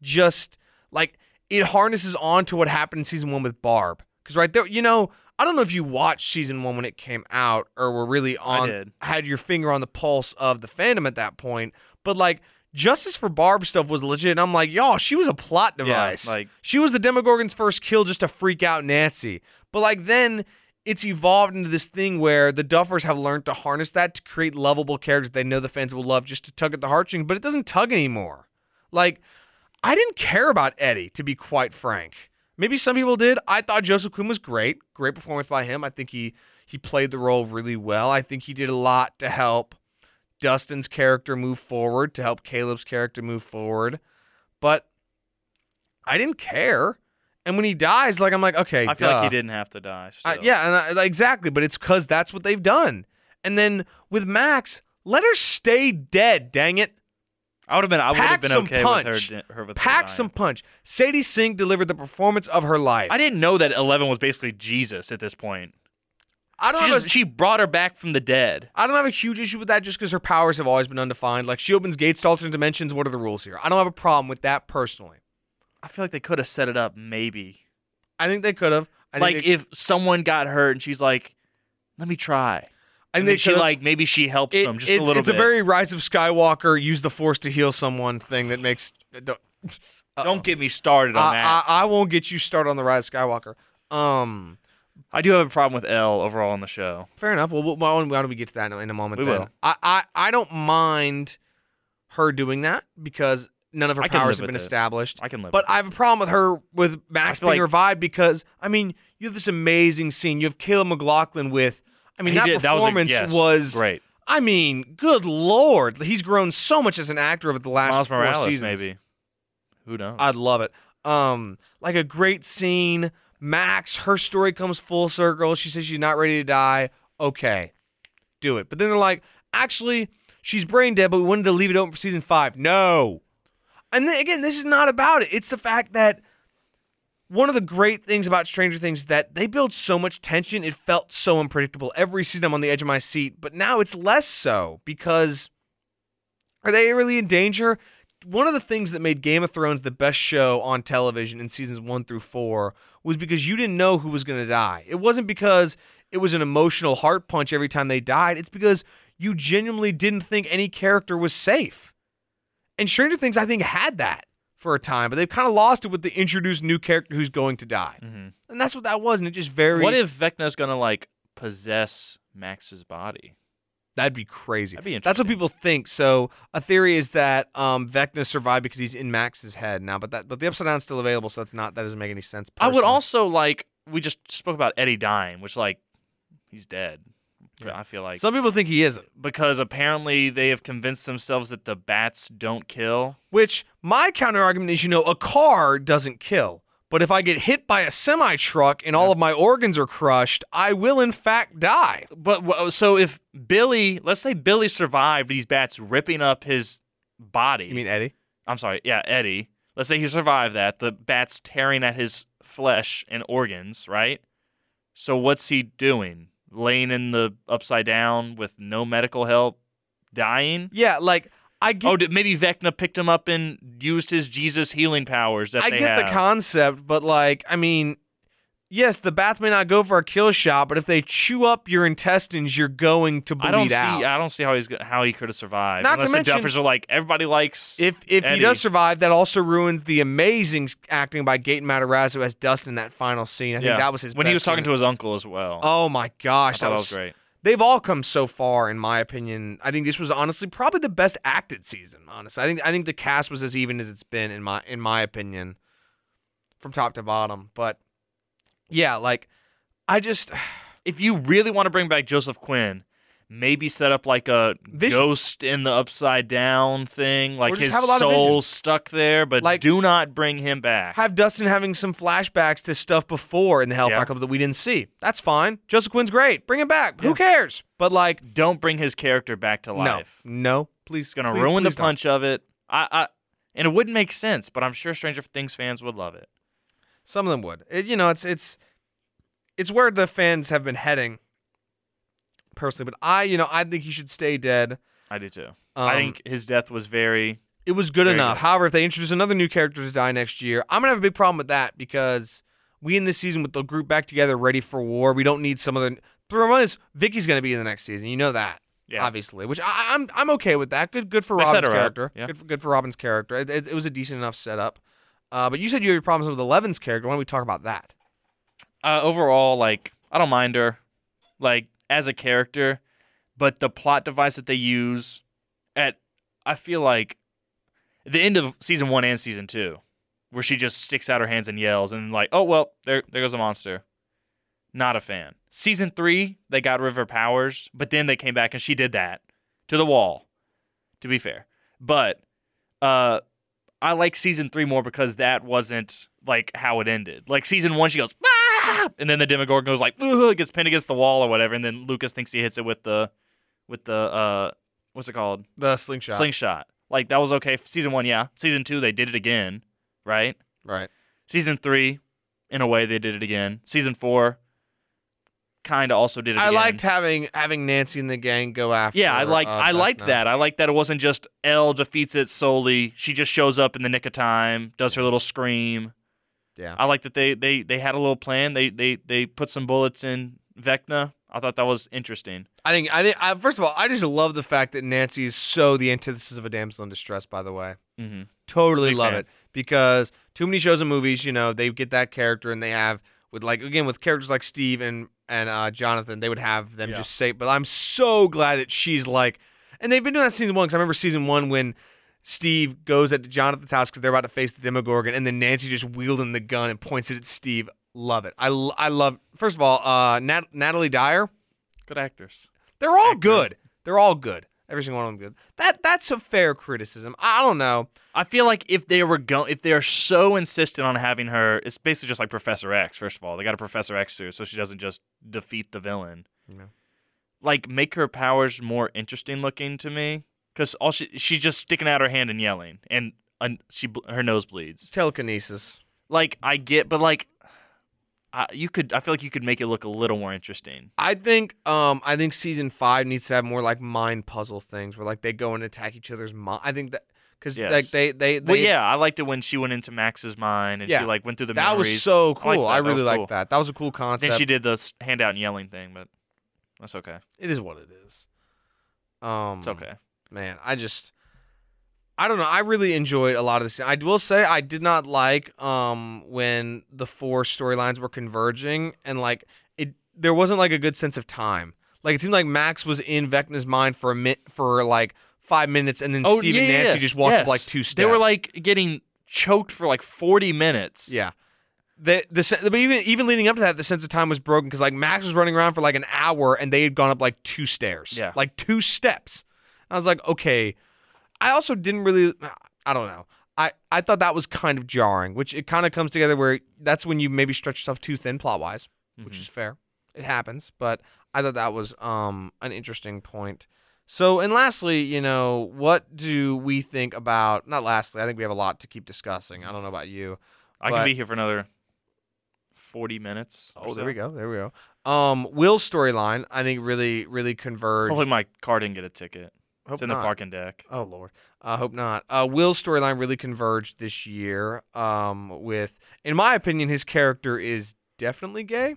A: just like it harnesses on to what happened in season one with Barb. Because right there, you know, I don't know if you watched season one when it came out or were really
B: I
A: on
B: did.
A: had your finger on the pulse of the fandom at that point, but like Justice for Barb stuff was legit. And I'm like, y'all, she was a plot device.
B: Yeah, like
A: she was the Demogorgon's first kill just to freak out Nancy. But like then it's evolved into this thing where the Duffers have learned to harness that to create lovable characters they know the fans will love just to tug at the heartstrings, but it doesn't tug anymore. Like, I didn't care about Eddie, to be quite frank. Maybe some people did. I thought Joseph Quinn was great. Great performance by him. I think he he played the role really well. I think he did a lot to help Dustin's character move forward, to help Caleb's character move forward. But I didn't care. And when he dies, like I'm like, okay,
B: I feel like
A: duh.
B: he didn't have to die.
A: I,
B: still.
A: yeah, and I, like, exactly. But it's because that's what they've done. And then with Max, let her stay dead. Dang it.
B: I would have been. I would
A: Pack
B: have been
A: some
B: okay
A: punch.
B: with her. di- her with her
A: Pack
B: dying.
A: some punch. Sadie Sink delivered the performance of her life.
B: I didn't know that Eleven was basically Jesus at this point.
A: I don't
B: She,
A: know.
B: just, she brought her back from the dead.
A: I don't have a huge issue with that just because her powers have always been undefined. Like, she opens gates to alternate dimensions. What are the rules here? I don't have a problem with that personally.
B: I feel like they could have set it up maybe.
A: I think they could have. I
B: like
A: think they,
B: if someone got hurt and she's like, "Let me try,"
A: I think
B: and
A: they
B: then she
A: could've.
B: like maybe she helps
A: It-
B: them just
A: it's,
B: a little
A: it's
B: bit.
A: a very Rise of Skywalker, use the force to heal someone thing that makes. uh, Don't, uh-oh.
B: Don't get me started on
A: I,
B: that.
A: I, I won't get you started on the Rise of Skywalker. Um,
B: I do have a problem with L overall in the show.
A: fair enough. Well, we'll- why don't, why don't we get to that in a moment?
B: We
A: then.
B: will.
A: I, I, I don't mind her doing that because none of her
B: I can
A: powers
B: live
A: have been
B: with it.
A: established.
B: I can live.
A: But
B: with
A: I have a problem with her with Max
B: I feel
A: being
B: like-
A: revived because I mean you have this amazing scene. You have Caleb McLaughlin with. I mean
B: He
A: that
B: did- that was a-
A: performance
B: yes,
A: was.
B: great.
A: I mean, good lord, he's grown so much as an actor over the last
B: Miles
A: four
B: Morales
A: seasons.
B: maybe. Who knows?
A: I'd love it. Um, like a great scene. Max, her story comes full circle. She says she's not ready to die. Okay, do it. But then they're like, actually, she's brain dead, but we wanted to leave it open for season five. No. And then, again, this is not about it. It's the fact that one of the great things about Stranger Things is that they build so much tension. It felt so unpredictable. Every season I'm on the edge of my seat, but now it's less so because are they really in danger? One of the things that made Game of Thrones the best show on television in seasons one through four was because you didn't know who was going to die. It wasn't because it was an emotional heart punch every time they died, it's because you genuinely didn't think any character was safe. And Stranger Things, I think, had that for a time, but they've kind of lost it with the introduced new character who's going to die.
B: Mhm.
A: And that's what that was. And it just very.
B: What if Vecna's gonna like possess Max's body?
A: That'd be crazy.
B: That'd be
A: That's what
B: interesting.
A: people think. So a theory is that um, Vecna survived because he's in Max's head now, but that but the upside down's still available, so that's not that doesn't make any sense.
B: I would
A: personally.
B: also like. We just spoke about Eddie dying, which like he's dead.
A: Yeah.
B: I feel like
A: Some people think he isn't.
B: because apparently they have convinced themselves that the bats don't kill.
A: Which my counter argument is, you know, a car doesn't kill, but if I get hit by a semi truck and all of my organs are crushed, I will in fact die.
B: But wha- so if Billy, let's say Billy survived these bats ripping up his body.
A: You mean Eddie?
B: I'm sorry, yeah, Eddie. Let's say he survived that, the bats tearing at his flesh and organs, right? So what's he doing? Laying in the upside down with no medical help, dying?
A: Yeah, like I get.
B: Oh, did, maybe Vecna picked him up and used his Jesus healing powers that
A: I
B: they
A: get the
B: have.
A: concept, but like, I mean, yes, the bats may not go for a kill shot, but if they chew up your intestines, you're going to bleed
B: I don't see.
A: out.
B: I don't see how he's go- how he could have survived.
A: Not to
B: Unless
A: mention-
B: the Duffers are like everybody likes.
A: If if he
B: Eddie.
A: does survive, that also ruins the amazing acting by Gaten Matarazzo as Dustin in that final scene. I think
B: Yeah.
A: that was his
B: when he was talking to his uncle as well.
A: Oh my
B: I
A: gosh,
B: thought
A: that was,
B: great.
A: They've all come so far, in my opinion. I think this was honestly probably the best acted season. Honestly, I think I think the cast was as even as it's been in my in my opinion, from top to bottom. But yeah, like I just
B: If you really want to bring back Joseph Quinn, maybe set up like a
A: Vision-
B: ghost in the upside down thing, like
A: just
B: his
A: have a lot of vision.
B: soul stuck there, but
A: Like-
B: do not bring him back.
A: Have Dustin having some flashbacks to stuff before in the Hellfire
B: Yeah.
A: Club that we didn't see. That's fine. Joseph Quinn's great. Bring him back. Who
B: Yeah.
A: cares? But like,
B: Don't bring his character back to life.
A: no, no. Please,
B: It's gonna
A: please-
B: ruin
A: please
B: the
A: don't.
B: punch of it. I, I and it wouldn't make sense, but I'm sure Stranger Things fans would love it.
A: Some of them would. It, you know, it's it's it's where the fans have been heading personally. But I, you know, I think he should stay dead.
B: I do too.
A: Um,
B: I think his death was very
A: it was good
B: Very
A: enough.
B: good.
A: However, if they introduce another new character to die next year, I'm gonna have a big problem with that because we in this season with the group back together, ready for war. We don't need some other. The problem is Vicky's gonna be in the next season. You know that,
B: yeah.
A: obviously. Which I, I'm I'm okay with that. Good good for
B: They set
A: Robin's
B: her up,
A: character.
B: yeah.
A: Good for, good for Robin's character. It, it, it was a decent enough setup. Uh, but you said you had problems with Eleven's character. Why don't we talk about that?
B: uh, overall, like I don't mind her, like as a character, but the plot device that they use at I feel like the end of season one and season two, where she just sticks out her hands and yells and like, oh well, there there goes a monster. Not a fan. Season three, they got rid of her powers, but then they came back and she did that to the wall. To be fair, but uh, I like season three more because that wasn't like how it ended. Like season one, she goes, ah! and then the Demogorgon goes like, Ugh! gets pinned against the wall or whatever, and then Lucas thinks he hits it with the, with the uh, what's it called,
A: The slingshot.
B: slingshot. Like that was okay. Season one, yeah. Season two, they did it again, right?
A: right.
B: Season three, in a way, they did it again. Season four, kind of also did it.
A: I
B: again.
A: liked having having Nancy and the gang go after.
B: Yeah, I liked
A: uh,
B: I liked
A: Vecna.
B: that. I liked that it wasn't just Elle defeats it solely. She just shows up in the nick of time, does her little scream.
A: Yeah.
B: I like that they they they had a little plan. They they they put some bullets in Vecna. I thought that was interesting.
A: I think I think I, first of all, I just love the fact that Nancy is so the antithesis of a damsel in distress. By the way,
B: Mm-hmm.
A: totally
B: Big
A: love
B: fan.
A: it because too many shows and movies, you know, they get that character and they have with like again with characters like Steve and and uh, Jonathan, they would have them
B: Yeah.
A: just say. But I'm so glad that she's like, and they've been doing that season one because I remember season one when. Steve goes at Jonathan's house because they're about to face the Demogorgon, and then Nancy just wielding the gun and points it at Steve. Love it. I, l- I love. First of all, uh, Nat- Natalie Dyer,
B: Good actors.
A: they're all
B: Accurate.
A: good. They're all good. Every single one of them good. That that's a fair criticism. I don't know.
B: I feel like if they were go if they are so insistent on having her, it's basically just like Professor X. First of all, they got a Professor X too, so she doesn't just defeat the villain.
A: Yeah.
B: Like make her powers more interesting looking to me, because all she she's just sticking out her hand and yelling, and and she bl- her nose bleeds.
A: Telekinesis.
B: Like I get, but like. I, you could. I feel like you could make it look a little more interesting.
A: I think um I think season five needs to have more like mind puzzle things where like they go and attack each other's mind. I think that because
B: Yes.
A: like they they, they
B: Well, yeah, I liked it when she went into Max's mind and
A: Yeah.
B: she like went through the
A: that
B: memories.
A: was so
B: I liked
A: cool.
B: that.
A: I,
B: That
A: really
B: was
A: like
B: cool.
A: that. That was a cool
B: then
A: concept.
B: she did the s- handout and yelling thing, but that's okay.
A: it is what it is. Um,
B: It's okay.
A: man i just i don't know i really enjoyed a lot of this i will say i did not like um when the four storylines were converging and like it there wasn't like a good sense of time like it seemed like max was in vecna's mind for a minute for like five minutes and then steve and
B: Oh, yeah,
A: nancy
B: yes,
A: just walked up
B: yes.
A: like two steps
B: They were like getting choked for like 40 minutes.
A: yeah the, the sen- but even even leading up to that the sense of time was broken because like Max was running around for like an hour and they had gone up like two stairs
B: Yeah.
A: like two steps I was like okay I also didn't really I don't know I I thought that was kind of jarring which it kind of comes together where that's when you maybe stretch yourself too thin plot wise which
B: Mhm.
A: is fair it happens but I thought that was um an interesting point so and lastly you know what do we think about not lastly I think we have a lot to keep discussing I don't know about you
B: I
A: but-
B: can be here for another 40 minutes. or
A: Oh, there we
B: so.
A: go. There we go. Um, Will's storyline, I think, really, really converged.
B: Hopefully, my car didn't get a ticket.
A: Hope
B: it's in
A: not.
B: the parking deck.
A: Oh lord, I hope not. Uh, Will's storyline really converged this year. Um, with, in my opinion, his character is definitely gay.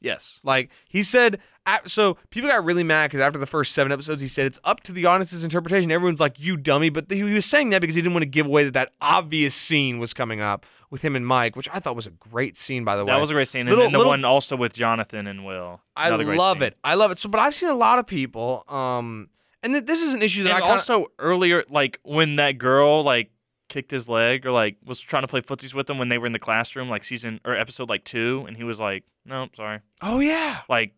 B: Yes.
A: Like he said, a- so people got really mad because after the first seven episodes, he said it's up to the audience's interpretation. Everyone's like, "You dummy," but he was saying that because he didn't want to give away that that obvious scene was coming up with him and Mike, which I thought was a great scene, by the way.
B: That was a great scene.
A: Little-
B: and then the
A: little-
B: one also with Jonathan and Will.
A: I
B: Another great
A: love
B: scene.
A: it. I love it. So, but I've seen a lot of people, um, and th- this is an issue that
B: And
A: I kind of.
B: also earlier, like when that girl like kicked his leg or like was trying to play footsies with him when they were in the classroom, like season or episode like two, and he was like, "No, sorry,"
A: Oh yeah,
B: like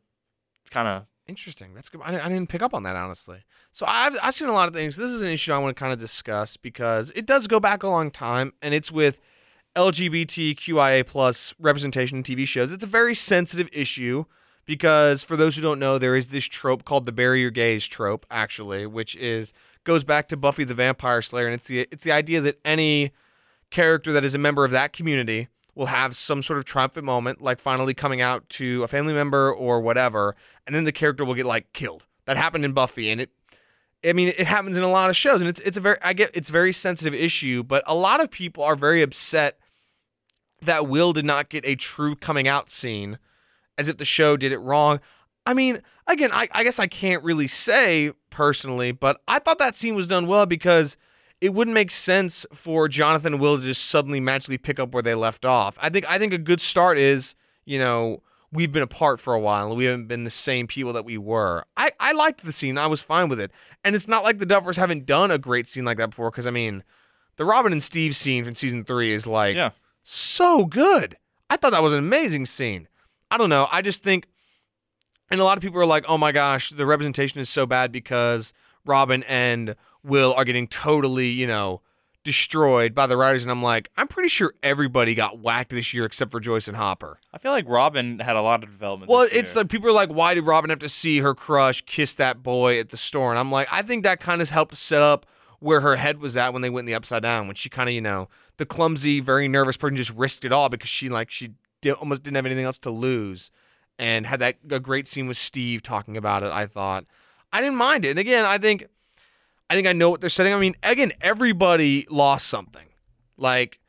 B: kind of
A: Interesting. That's good. I, I didn't pick up on that honestly. So I've I've seen a lot of things. This is an issue I want to kind of discuss because it does go back a long time, and it's with LGBTQIA plus representation in TV shows. It's a very sensitive issue because for those who don't know, there is this trope called the barrier gaze trope, actually, which is goes back to Buffy the Vampire Slayer, and it's the it's the idea that any character that is a member of that community will have some sort of triumphant moment, like finally coming out to a family member or whatever, and then the character will get like killed. That happened in Buffy, and it I mean, it happens in a lot of shows, and it's it's a very I get it's a very sensitive issue, but a lot of people are very upset that Will did not get a true coming out scene, as if the show did it wrong. I mean, again, I, I guess I can't really say personally, but I thought that scene was done well because it wouldn't make sense for Jonathan and Will to just suddenly magically pick up where they left off. I think I think a good start is, you know, we've been apart for a while and we haven't been the same people that we were. I, I liked the scene. I was fine with it. And it's not like the Duffers haven't done a great scene like that before because, I mean, the Robin and Steve scene from season three is like
B: Yeah.
A: so good. I thought that was an amazing scene. I don't know. I just think, and a lot of people are like, oh my gosh, the representation is so bad because Robin and Will are getting totally, you know, destroyed by the writers. And I'm like, I'm pretty sure everybody got whacked this year except for Joyce and Hopper.
B: I feel like Robin had a lot of development.
A: Well,
B: this
A: it's
B: year.
A: like people are like, why did Robin have to see her crush kiss that boy at the store? And I'm like, I think that kind of helped set up where her head was at when they went in the upside down, when she kind of, you know, the clumsy, very nervous person just risked it all because she like she di- almost didn't have anything else to lose, and had that a great scene with Steve talking about it. I thought I didn't mind it, and again, I think I think I know what they're setting. I mean, again, everybody lost something, like.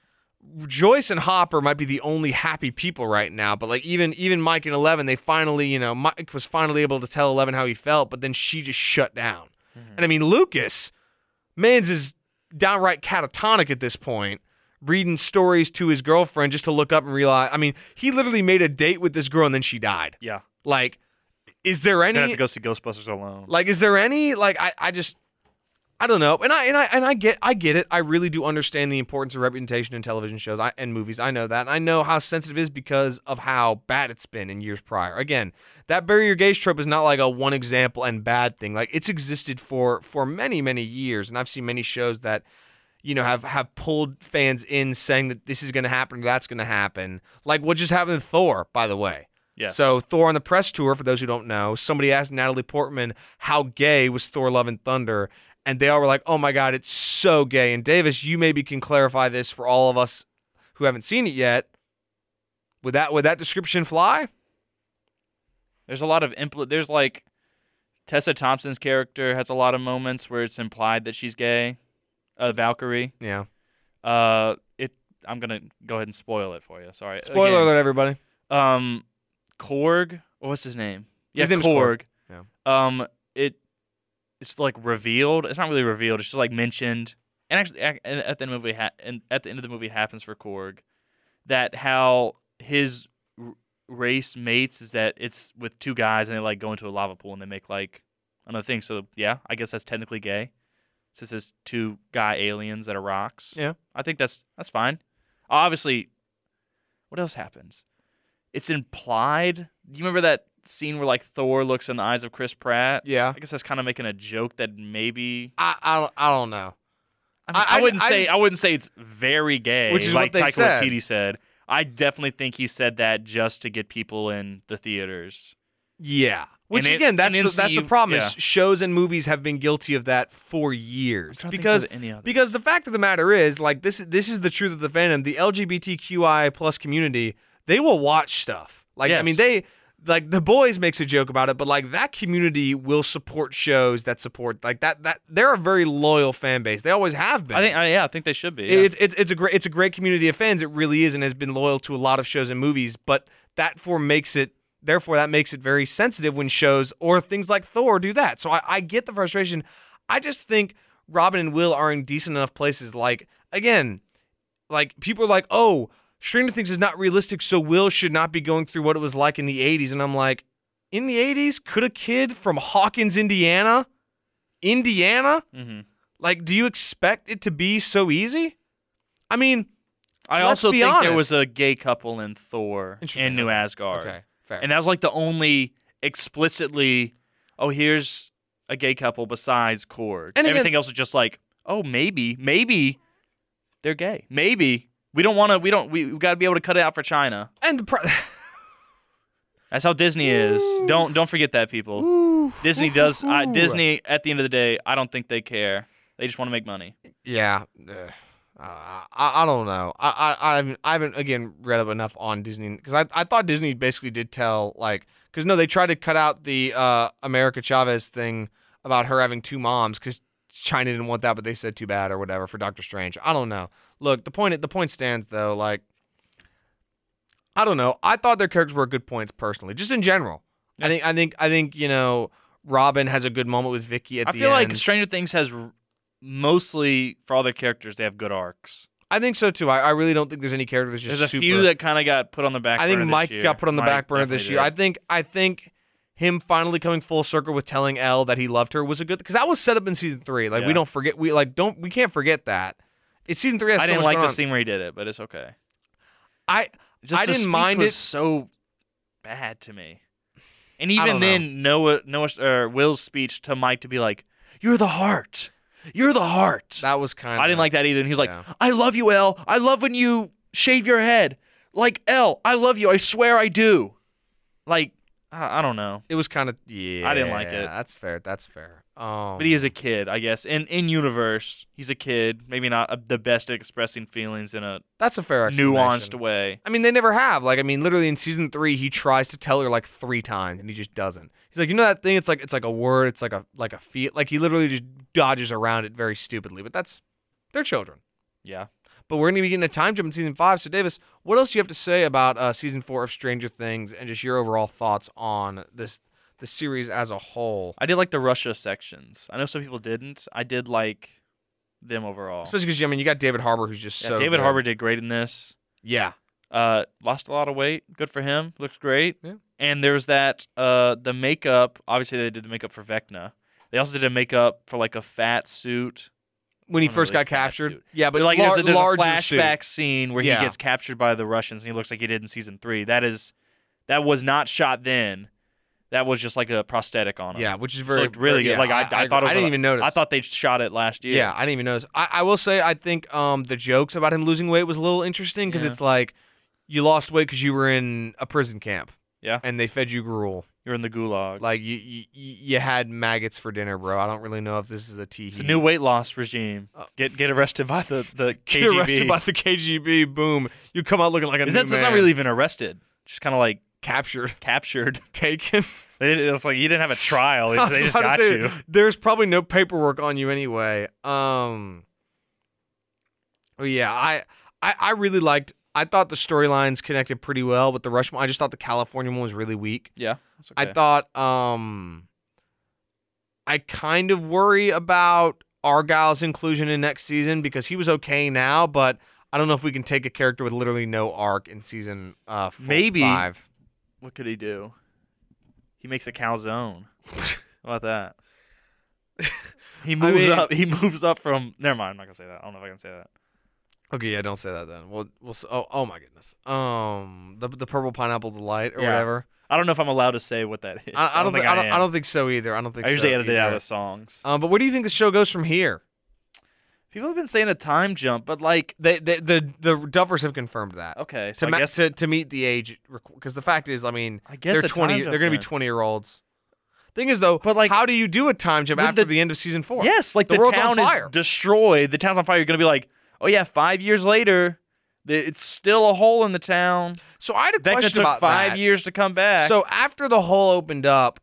A: Joyce and Hopper might be the only happy people right now, but like even even Mike and Eleven, they finally you know Mike was finally able to tell Eleven how he felt, but then she just shut down. And I mean Lucas, man's is downright catatonic at this point, reading stories to his girlfriend just to look up and realize. I mean, he literally made a date with this girl and then she died.
B: yeah.
A: Like, is there
B: Gonna have
A: any
B: to go see Ghostbusters alone.
A: like, is there any like I, I just I don't know. And I and I and I get I get it. I really do understand the importance of representation in television shows I, and movies. I know that. And I know how sensitive it is because of how bad it's been in years prior. Again, that barrier gaze trope is not like a one example and bad thing. Like it's existed for for many, many years. And I've seen many shows that you know, have have pulled fans in saying that this is going to happen, or that's going to happen. Like what just happened to Thor, by the way.
B: Yes.
A: So Thor on the press tour, for those who don't know, somebody asked Natalie Portman how gay was Thor: Love and Thunder, and they all were like, "Oh my God, it's so gay." And Davis, you maybe can clarify this for all of us who haven't seen it yet. Would that would that description fly?
B: There's a lot of impl- There's like Tessa Thompson's character has a lot of moments where it's implied that she's gay. Uh, Valkyrie.
A: Yeah.
B: Uh, it. I'm gonna go ahead and spoil it for you. Sorry.
A: Spoiler
B: Again,
A: alert, everybody.
B: um Korg. What's his name? Yeah,
A: His name is Korg.
B: Korg.
A: Yeah.
B: Um, it it's like revealed. It's not really revealed. It's just like mentioned. And actually, ac- and at the end of the movie, ha- and at the end of the movie, it happens for Korg that how his r- race mates is that it's with two guys and they like go into a lava pool and they make like another thing. So yeah, I guess that's technically gay, since it's two guy aliens that are rocks.
A: Yeah.
B: I think that's that's fine. Obviously, what else happens? It's implied. You remember that scene where like Thor looks in the eyes of Chris Pratt?
A: Yeah.
B: I guess that's kind of making a joke that maybe
A: I I don't, I don't know.
B: I, mean,
A: I-
B: I,
A: I-
B: wouldn't
A: I
B: say
A: just-
B: I wouldn't say it's very gay,
A: Which is
B: like
A: what they
B: Taika
A: said.
B: Waititi said. I definitely think he said that just to get people in the theaters.
A: Yeah. Which
B: And it-
A: again, that's
B: and
A: the, that's the
B: MCU
A: problem is
B: yeah.
A: shows and movies have been guilty of that for
B: I'm
A: years
B: trying to think if
A: because
B: there's any other.
A: because the fact of the matter is like this this is the truth of the fandom. The LGBTQI plus community they will watch stuff like I
B: Yes.
A: mean they like the boys makes a joke about it, but like that community will support shows that support like that that they're a very loyal fan base. They always have been.
B: I think I, yeah, I think they should be. yeah.
A: It's, it's it's a great it's a great community of fans. It really is, and has been loyal to a lot of shows and movies. But that form makes it therefore that makes it very sensitive when shows or things like Thor do that. So I, I get the frustration. I just think Robin and Will are in decent enough places. Like again, like people are like, oh, Stranger Things is not realistic, so Will should not be going through what it was like in the '80s. And I'm like, in the '80s, could a kid from Hawkins, Indiana, Indiana?
B: hmm
A: Like, do you expect it to be so easy? I mean,
B: I
A: Let's
B: also
A: be
B: think there was
A: honest.
B: a gay couple in Thor
A: Interesting,
B: in New
A: okay.
B: Asgard,
A: okay, fair.
B: and that was like the only explicitly oh, here's a gay couple besides Cord.
A: And again-
B: Everything else is just like, oh, maybe, maybe they're gay. Maybe we don't want to. We don't. We we got to be able to cut it out for China.
A: And the pro-
B: That's how Disney is. Don't don't forget that, people. Disney does. I, Disney, at the end of the day, I don't think they care. They just want to make money.
A: Yeah. Ugh. I, I I don't know. I, I I haven't I haven't again read up enough on Disney because I, I thought Disney basically did tell like because no they tried to cut out the uh, America Chavez thing about her having two moms because China didn't want that but they said too bad or whatever for Doctor Strange. I don't know. Look the point the point stands though like I don't know. I thought their characters were good points personally just in general. I think I think I think you know Robin has a good moment with Vicky at
B: I
A: the
B: feel like
A: end.
B: Stranger Things has r- mostly for all their characters, they have good arcs.
A: I think so too. I, I really don't think there's any character that's just
B: There's a
A: super.
B: few that kind of got put on the back.
A: I think
B: burner this
A: Mike
B: year.
A: got put on the
B: Mike
A: back burner this
B: definitely
A: year. I
B: did.
A: think I think him finally coming full circle with telling Elle that he loved her was a good because that was set up in season three. Like we
B: Yeah.
A: don't forget we like don't we can't forget that. It's season three. Has
B: I
A: so
B: didn't
A: much
B: like
A: going
B: the
A: on.
B: scene where he did it, but it's okay.
A: I
B: Just
A: I
B: the
A: didn't
B: speech
A: mind
B: was
A: it.
B: So bad to me. And
A: I
B: even
A: don't know.
B: then, Noah, Noah, or Will's speech to Mike to be like, "You're the heart. You're the heart."
A: that was kind.
B: I didn't like that either. And he's like,
A: Yeah.
B: I love you, L. I love when you shave your head. Like, L, I love you. I swear I do. Like, I, I don't know.
A: It was kind of yeah.
B: I didn't like it.
A: That's fair. That's fair. Um,
B: But he is a kid, I guess. In in universe, he's a kid. Maybe not uh, the best at expressing feelings in a
A: that's a fair
B: nuanced
A: explanation.
B: way.
A: I mean, they never have. Like, I mean, literally in season three, he tries to tell her like three times, and he just doesn't. He's like, you know that thing? It's like it's like a word. It's like a like a feat. Like he literally just dodges around it very stupidly. But that's they're children.
B: Yeah.
A: But we're gonna be getting a time jump in season five. So Davis, what else do you have to say about uh, season four of Stranger Things and just your overall thoughts on this the series as a whole?
B: I did like the Russia sections. I know some people didn't. I did like them overall.
A: Especially because I mean, you got David Harbor, who's just
B: Oh. Yeah,
A: so
B: David
A: good.
B: Harbour did great in this.
A: Yeah,
B: Uh, lost a lot of weight. Good for him. Looks great.
A: Yeah.
B: And there's that uh the makeup. Obviously, they did the makeup for Vecna. They also did a makeup for like a fat suit.
A: when he
B: Not a
A: first
B: really
A: got
B: fat
A: captured.
B: suit.
A: Yeah, but
B: like
A: lar-
B: there's a, there's a
A: larger suit.
B: flashback scene where
A: Yeah.
B: he gets captured by the Russians and he looks like he did in season three. That is, that was not shot then. That was just like a prosthetic on him.
A: Yeah, which is
B: So it
A: very
B: looked really
A: yeah,
B: good. Like I, I, thought it
A: I
B: was
A: didn't
B: a-
A: even notice.
B: I thought they shot it last year.
A: Yeah, I didn't even notice. I, I will say, I think um, the jokes about him losing weight was a little interesting because
B: Yeah.
A: it's like you lost weight because you were in a prison camp.
B: Yeah.
A: And they fed you gruel.
B: You're in the gulag.
A: Like you, you, you had maggots for dinner, bro. I don't really know if this is a tee.
B: it's a new weight loss regime.
A: Oh.
B: Get get arrested by the the KGB.
A: Get arrested by the KGB. Boom. You come out looking like a new
B: Is that it's
A: man.
B: not really even arrested? Just kind of like
A: captured,
B: captured.
A: taken.
B: They didn't- It's like you didn't have a trial.
A: I was
B: they just
A: about to
B: got
A: say,
B: you.
A: There's probably no paperwork on you anyway. Um. oh, yeah, I, I I really liked. I thought the storylines connected pretty well with the Rush one. I just thought the California one was really weak.
B: Yeah,
A: I thought. Um. I kind of worry about Argyle's inclusion in next season because he was okay now, but I don't know if we can take a character with literally no arc in season uh four,
B: Maybe.
A: five.
B: what could he do? He makes a calzone. How about that? He moves
A: mean-
B: up. He moves up from. Never mind. I'm not gonna say that. I don't know if I can say that.
A: Okay, yeah, don't say that then. We'll, we'll s- oh, oh my goodness. Um, the the purple pineapple delight or
B: Yeah.
A: whatever.
B: I don't know if I'm allowed to say what that is.
A: I, I don't think, I, don't,
B: am.
A: I don't think so either. I don't think
B: I usually
A: so
B: edit it out
A: either.
B: of songs.
A: Um, but where do you think the show goes from here?
B: People have been saying a time jump, but like,
A: They, they, the the Duffers have confirmed that to
B: okay, so Oh, I
A: ma-
B: guess
A: to, to meet the age because the fact is, I mean,
B: I guess
A: they're
B: a time
A: twenty. They're
B: jump
A: going to be
B: then.
A: twenty year olds. Thing is though,
B: But, like,
A: how do you do a time jump
B: with
A: after the,
B: the-
A: end of season four?
B: Yes, like
A: The
B: the,
A: world's on
B: town
A: fire.
B: is destroyed. The town's on fire. You're gonna be like, oh yeah, five years later, th- it's still a hole in the town.
A: So I had a
B: Vecna
A: question
B: took
A: about
B: five
A: that.
B: years to come back.
A: So after the hole opened up,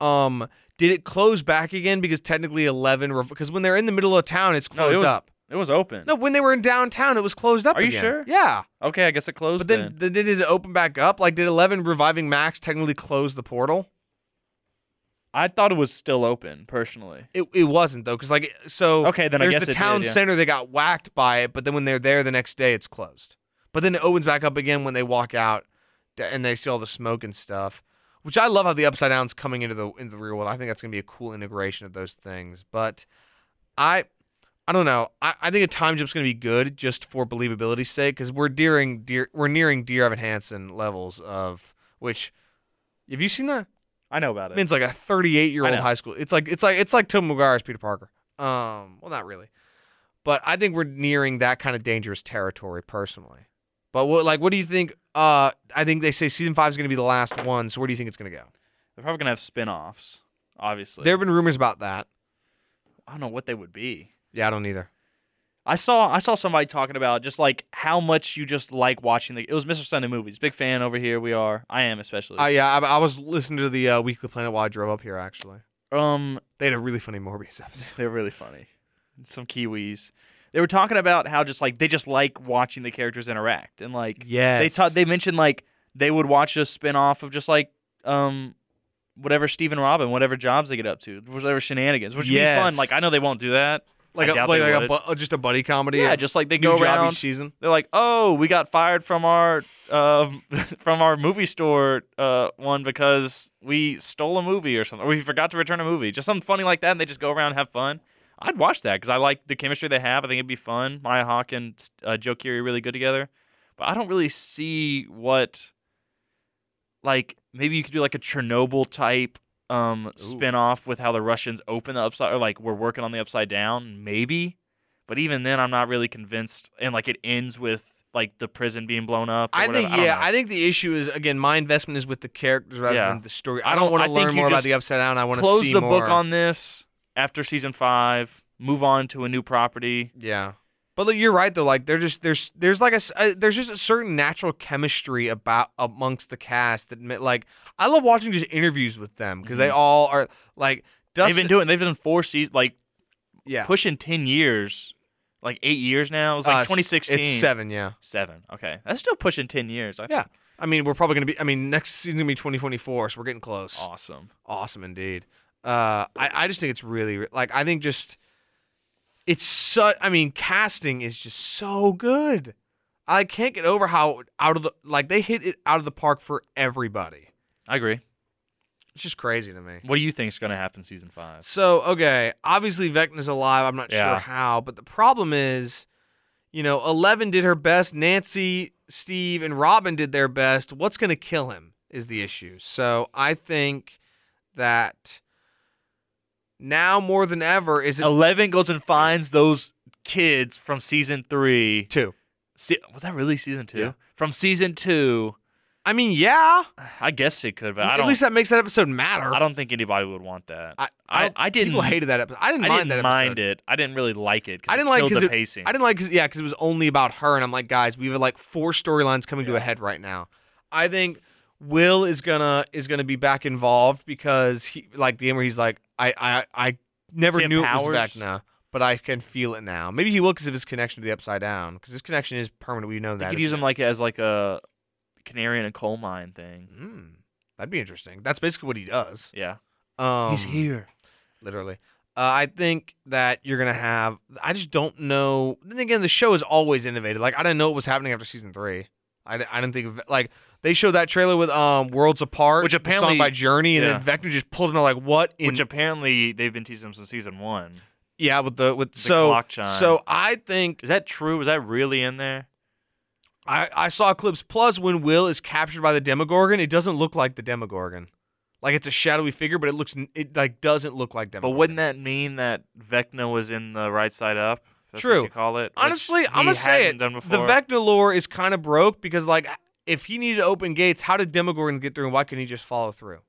A: um, did it close back again? Because technically eleven, because when they're in the middle of town, it's
B: No, it
A: closed
B: was-
A: up.
B: it was open.
A: No, when they were in downtown, it was closed up.
B: Are you
A: again.
B: sure?
A: Yeah,
B: Okay, I guess it closed.
A: but then, then did it open back up? Like, did eleven reviving Max technically close the portal?
B: I thought it was still open personally.
A: It, it wasn't though, because like so.
B: Okay, then I
A: there's
B: guess
A: the
B: it
A: town
B: did, yeah.
A: center. They got whacked by it, but then when they're there the next day, it's closed. But then it opens back up again when they walk out, d- and they see all the smoke and stuff. Which I love how the upside down's coming into the into the real world. I think that's gonna be a cool integration of those things. But I. I don't know. I, I think a time jump's gonna be good just for believability's sake because we're nearing dear we're nearing Dear Evan Hansen levels of which. Have you seen that?
B: I know about it.
A: Min's like a 38 year
B: I
A: old
B: know.
A: high school. It's like it's like it's like Tobey Maguire's Peter Parker. Um, well, not really, but I think we're nearing that kind of dangerous territory personally. But what like what do you think? Uh, I think they say season five is going to be the last one. So where do you think it's going to go?
B: They're probably gonna have spin-offs, obviously.
A: There have been rumors about that.
B: I don't know what they would be.
A: Yeah, I don't either.
B: I saw I saw somebody talking about just like how much you just like watching the. It was Mr. Sunday movies. Big fan over here. We are. I am especially.
A: Uh, yeah, I, I was listening to the uh, Weekly Planet while I drove up here. Actually,
B: um,
A: they had a really funny Morbius episode.
B: they're really funny. Some Kiwis. They were talking about how just like they just like watching the characters interact and like
A: Yes,
B: they taught they mentioned like they would watch a spin-off of just like um whatever Stephen Robin, whatever jobs they get up to, whatever shenanigans, which would be
A: Yes.
B: fun. Like I know they won't do that.
A: like
B: I
A: a,
B: doubt
A: like,
B: they
A: like a
B: would.
A: bu- uh, just a buddy comedy.
B: Yeah,
A: of
B: just like they
A: new
B: go
A: job
B: around
A: each season.
B: they're like, "Oh, we got fired from our uh, from our movie store uh, one because we stole a movie or something, or we forgot to return a movie, just something funny like that." And they just go around and have fun. I'd watch that because I like the chemistry they have. I think it'd be fun. Maya Hawke and uh, Joe Keery are really good together, but I don't really see what like maybe you could do like a Chernobyl type um spin-off with how the Russians open the upside or like we're working on the upside down maybe but even then I'm not really convinced and like it ends with like the prison being blown up or
A: I
B: whatever.
A: think
B: don't
A: yeah.
B: know.
A: I think the issue is again my investment is with the characters rather
B: Yeah.
A: than the story.
B: I
A: I don't
B: don't-
A: want
B: I
A: to
B: think
A: learn
B: you
A: more about
B: just
A: the upside down. I want to
B: close
A: see
B: the
A: more.
B: book on this after season 5 move on to a new property
A: Yeah, but look, you're right though. Like there's just there's there's like a, s- uh, there's just a certain natural chemistry about amongst the cast that ma- like I love watching just interviews with them because they
B: Mhm.
A: all are like
B: they've
A: Dustin.
B: been doing they've done 4 seasons like
A: yeah,
B: pushing 10 years like 8 years now it was
A: Uh,
B: like
A: s-
B: 2016
A: It's seven. Yeah,
B: 7 okay that's still pushing 10 years I
A: Yeah.
B: think.
A: I mean we're probably gonna be. I mean next season's gonna be 2024, so we're getting close.
B: awesome
A: Awesome indeed. Uh, I, I just think it's really like I think just it's such. I mean, casting is just so good. I can't get over how out of the like they hit it out of the park for everybody.
B: I agree
A: It's just crazy to me.
B: what do you think's going to happen season 5
A: So okay, obviously Vecna's alive. I'm not sure
B: Yeah.
A: how, but the problem is, you know, Eleven did her best. Nancy, Steve, and Robin did their best. What's gonna kill him is the issue. So I think that now more than ever is it
B: Eleven goes and finds those kids from season three.
A: two.
B: Se- was that really season two?
A: Yeah.
B: From season two,
A: I mean, yeah.
B: I guess it could, but I
A: At
B: don't.
A: least that makes that episode matter.
B: I don't think anybody would want that.
A: I, I
B: I,
A: don't-
B: I didn't.
A: people hated that episode. I didn't
B: I
A: mind
B: didn't
A: that episode.
B: mind it. I didn't really like it. 'cause
A: I
B: it
A: didn't like
B: killed
A: 'cause
B: the
A: it-
B: pacing.
A: I didn't like, cause, yeah, because it was only about her, and I'm like, guys, we have like four storylines coming to a
B: Yeah.
A: head right now. I think Will is gonna is gonna be back involved because he like the end where he's like, I I I never
B: Tim
A: knew it was
B: Powers?
A: Vecna, but I can feel it now. Maybe he will because of his connection to the Upside Down, because his connection is permanent. We know
B: You
A: that.
B: could use
A: isn't
B: them like as like a canary in a coal mine thing.
A: it? Hmm, that'd be interesting. That's basically what he does.
B: Yeah,
A: Um,
B: he's here.
A: literally. Uh, I think that you're gonna have. I just don't know. Then again, the show is always innovative. Like I didn't know what was happening after season three. I, di- I didn't think of, like they showed that trailer with um Worlds Apart,
B: Which
A: the song
B: apparently-
A: by Journey, and then Vecna just pulled him out like what in
B: Which apparently they've been teasing them since season one.
A: yeah with the with so
B: clock chime.
A: so I think
B: Is that true? Was that really in there?
A: I I saw clips plus when Will is captured by the Demogorgon, it doesn't look like the Demogorgon, like it's a shadowy figure, but it looks n- it like doesn't look like
B: But
A: Demogorgon.
B: wouldn't that mean that Vecna was in the right side up? If That's
A: True.
B: What you call it. which
A: Honestly,
B: he
A: I'm gonna say
B: hadn't
A: it.
B: Done
A: the
B: before.
A: Vecna lore is kind of broke because, like, if he needed to open gates, how did Demogorgon get through, and why couldn't he just follow through?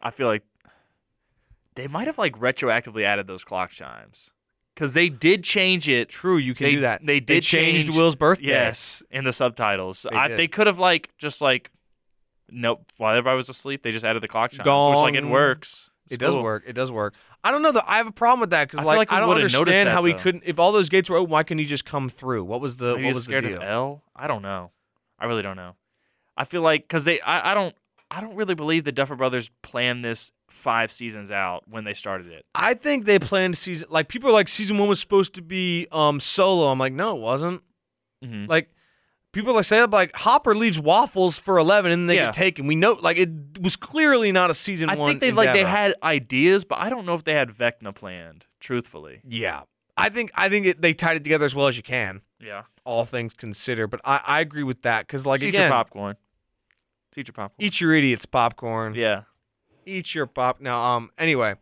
B: I feel like they might have like retroactively added those clock chimes because they did change it.
A: True, you can
B: They-
A: do that.
B: they did
A: changed
B: change-
A: Will's birthday.
B: Yes, in the subtitles,
A: They
B: I,
A: did.
B: they could have like just like nope. While everybody was asleep, they just added the clock chimes, which like it
A: Gong.
B: works. It's
A: it does
B: cool.
A: work. It does work. I don't know though. I have a problem with that
B: I
A: because,
B: feel
A: like,
B: like we
A: I don't
B: would've noticed
A: understand
B: that,
A: how he
B: though.
A: couldn't. If all those gates were open, why couldn't he just come through? What was the
B: Maybe he
A: what
B: was
A: was the
B: scared
A: deal?
B: of L. I don't know. I really don't know. I feel like because they, I, I don't, I don't really believe the Duffer Brothers planned this five seasons out when they started it.
A: I think they planned season like people are like season one was supposed to be um solo. I'm like, no, it wasn't.
B: Mm-hmm.
A: Like people like say that, but, like Hopper leaves waffles for eleven and they
B: Yeah.
A: get taken. We know like it was clearly not a season
B: I
A: one.
B: think they like they
A: endeavor.
B: had ideas, but I don't know if they had Vecna planned. Truthfully,
A: Yeah, I think I think it, they tied it together as well as you can,
B: yeah.
A: all things considered. But I, I agree with that because like
B: Future
A: again,
B: popcorn. Teacher popcorn.
A: Eat your idiots popcorn.
B: Yeah.
A: Eat your pop. Now, um, anyway,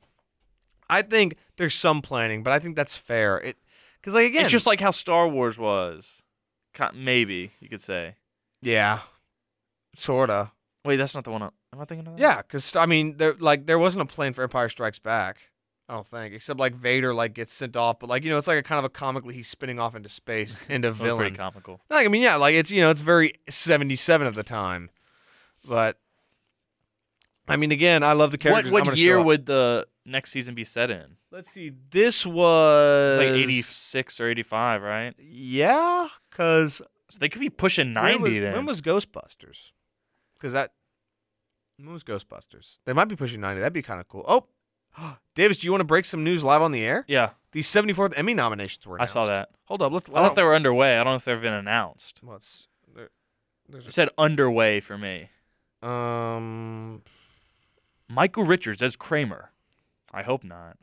A: I think there's some planning, but I think that's fair. It, because like again,
B: It's just like how Star Wars was. Ki- Maybe you could say.
A: yeah, sorta.
B: Wait, that's not the one. I- Am I thinking of that?
A: Yeah, because I mean, there like there wasn't a plan for Empire Strikes Back. I don't think, except like Vader like gets sent off, but like you know, it's like a kind of a comically he's spinning off into space into
B: That was pretty
A: villain.
B: comical.
A: Like I mean, yeah, like it's you know it's very '77 of the time, but I mean, again, I love the
B: What
A: characters. I'm
B: what
A: gonna
B: year
A: show up.
B: would the next season be set in?
A: Let's see. This was
B: It's like eighty six or eighty five, right?
A: Yeah, because
B: So they could be pushing ninety
A: when was,
B: then.
A: when was Ghostbusters? Because that when was Ghostbusters? They might be pushing ninety. That'd be kind of cool. Oh, Davis, do you want to break some news live on the air?
B: yeah,
A: The seventy fourth Emmy nominations were.
B: I
A: Announced.
B: saw that.
A: Hold up, let's.
B: I thought they were underway. I don't know if they've been announced.
A: Let's. There,
B: It
A: there's
B: said underway for me.
A: a, um.
B: Michael Richards as Kramer. I hope not.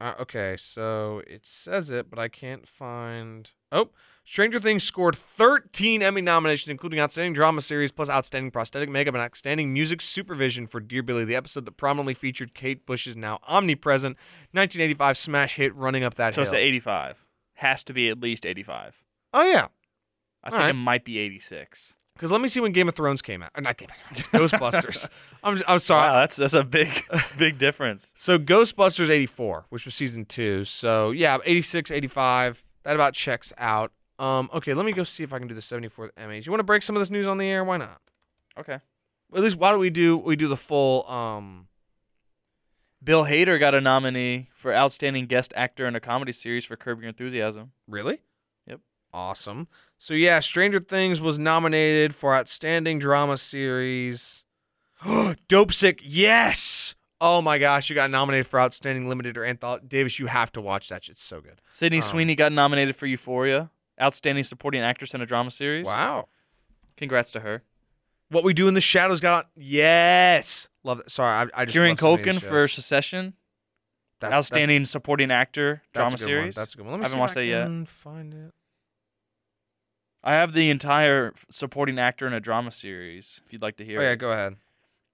A: Uh, okay, so it says it, but I can't find. Oh, Stranger Things scored 13 Emmy nominations, including Outstanding Drama Series, plus Outstanding Prosthetic Makeup and Outstanding Music Supervision for Dear Billy, the episode that prominently featured Kate Bush's now omnipresent 1985 smash hit, Running Up That
B: So it's
A: Hill.
B: the eighty five. Has to be at least eighty five.
A: oh, yeah.
B: I
A: All
B: think
A: right.
B: it might be eighty six.
A: Because let me see when Game of Thrones came out. Or not Game of Thrones, Ghostbusters. I'm, I'm sorry.
B: Wow, that's that's a big big difference.
A: So Ghostbusters 84, which was season 2. So yeah, 86, 85. That about checks out. Um okay, let me go see if I can do the 74th Emmys. You want to break some of this news on the air? Why not?
B: Okay.
A: At least why don't we do we do the full um
B: Bill Hader got a nominee for Outstanding Guest Actor in a Comedy Series for Curb Your Enthusiasm.
A: Really?
B: Yep.
A: Awesome. So yeah, Stranger Things was nominated for outstanding drama series. Dope Sick. Yes. Oh my gosh, you got nominated for outstanding limited or anthology. Davis, you have to watch that shit. It's so good.
B: Sydney
A: Um,
B: Sweeney got nominated for Euphoria, Outstanding Supporting Actress in a Drama Series.
A: Wow.
B: Congrats to her.
A: What We Do in the Shadows got on. Yes. Love that. Sorry, I, I just.
B: Kieran
A: love so many of
B: Culkin
A: these
B: for
A: shows.
B: Succession,
A: That's-
B: Outstanding Supporting Actor
A: that- that's
B: Drama
A: a good
B: Series.
A: One. That's a good one. Let me
B: I haven't
A: see if
B: watched
A: I
B: that yet.
A: can Find it.
B: I have the entire Supporting Actor in a Drama Series. If you'd like to hear
A: Oh yeah,
B: it,
A: go ahead.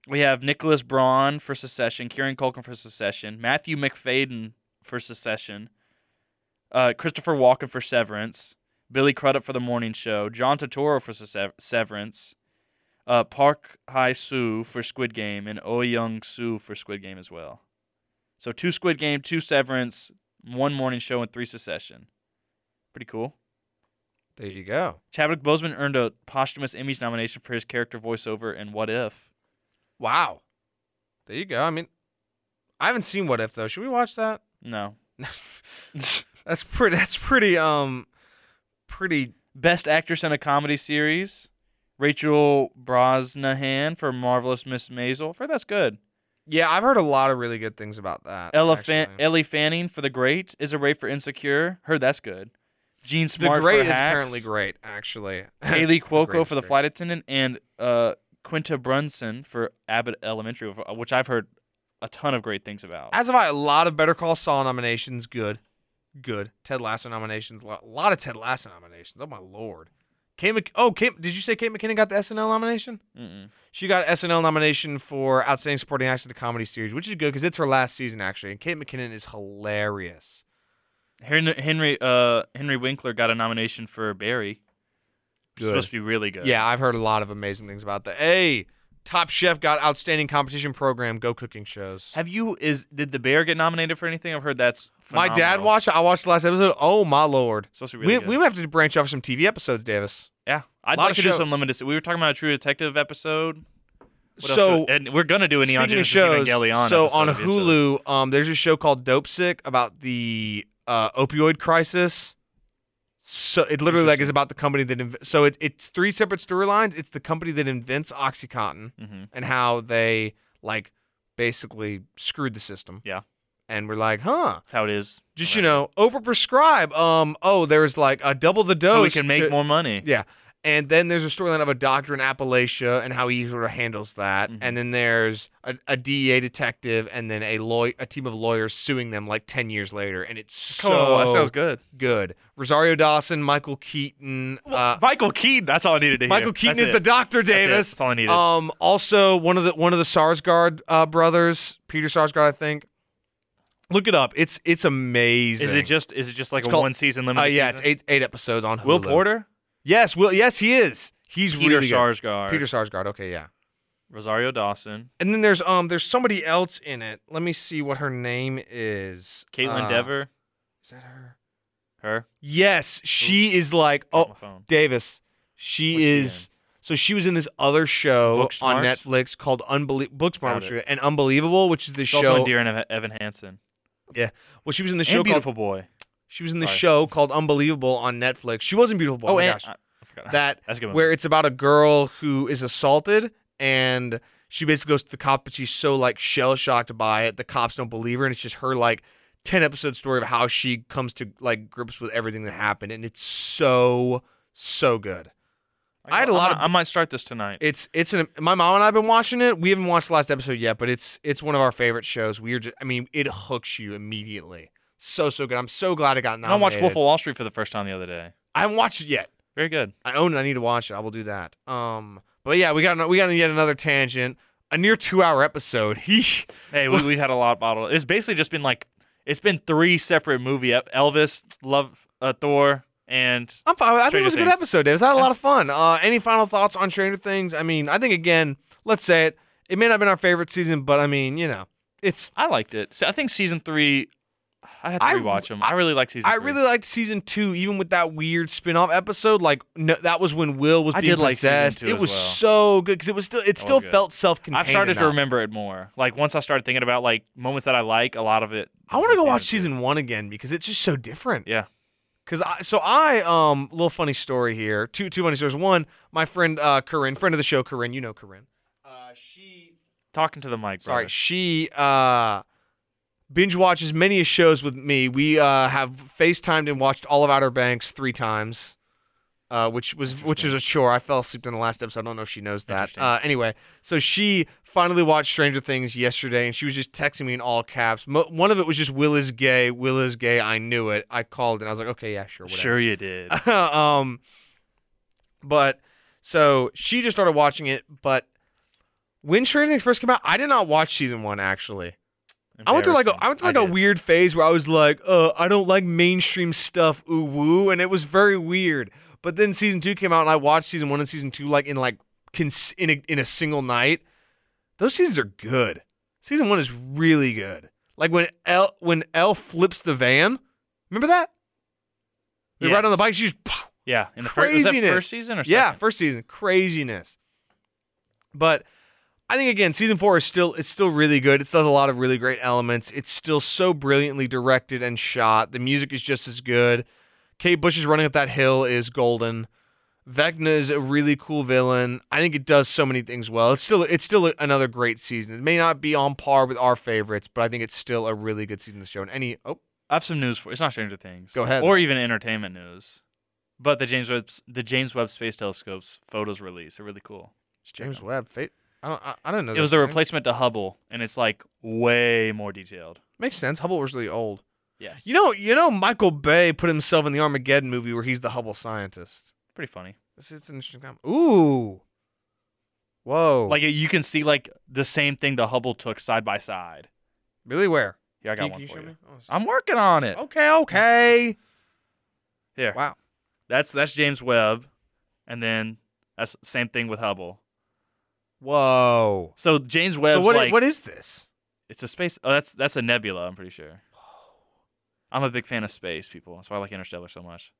B: we have Nicholas Braun for Succession, Kieran Culkin for Succession, Matthew McFadden for Succession, uh, Christopher Walken for Severance, Billy Crudup for The Morning Show, John Turturro for Suce- Severance, uh, Park Hai Soo for Squid Game, and Oh Young Soo for Squid Game as well. So two Squid Game, two Severance, one Morning Show, and three Succession. Pretty cool.
A: There you go.
B: Chadwick Boseman earned a posthumous Emmys nomination for his character voiceover in What If.
A: Wow. There you go. I mean, I haven't seen What If though. Should we watch that?
B: No.
A: that's pretty. That's pretty. Um, pretty.
B: Best Actress in a Comedy Series, Rachel Brosnahan for Marvelous Miss Maisel. For that's good.
A: Yeah, I've heard a lot of really good things about that.
B: Ella Fan-
A: actually.
B: Ellie Fanning for The Great. Issa Rae for Insecure. Heard that's good. Gene
A: The
B: Smart
A: Great
B: for
A: is
B: Hacks.
A: apparently great. Actually,
B: Haley
A: Great
B: Cuoco
A: is
B: for The
A: great.
B: Flight Attendant and uh, Quinta Brunson for Abbott Elementary, uh, which I've heard a ton of great things about.
A: As of I, a lot of Better Call Saul nominations, good, good. Ted Lasso nominations, a lot of Ted Lasso nominations. Oh my lord. Kate Mc- oh, Kate, did you say Kate McKinnon got the SNL nomination?
B: Mm-mm.
A: She got SNL nomination for Outstanding Supporting Actor in a Comedy Series, which is good because it's her last season actually, and Kate McKinnon is hilarious.
B: Hen- Henry uh, Henry Winkler got a nomination for Barry. Which is
A: Good.
B: supposed to be really good.
A: Yeah, I've heard a lot of amazing things about that. Hey, Top Chef got Outstanding Competition Program, Go Cooking Shows.
B: Have you is did the bear get nominated for anything? I've heard that's
A: My dad
B: phenomenal.
A: watched. I watched the last episode. Oh my lord.
B: It's supposed to be really
A: we
B: good.
A: we might have to branch off some TV episodes, Davis.
B: yeah, I'd
A: lot
B: like
A: of
B: to do some
A: shows.
B: limited. We were talking about a True Detective episode. What else
A: so
B: do- and we're gonna do an Neon
A: Speaking of shows,
B: Genesis Evangelion
A: so
B: episode
A: on
B: eventually.
A: Hulu, um, there's a show called Dope Sick about the uh, opioid crisis. So it literally like is about the company that inv- so it, it's three separate storylines. It's the company that invents OxyContin
B: Mhm.
A: and how they like basically screwed the system.
B: Yeah.
A: and we're like, huh?
B: That's how it is.
A: Just you know, overprescribe. Um, oh, there's like a double the dose.
B: so we can make
A: to-
B: more money.
A: Yeah, And then there's a storyline of a doctor in Appalachia and how he sort of handles that.
B: Mhm.
A: And then there's a, a DEA detective and then a law- a team of lawyers suing them like 10 years later. And it's so
B: oh, that sounds good.
A: good. Rosario Dawson, Michael Keaton. Uh,
B: Michael Keaton. That's all I needed to hear.
A: Michael Keaton
B: That's
A: is
B: it.
A: the doctor,
B: That's it.
A: Davis.
B: That's all I needed.
A: Um, also one of the one of the Sarsgaard uh, brothers, Peter Sarsgaard, I think. Look it up. It's it's amazing.
B: is it just is it just like
A: It's
B: a
A: called-
B: one season limit?
A: Uh, yeah, it's eight eight episodes on Hulu.
B: Will Porter,
A: Yes, Will. Yes, he is. He's
B: Peter
A: really good.
B: Sarsgaard,
A: Peter Sarsgaard. Okay, yeah.
B: Rosario Dawson,
A: And then there's um there's somebody else in it. Let me see what her name is.
B: Caitlin
A: Uh,
B: Dever,
A: Is that her?
B: her.
A: Yes, she is like
B: Got
A: oh
B: my phone.
A: Davis. She
B: What's she
A: is. so she was in this other show on
B: Booksmart?
A: Netflix called Unbelie- Booksmart,
B: Got
A: which
B: it.
A: is- and Unbelievable, which is the
B: It's also in
A: show.
B: Dear and Ev- Evan Hansen.
A: Well, she was in the
B: And
A: show called
B: Beautiful Boy.
A: She was in the
B: Sorry.
A: show called Unbelievable on Netflix. She wasn't beautiful. Boy.
B: oh,
A: my
B: and
A: gosh.
B: I, I forgot.
A: that
B: That's a good. One.
A: where it's about a girl who is assaulted and she basically goes to the cop, but she's so like shell shocked by it. The cops don't believe her, and it's just her like ten episode story of how she comes to like grips with everything that happened, and it's so so good. I had a lot
B: might-
A: of-
B: I might start this tonight.
A: It's it's an my mom and I've been watching it. We haven't watched the last episode yet, but it's it's one of our favorite shows. We're just, I mean, it hooks you immediately. So so good. I'm so glad it got
B: And I watched
A: nominated.
B: Wolf of Wall Street for the first time the other day.
A: I haven't watched it yet.
B: Very good.
A: I own it. I need to watch it. I will do that. Um, but yeah, we got an- we got yet another tangent. A near two hour episode. He
B: Hey, we, we had a lot bottled. It's basically just been like it's been three separate movie ep- Elvis, Love, uh, Thor, and
A: I'm fine. with- I think it
B: Stranger
A: was a good
B: Things.
A: episode, Davis. I had a lot of fun. Uh, any final thoughts on Stranger Things? I mean, I think again, let's say it. It may not have been our favorite season, but I mean, you know, it's.
B: I liked it. So I think season three. I had to
A: I-
B: rewatch them. I, really like season.
A: I
B: three.
A: really liked season two, even with that weird spin off episode. Like no, that was when Will was
B: I
A: being
B: did like season
A: possessed.
B: two
A: it
B: as
A: was
B: well.
A: so good because it was still it still
B: good.
A: felt self contained.
B: I've started to remember it more. Like once I started thinking about like moments that I like, a lot of it.
A: I
B: is
A: want to
B: in
A: go watch
B: two.
A: season one again because it's just so different.
B: Yeah.
A: Cause I so I um little funny story here. Two two funny stories. One, my friend uh Corinne, friend of the show Corinne, you know Corinne. Uh, she
B: Talking to the mic.
A: sorry
B: brother.
A: she uh binge watches many shows with me. We uh have FaceTimed and watched all of Outer Banks three times. Uh, which was which was a chore. I fell asleep in the last episode. I don't know if she knows that.
B: Interesting.
A: Uh, anyway, so she finally watched Stranger Things yesterday, and she was just texting me in all caps. Mo- one of it was just "Will is gay, Will is gay." I knew it. I called and I was like, "Okay, yeah, sure, whatever."
B: Sure, you did.
A: um, but so she just started watching it. But when Stranger Things first came out, I did not watch season one. Actually, I went through like a, I went through like a
B: did.
A: weird phase where I was like, uh, I don't like mainstream stuff, ooh woo, and it was very weird. But then season two came out, and I watched season one and season two like in like cons- in a, in a single night. Those seasons are good. Season one is really good. Like when L when L flips the van, remember that? They ride on the
B: Yes.
A: bike. She just
B: Yeah, in the first, was that
A: Craziness.
B: first season or
A: yeah,
B: second?
A: first season craziness. But I think again, season four is still it's still really good. It still has a lot of really great elements. It's still so brilliantly directed and shot. The music is just as good. Kate Bush's running up that hill is golden. Vecna is a really cool villain. I think it does so many things well. It's still it's still another great season. It may not be on par with our favorites, but I think it's still a really good season to show. And any oh
B: I have some news for. It's not Stranger Things.
A: Go ahead.
B: Or even entertainment news. But the James Webb the James Webb Space Telescope's photos released. They're really cool. Just check
A: James
B: them.
A: Webb, fate. I don't I, I don't know.
B: It was
A: this
B: a
A: thing.
B: replacement to Hubble, and it's like way more detailed.
A: Makes sense. Hubble was really old.
B: Yes.
A: You know, you know, Michael Bay put himself in the Armageddon movie where he's the Hubble scientist.
B: pretty funny.
A: It's, it's an interesting comment. Ooh, whoa!
B: Like you can see like the same thing the Hubble took side by side.
A: really, where?
B: Yeah, I got
A: Can
B: one
A: can
B: for
A: show
B: you.
A: me? Oh, it's-
B: I'm working on it.
A: Okay, okay.
B: Here.
A: Wow.
B: That's that's James Webb, and then that's same thing with Hubble.
A: Whoa.
B: So James Webb's
A: so what? i-
B: like
A: what is this?
B: it's a space. Oh, that's that's a nebula. I'm pretty sure. I'm a big fan of space people. That's why I like Interstellar so much.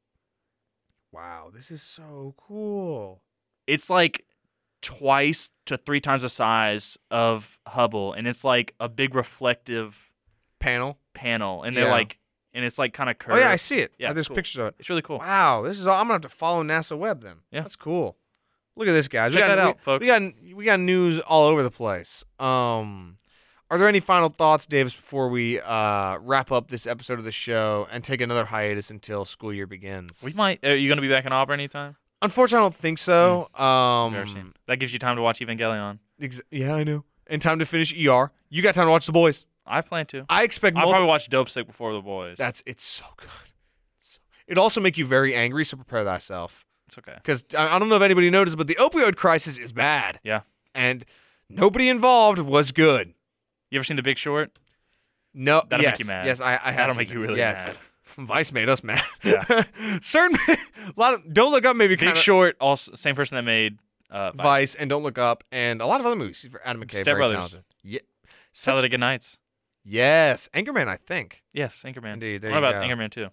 A: Wow, this is so cool.
B: It's like twice to three times the size of Hubble, and it's like a big reflective
A: Panel.
B: panel, and they're
A: Yeah.
B: like, and it's like kind of curved.
A: Oh yeah, I see it.
B: Yeah,
A: Yeah,
B: it's
A: there's
B: cool.
A: pictures of it.
B: It's really cool.
A: Wow, this is all. I'm gonna have to follow NASA Web then.
B: Yeah.
A: that's cool. Look at this, guys. we
B: Check
A: got,
B: that out,
A: we,
B: folks.
A: We got we got news all over the place. Um, are there any final thoughts, Davis, before we uh, wrap up this episode of the show and take another hiatus until school year begins?
B: We might. Are you gonna be back in Auburn anytime?
A: Unfortunately, I don't think so.
B: Mm.
A: Um,
B: Embarrassing. That gives you time to watch Evangelion.
A: ex- yeah, I know. And time to finish ER. You got time to watch The Boys.
B: I plan to.
A: I expect
B: I'll
A: multiple.
B: probably watch Dope Sick before the boys.
A: That's it's so good. So- It'll also make you very angry, so prepare thyself.
B: it's okay.
A: Because I, I don't know if anybody noticed, but the opioid crisis is bad.
B: Yeah.
A: And nobody involved was good.
B: You ever seen The Big Short?
A: No.
B: That'll
A: yes,
B: make you mad.
A: Yes, I, I have.
B: That'll
A: seen
B: make
A: it.
B: you really
A: yes. Vice made us mad.
B: Yeah.
A: Certain a lot of don't look up maybe kind
B: Big
A: of
B: Short, also same person that made uh, Vice.
A: Vice and Don't Look Up and a lot of other movies. He's Adam McKay,
B: Step
A: very
B: Brothers.
A: talented. Yeah.
B: Saturday Night Nights.
A: Yes, Anchorman, I think.
B: Yes, Anchorman.
A: Indeed, there
B: What
A: you
B: about
A: go.
B: Anchorman too?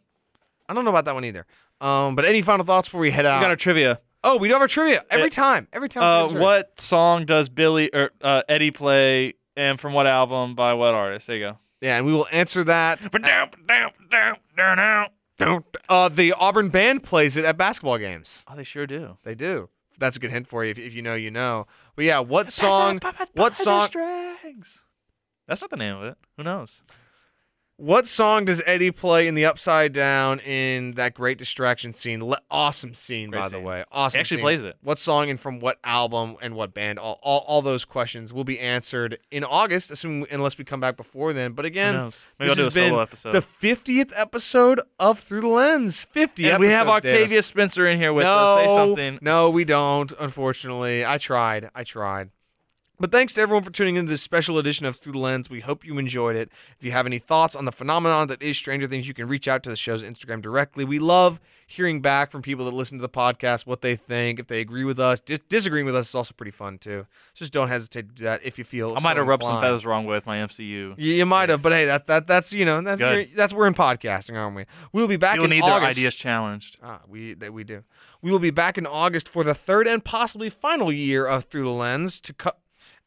A: I don't know about that one either. Um, but any final thoughts before we head
B: we
A: out?
B: got our trivia.
A: oh, we do have our trivia every
B: Yeah.
A: time. Every time. we
B: Uh,
A: have trivia.
B: what song does Billy or uh, Eddie play, and from what album by what artist? There you go.
A: Yeah, and we will answer that.
B: Ba-dow, ba-dow, ba-dow, ba-dow.
A: Uh, the Auburn band plays it at basketball games.
B: Oh, they sure do.
A: They do. That's a good hint for you. If, if you know, you know. But yeah, what song? What song?
B: That's not the name of it. Who knows?
A: What song does Eddie play in the Upside Down in that Great Distraction scene? Le- awesome scene,
B: Great
A: by the
B: scene.
A: way. Awesome.
B: He actually
A: scene.
B: plays it.
A: What song and from what album and what band? All, all, all those questions will be answered in August, assuming unless we come back before then. But
B: Who
A: again,
B: knows? Maybe I'll
A: this
B: do a
A: has
B: solo
A: been
B: episode.
A: the fiftieth episode of Through the Lens. Fifty.
B: and we have
A: episodes, Davis.
B: Octavia Spencer in here with
A: E no,
B: us. Say something.
A: No, we don't, unfortunately. I tried. I tried. But thanks to everyone for tuning in to this special edition of Through the Lens. We hope you enjoyed it. If you have any thoughts on the phenomenon that is Stranger Things, you can reach out to the show's Instagram directly. We love hearing back from people that listen to the podcast, what they think, if they agree with us. Dis- disagreeing with us is also pretty fun, too. Just don't hesitate to do that if you feel
B: I might
A: so
B: have rubbed some
A: inclined.
B: feathers wrong with my MCU.
A: You, you might have, but hey, that, that that's you know that's
B: Good.
A: that's we're in podcasting, aren't we? We'll be back
B: People
A: in
B: need
A: August.
B: their ideas challenged.
A: Ah, we that we do. We will be back in August for the third and possibly final year of Through the Lens to cut.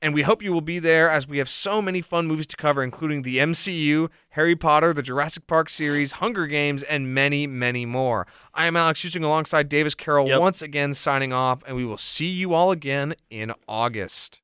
A: and we hope you will be there as we have so many fun movies to cover, including the MCU, Harry Potter, the Jurassic Park series, Hunger Games, and many, many more. I am Alex Houston alongside Davis Carroll
B: Yep.
A: once again signing off, and we will see you all again in August.